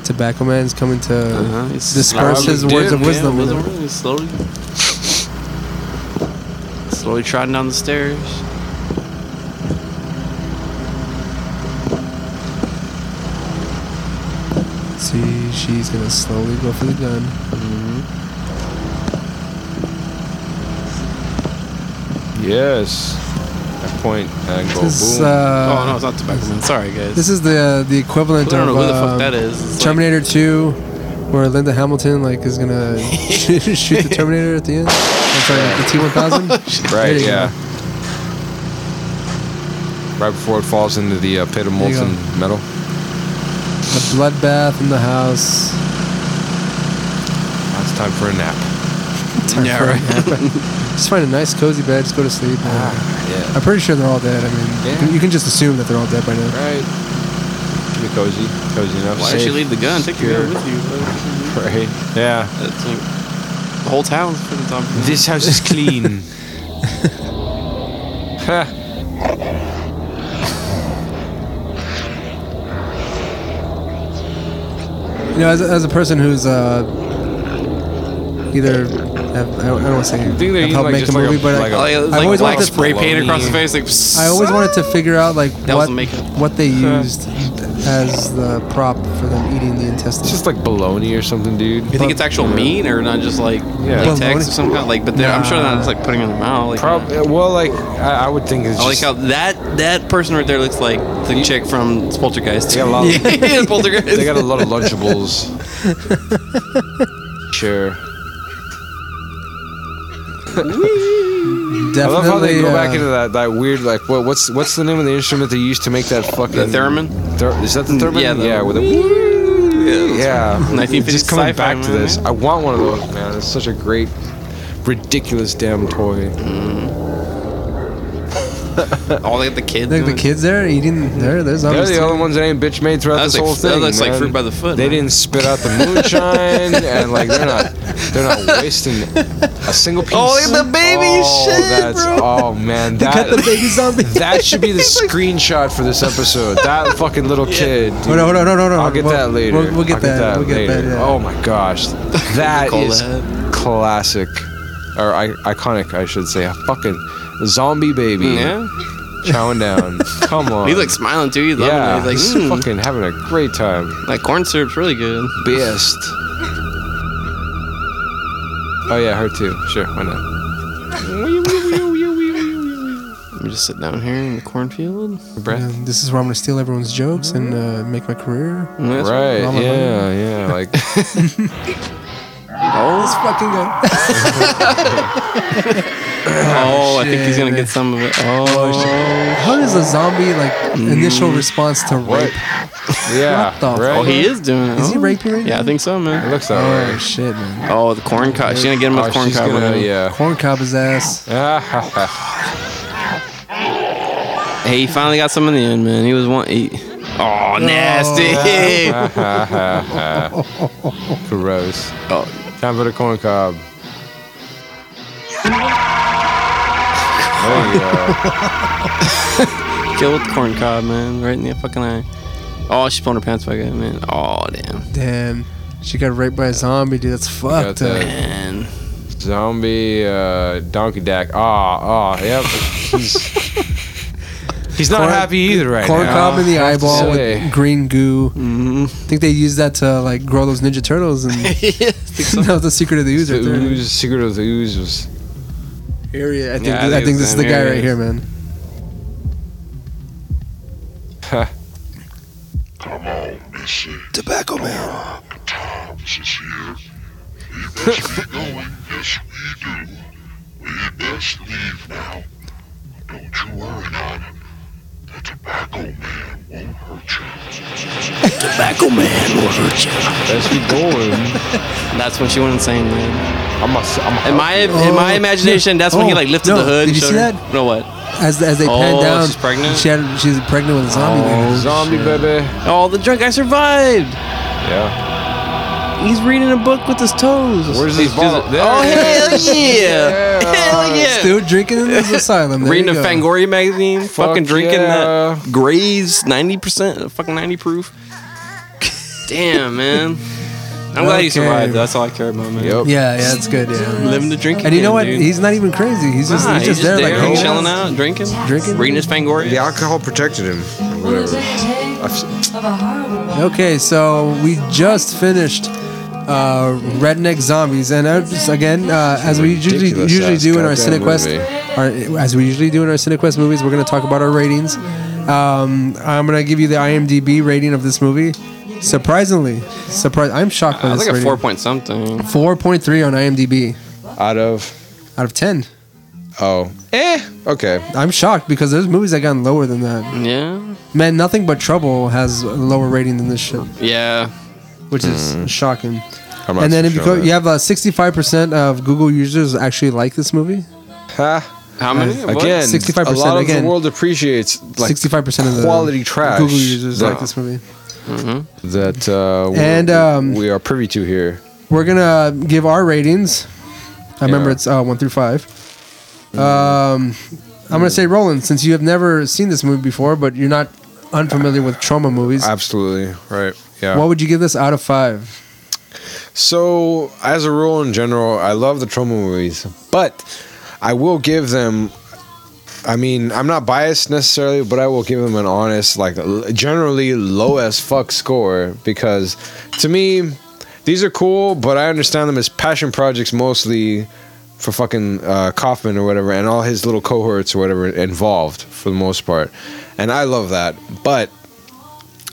Tobacco man's coming to Uh-huh. He's disperse slowly his words dip, of yeah, wisdom. words of wisdom, he's slowly, slowly trotting down the stairs. See, she's gonna slowly go for the gun. yes. That point and go This, boom. uh, oh no, it's not tobacco man. Sorry guys. This is the the equivalent I don't of know who the fuck um, that uh, is. It's like- Terminator Two, where Linda Hamilton like is gonna shoot, shoot the Terminator at the end. I'm sorry, Oh, the T one thousand. Right, yeah. Right before it falls into the uh, pit of There you go. molten metal. The bloodbath in the house. Now it's time for a nap. Time Yeah, for a right. nap. just find a nice cozy bed. Just go to sleep. Ah, Yeah. I'm pretty sure they're all dead. I mean, you, Yeah. can, you can just assume that they're all dead by now. Right. Should be cozy. Cozy enough. Why did she safe. leave the gun? Take your gun with you. Right. Yeah. That's like, the whole town's fucking zombie. This house is clean. Ha. You know, as a, as a person who's uh, either have, I don't, I don't want to say You think they're have eating helped like make a just like movie, a, but like I, a- Like, I've like always black wanted to- spray paint across the Bologna. face. Like psst. I always wanted to figure out like That was what the makeup. what they used as the prop for them eating the It's intestines. just like bologna or something, dude. You think it's actual meat or not just like Yeah. latex of some kind? Like, but they're- I'm sure they're not just like putting it in their mouth. Like, Prob- well, like I, I would think it's I like just how that that person right there looks like the chick from Poltergeist. They got a lot of- yeah, Poltergeist. they got a lot of lunchables. sure. I love how they Definitely, go uh, back into that, that weird like what, what's what's the name of the instrument they used to make that fucking the theremin? is that the theremin? Mm, yeah, the- yeah, with a yeah, yeah. 1950s Just coming sci-fi back to this, movie. I want one of those, man. It's such a great, ridiculous damn toy. All they got the kids. Like the doing it. kids there eating there. There's They're others. the only ones that ain't bitch made throughout That this looks like- whole thing. that looks like man. fruit by the foot, They man. didn't spit out the moonshine, and like they're not, they're not wasting a single piece. Oh, look at the baby Oh, shit, that's, bro. Oh man, that cut the baby zombie. that should be the screenshot for this episode. That fucking little kid. Hold on, hold on, hold on, hold I'll on. get We'll- that later. we'll- we'll get I'll that, we'll get later. that, yeah. Oh my gosh, that Call is that. classic, or I- iconic, I should say. A fucking zombie baby. Yeah. Chowing down. Come on. He's like smiling too. He's loving Yeah, it. He's he's like, mm, fucking having a great time. like corn syrup's really good. Best. Oh yeah, her too. Sure, why not? Let me just sit down here in the cornfield. Breath. And this is where I'm gonna steal everyone's jokes and uh, make my career. That's right? All my money. Yeah, yeah. Like, Oh, it's fucking good. Oh, I think he's gonna shit. get some of it. Oh, How does a zombie like initial Mm. response to What? rape? yeah. What the right. oh, he is doing it. Is he Oh. raping right Yeah, I think so, man. It looks that Oh way. shit, man. Oh, the corn cob. She's gonna get him Oh, with corn she's cob. gonna- whatever. yeah. Corn cob his ass. Hey, he finally got some in the end, man. He was one. He, oh, nasty. Gross. Oh, time for the corn cob. There you Kill with the corn cob, man. Right in the fucking eye. Oh, she's pulling her pants back up, man. Oh, damn. Damn, she got raped by a zombie, dude. That's Got fucked up. that zombie uh, donkey dack. Ah, ah, yep. He's, he's not Corn- happy either right Corn now. cob in the I have to eyeball say. with green goo. Mm-hmm. I think they used that to like grow those Ninja Turtles, and that was the secret of the ooze The right there. ooze, secret of the ooze was. Area. I think, Yeah, I I think think, it's this is the him. guy Here it right is. here, man. Come on, Missy. Tobacco man. Tom's is here. We must be going. Yes, we do. We must leave now. Don't you worry, Mom. The tobacco man won't hurt you. Tobacco man will hurt you. Let's be going. That's when she went insane, man. I'm a, in my in my Oh, imagination, no. that's when he Oh, like lifted no. the hood. Did and you showed see her- that? No, what? As as they pan Oh, down, she's pregnant? She had she's pregnant with a zombie. Oh, baby. zombie baby. Oh, the drunk guy survived. Yeah. He's reading a book with his toes. Where's his bottle? There Oh it hell is. yeah! hell yeah! Still drinking in this asylum. There reading a you go. Fangoria magazine, Fuck fucking drinking yeah. that Graves ninety percent, fucking ninety proof. Damn, man. I'm glad Okay. he survived. That's all I care about, man. Yep. Yeah, yeah, it's good. Yeah. Living the drinking. And you know what? Dude. He's not even crazy. He's just Nah, he's just there, like hanging chilling out. out, drinking, Drinking? reading his Fangoria. The alcohol protected him. Or whatever. I've s- Okay, so we just finished uh, Redneck Zombies, and uh, just again, uh, as we usually Ridiculous usually ass do in our goddamn CineQuest, our, as we usually do in our CineQuest movies, we're gonna talk about our ratings. Um, I'm gonna give you the IMDb rating of this movie. Surprisingly, surprise! I'm shocked by I was this like a rating. four point something. Four point three on IMDb Out of. out of ten. Oh. Eh. Okay. I'm shocked because there's movies that gotten lower than that. Mm. Yeah. Man, nothing but trouble has a lower rating than this shit, Yeah. which is shocking. Mm. I'm not and then so if you sure go, on that. you have uh, 65% of Google users actually like this movie. Ha. How many? What? Again, 65% a lot of again. the world appreciates like 65% of the quality trash Google users that, like this movie. that uh, we're- And, um, we are privy to here. We're gonna give our ratings. I remember Yeah. Mm. it's uh, one through five. Um, I'm gonna say Roland, since you have never seen this movie before, but you're not unfamiliar with trauma movies. Absolutely right. Yeah. What would you give this out of five? So, as a rule in general, I love the trauma movies, but I will give them. I mean, I'm not biased necessarily, but I will give them an honest, like, l- generally low as fuck score because to me, these are cool, but I understand them as passion projects mostly for fucking uh, Kaufman or whatever and all his little cohorts or whatever involved for the most part. And I love that, but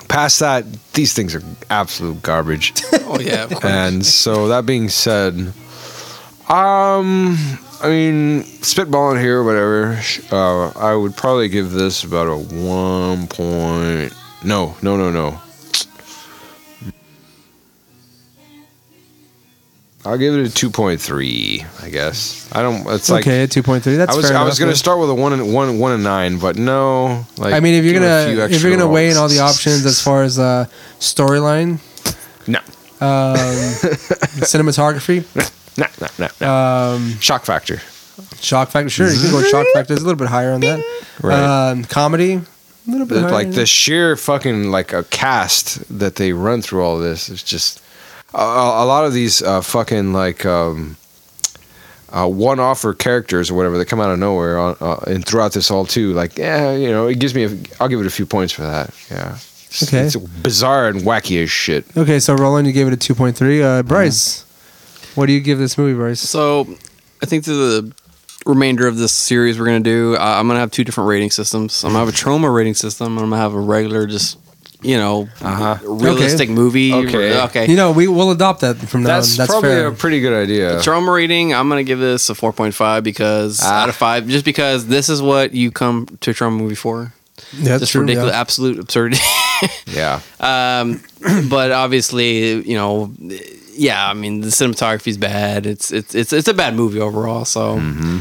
past that, these things are absolute garbage. Oh yeah. Of course. And so that being said, Um, I mean, spitballing here, whatever. sh- Uh, I would probably give this about a one point. No, no, no, no. I'll give it a two point three. I guess I don't. It's like okay, two point three. That's I was fair I enough, was gonna yeah. start with a one and one one and nine, but no. Like I mean, if you're give it a few gonna if extra you're gonna weigh in all rolls. the options as far as uh, storyline, no, um, cinematography, no, no, no, no. um, shock factor, shock factor. Sure, you can go with shock factor. It's a little bit higher on that. Right. Um, comedy, a little bit The- higher like on the sheer fucking like a cast that they run through all this is just a, a a lot of these uh, fucking like um, uh, one-off or characters or whatever that come out of nowhere on, uh, and throughout this all too like yeah you know it gives me a, I'll give it a few points for that yeah It's- Okay. it's bizarre and wacky as shit that. Okay, so Roland, you gave it a two point three. Mm-hmm. Uh, Bryce, what do you give this movie, Bryce? So, I think through the remainder of this series we're gonna do, uh, I'm gonna have two different rating systems. I'm gonna have a trauma rating system, and I'm gonna have a regular, just you know, realistic Uh-huh. Okay. movie. Okay. okay. You know, we will adopt that from now. on. That's Um, That's probably fair. a pretty good idea. The trauma rating, I'm gonna give this a 4.5 because Ah. out of five, just because this is what you come to a trauma movie for. Yeah, that's just true, ridiculous, yeah. absolute absurdity. yeah. Um, but obviously, you know, yeah. I mean, the cinematography's bad. It's it's it's it's a bad movie overall. So. Mm-hmm.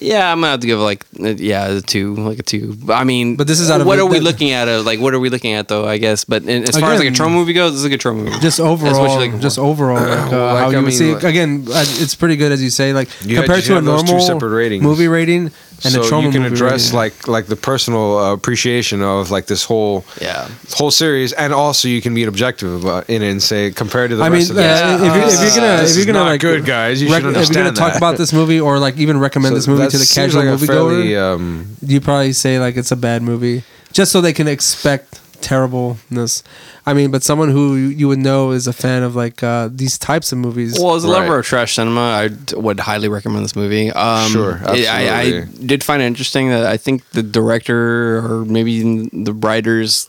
Yeah, I'm gonna have to give like uh, yeah a two, like a two. I mean, but this is out of what the- are we the- looking at? Uh, like, what are we looking at though? I guess, but in, as far as like a Again, trauma movie goes, this is a good trauma movie. Just That's what you're overall, looking just overall, like, uh, Well, like, how I you would mean, see. like- again, uh, it's pretty good as you say. Like You had- compared you to a had those two normal separate ratings. movie rating and so a trauma you can movie address rating. like like the personal uh, appreciation of like this whole yeah whole series, and also you can be objective about in it and say compared to the I mean, rest uh, of this. if, you're, if this you're gonna, is- this if you're is gonna not like good guys, you rec- should if understand you're gonna talk that. about this movie or like even recommend So this movie that to the seems casual like a fairly, moviegoer, um, you probably say like it's a bad movie, just so they can expect terribleness. I mean, but someone who you- you would know is a fan of like uh, these types of movies. Well, as a lover of trash cinema, I d- would highly recommend this movie. Um, Sure, it- I, I absolutely. did find it interesting that I think the director or maybe even the writers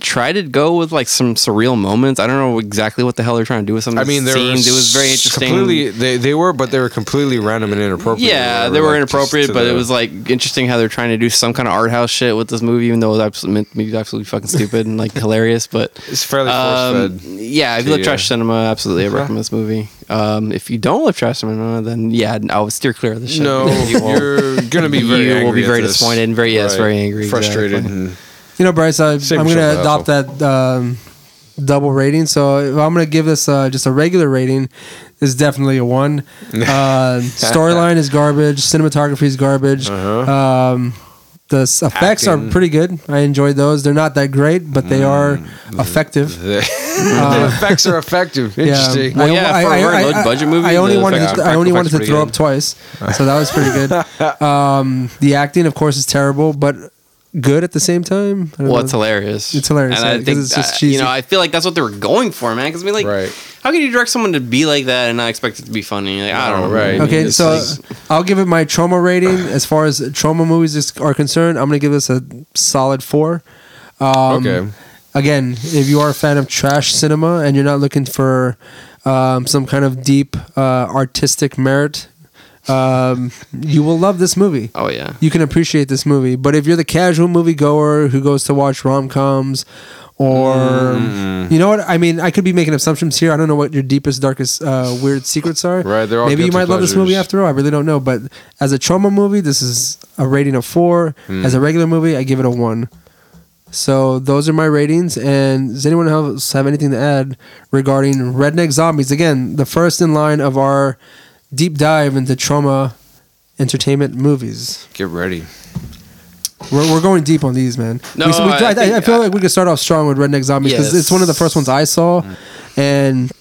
tried to go with like some surreal moments. I don't know exactly what the hell they're trying to do with some. I of the mean, they were scenes. it was very interesting. Completely, they they were, but they were completely random and inappropriate. Yeah, they were inappropriate, but it was like interesting how they're trying to do some kind of art house shit with this movie, even though it was absolutely meant to be absolutely fucking stupid and like hilarious. But it's fairly force-fed Um, Yeah, if to you love you. trash cinema, absolutely, I Yeah. recommend this movie. Um, if you don't love trash cinema, then yeah, I would steer clear of this shit. No, You will- you're gonna be very. you will angry be at very this. disappointed and very yes, Right. very angry, frustrated. exactly. and- You know, Bryce, I, I'm Same shit, going to adopt that um, double rating. So if I'm going to give this uh, just a regular rating. It's definitely a one. Uh, storyline is garbage. Cinematography is garbage. Uh-huh. Um, the s- effects Acting. Mm. are pretty good. I enjoyed those. They're not that great, but they are effective. The, Uh, the effects are effective. Interesting. I- I- I- I- I only wanted to, I only wanted to throw up twice, so that was pretty good. um, the acting, of course, is terrible, but good at the same time. I don't Well, know. it's hilarious. It's hilarious. And yeah, I 'cause think it's just uh, cheesy. you know, I feel like that's what they were going for, man. Because I mean, like, how can you direct someone to be like that and not expect it to be funny? Like, I don't know. I mean, Okay, it's so uh, like- I'll give it my trauma rating. As far as trauma movies is- are concerned, I'm gonna give this a solid four. Um, Okay. Again, if you are a fan of trash cinema and you're not looking for um, some kind of deep uh, artistic merit, um, you will love this movie. Oh yeah. You can appreciate this movie. But if you're the casual moviegoer who goes to watch rom coms or Mm. you know what I mean, I could be making assumptions here. I don't know what your deepest, darkest, uh, weird secrets are. Right, they're all Maybe you guilty might love this movie pleasures. after all. I really don't know. But as a trauma movie, this is a rating of four. Hmm. As a regular movie, I give it a one. So those are my ratings. And does anyone else have anything to add regarding Redneck Zombies? Again, the first in line of our deep dive into trauma entertainment movies. Get ready. We're, we're going deep on these, man. No, we, we, I I, I, think- feel like we could start off strong with Redneck Zombies because it's one of the first ones I saw, and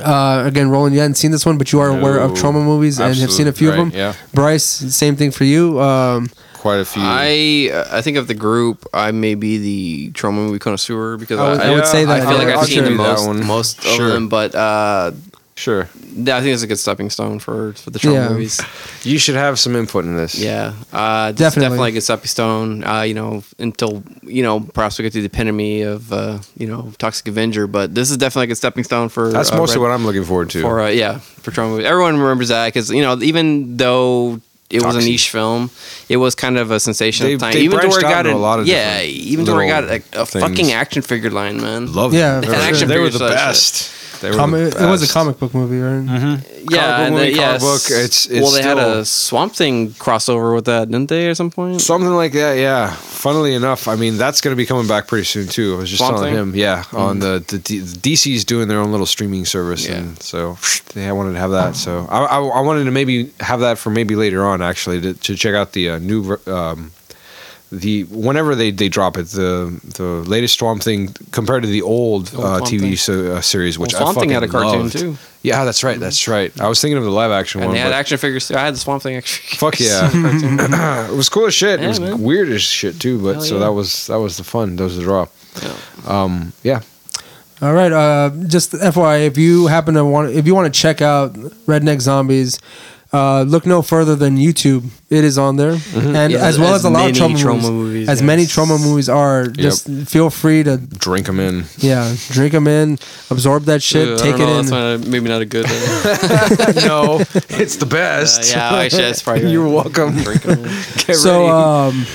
uh, again, Roland, you hadn't seen this one, but you are aware of No. trauma movies and have seen a Absolute- few right, of them. yeah. Bryce, same thing for you. Um, Quite a few. I I think of the group, I may be the trauma movie connoisseur because I I, would- I would say that, I feel yeah, like I'll I've seen give the you that most, one. most Sure. of them, but uh, Sure. Yeah, I think it's a good stepping stone for for the Trump Yeah. movies. You should have some input in this. Yeah, uh, this is Definitely. definitely a good stepping stone. Uh, you know, until you know, perhaps we get to the epitome of uh, you know Toxic Avenger, but this is definitely a good stepping stone for. That's uh, mostly Red- what I'm looking forward to. For uh, yeah, for Trump movies. Everyone remembers that because you know, even though it was a Toxic. niche film, it was kind of a sensation They- at the time. they even to where it branched out got into a lot of yeah, different even to where it got little a, a things. fucking action figure line, man. Love Yeah, them. An for sure. action They were the figure sort of shit. best. They were Comic, the it was a best. comic book movie, right? Yeah, Comic book and movie, the- comic book, s- it's- it's well, they had still- a Swamp Thing crossover with that, didn't they, at some point? Something like that, yeah. Funnily enough, I mean that's going to be coming back pretty soon too. I was just Swamp telling Thing? him, yeah, Mm. on the, the D- DC's doing their own little streaming service, and so they I wanted to have that. So I, I, I wanted to maybe have that for maybe later on, actually, to, to check out the uh, new ver- um, the whenever they, they drop it, the the latest Swamp Thing compared to the old, Old uh, Swamp TV Thing. so, uh, series, which Well, I Swamp fucking Thing had a cartoon, loved. too. Mm-hmm. Yeah, that's right, that's right. I was thinking of the live action And one. they had but- action figures. too. I had the Swamp Thing action figures. Fuck yeah! it was cool as shit. Yeah, it was man. weird as shit too. But Hell so yeah. that was that was the fun. That was the draw. Yeah. Um, yeah. All right. Uh, just FYI, if you happen to want, if you want to check out Redneck Zombies, uh, look no further than YouTube. It is on there, and Mm-hmm. Yeah, as well as as, a lot many of trauma, trauma movies, movies, As yes. many trauma movies are, just feel free to Drink them in. yeah, drink them in, absorb that shit, Ugh, I take don't it know, in. that's not a- maybe not a good. no, it's the best. Uh, yeah, actually, that's probably You're right. welcome. Get So, ready. um,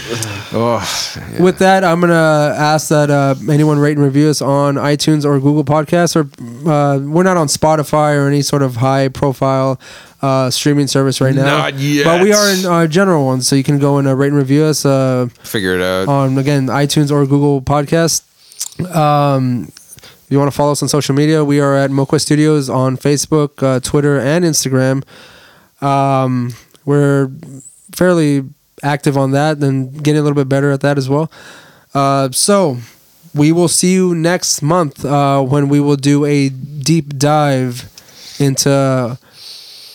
oh, With that, I'm gonna ask that uh, anyone rate and review us on iTunes or Google Podcasts, or uh, we're not on Spotify or any sort of high profile uh, streaming service right now. Not yet. But we are in uh, general ones, so you can go and uh, rate and review us uh, figure it out. on Um, again iTunes or Google Podcasts. Um, if you want to follow us on social media, we are at Moqua Studios on Facebook, uh, Twitter, and Instagram. Um, we're fairly active on that and getting a little bit better at that as well. Uh, so we will see you next month uh, when we will do a deep dive into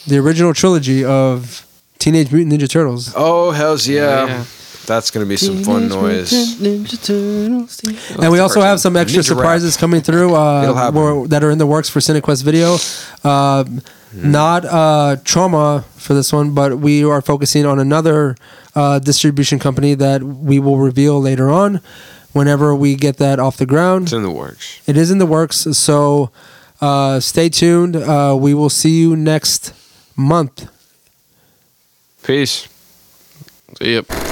the original trilogy of Teenage Mutant Ninja Turtles. oh hell's yeah. Yeah. That's gonna be some fun noise. and we also have some extra surprises coming through It'll uh, happen. we're- that are in the works for CineQuest Video. Uh, Hmm. Not uh, trauma for this one, but we are focusing on another uh, distribution company that we will reveal later on whenever we get that off the ground. It's in the works. It is in the works. So uh, stay tuned. Uh, we will see you next month. Peace. Yep.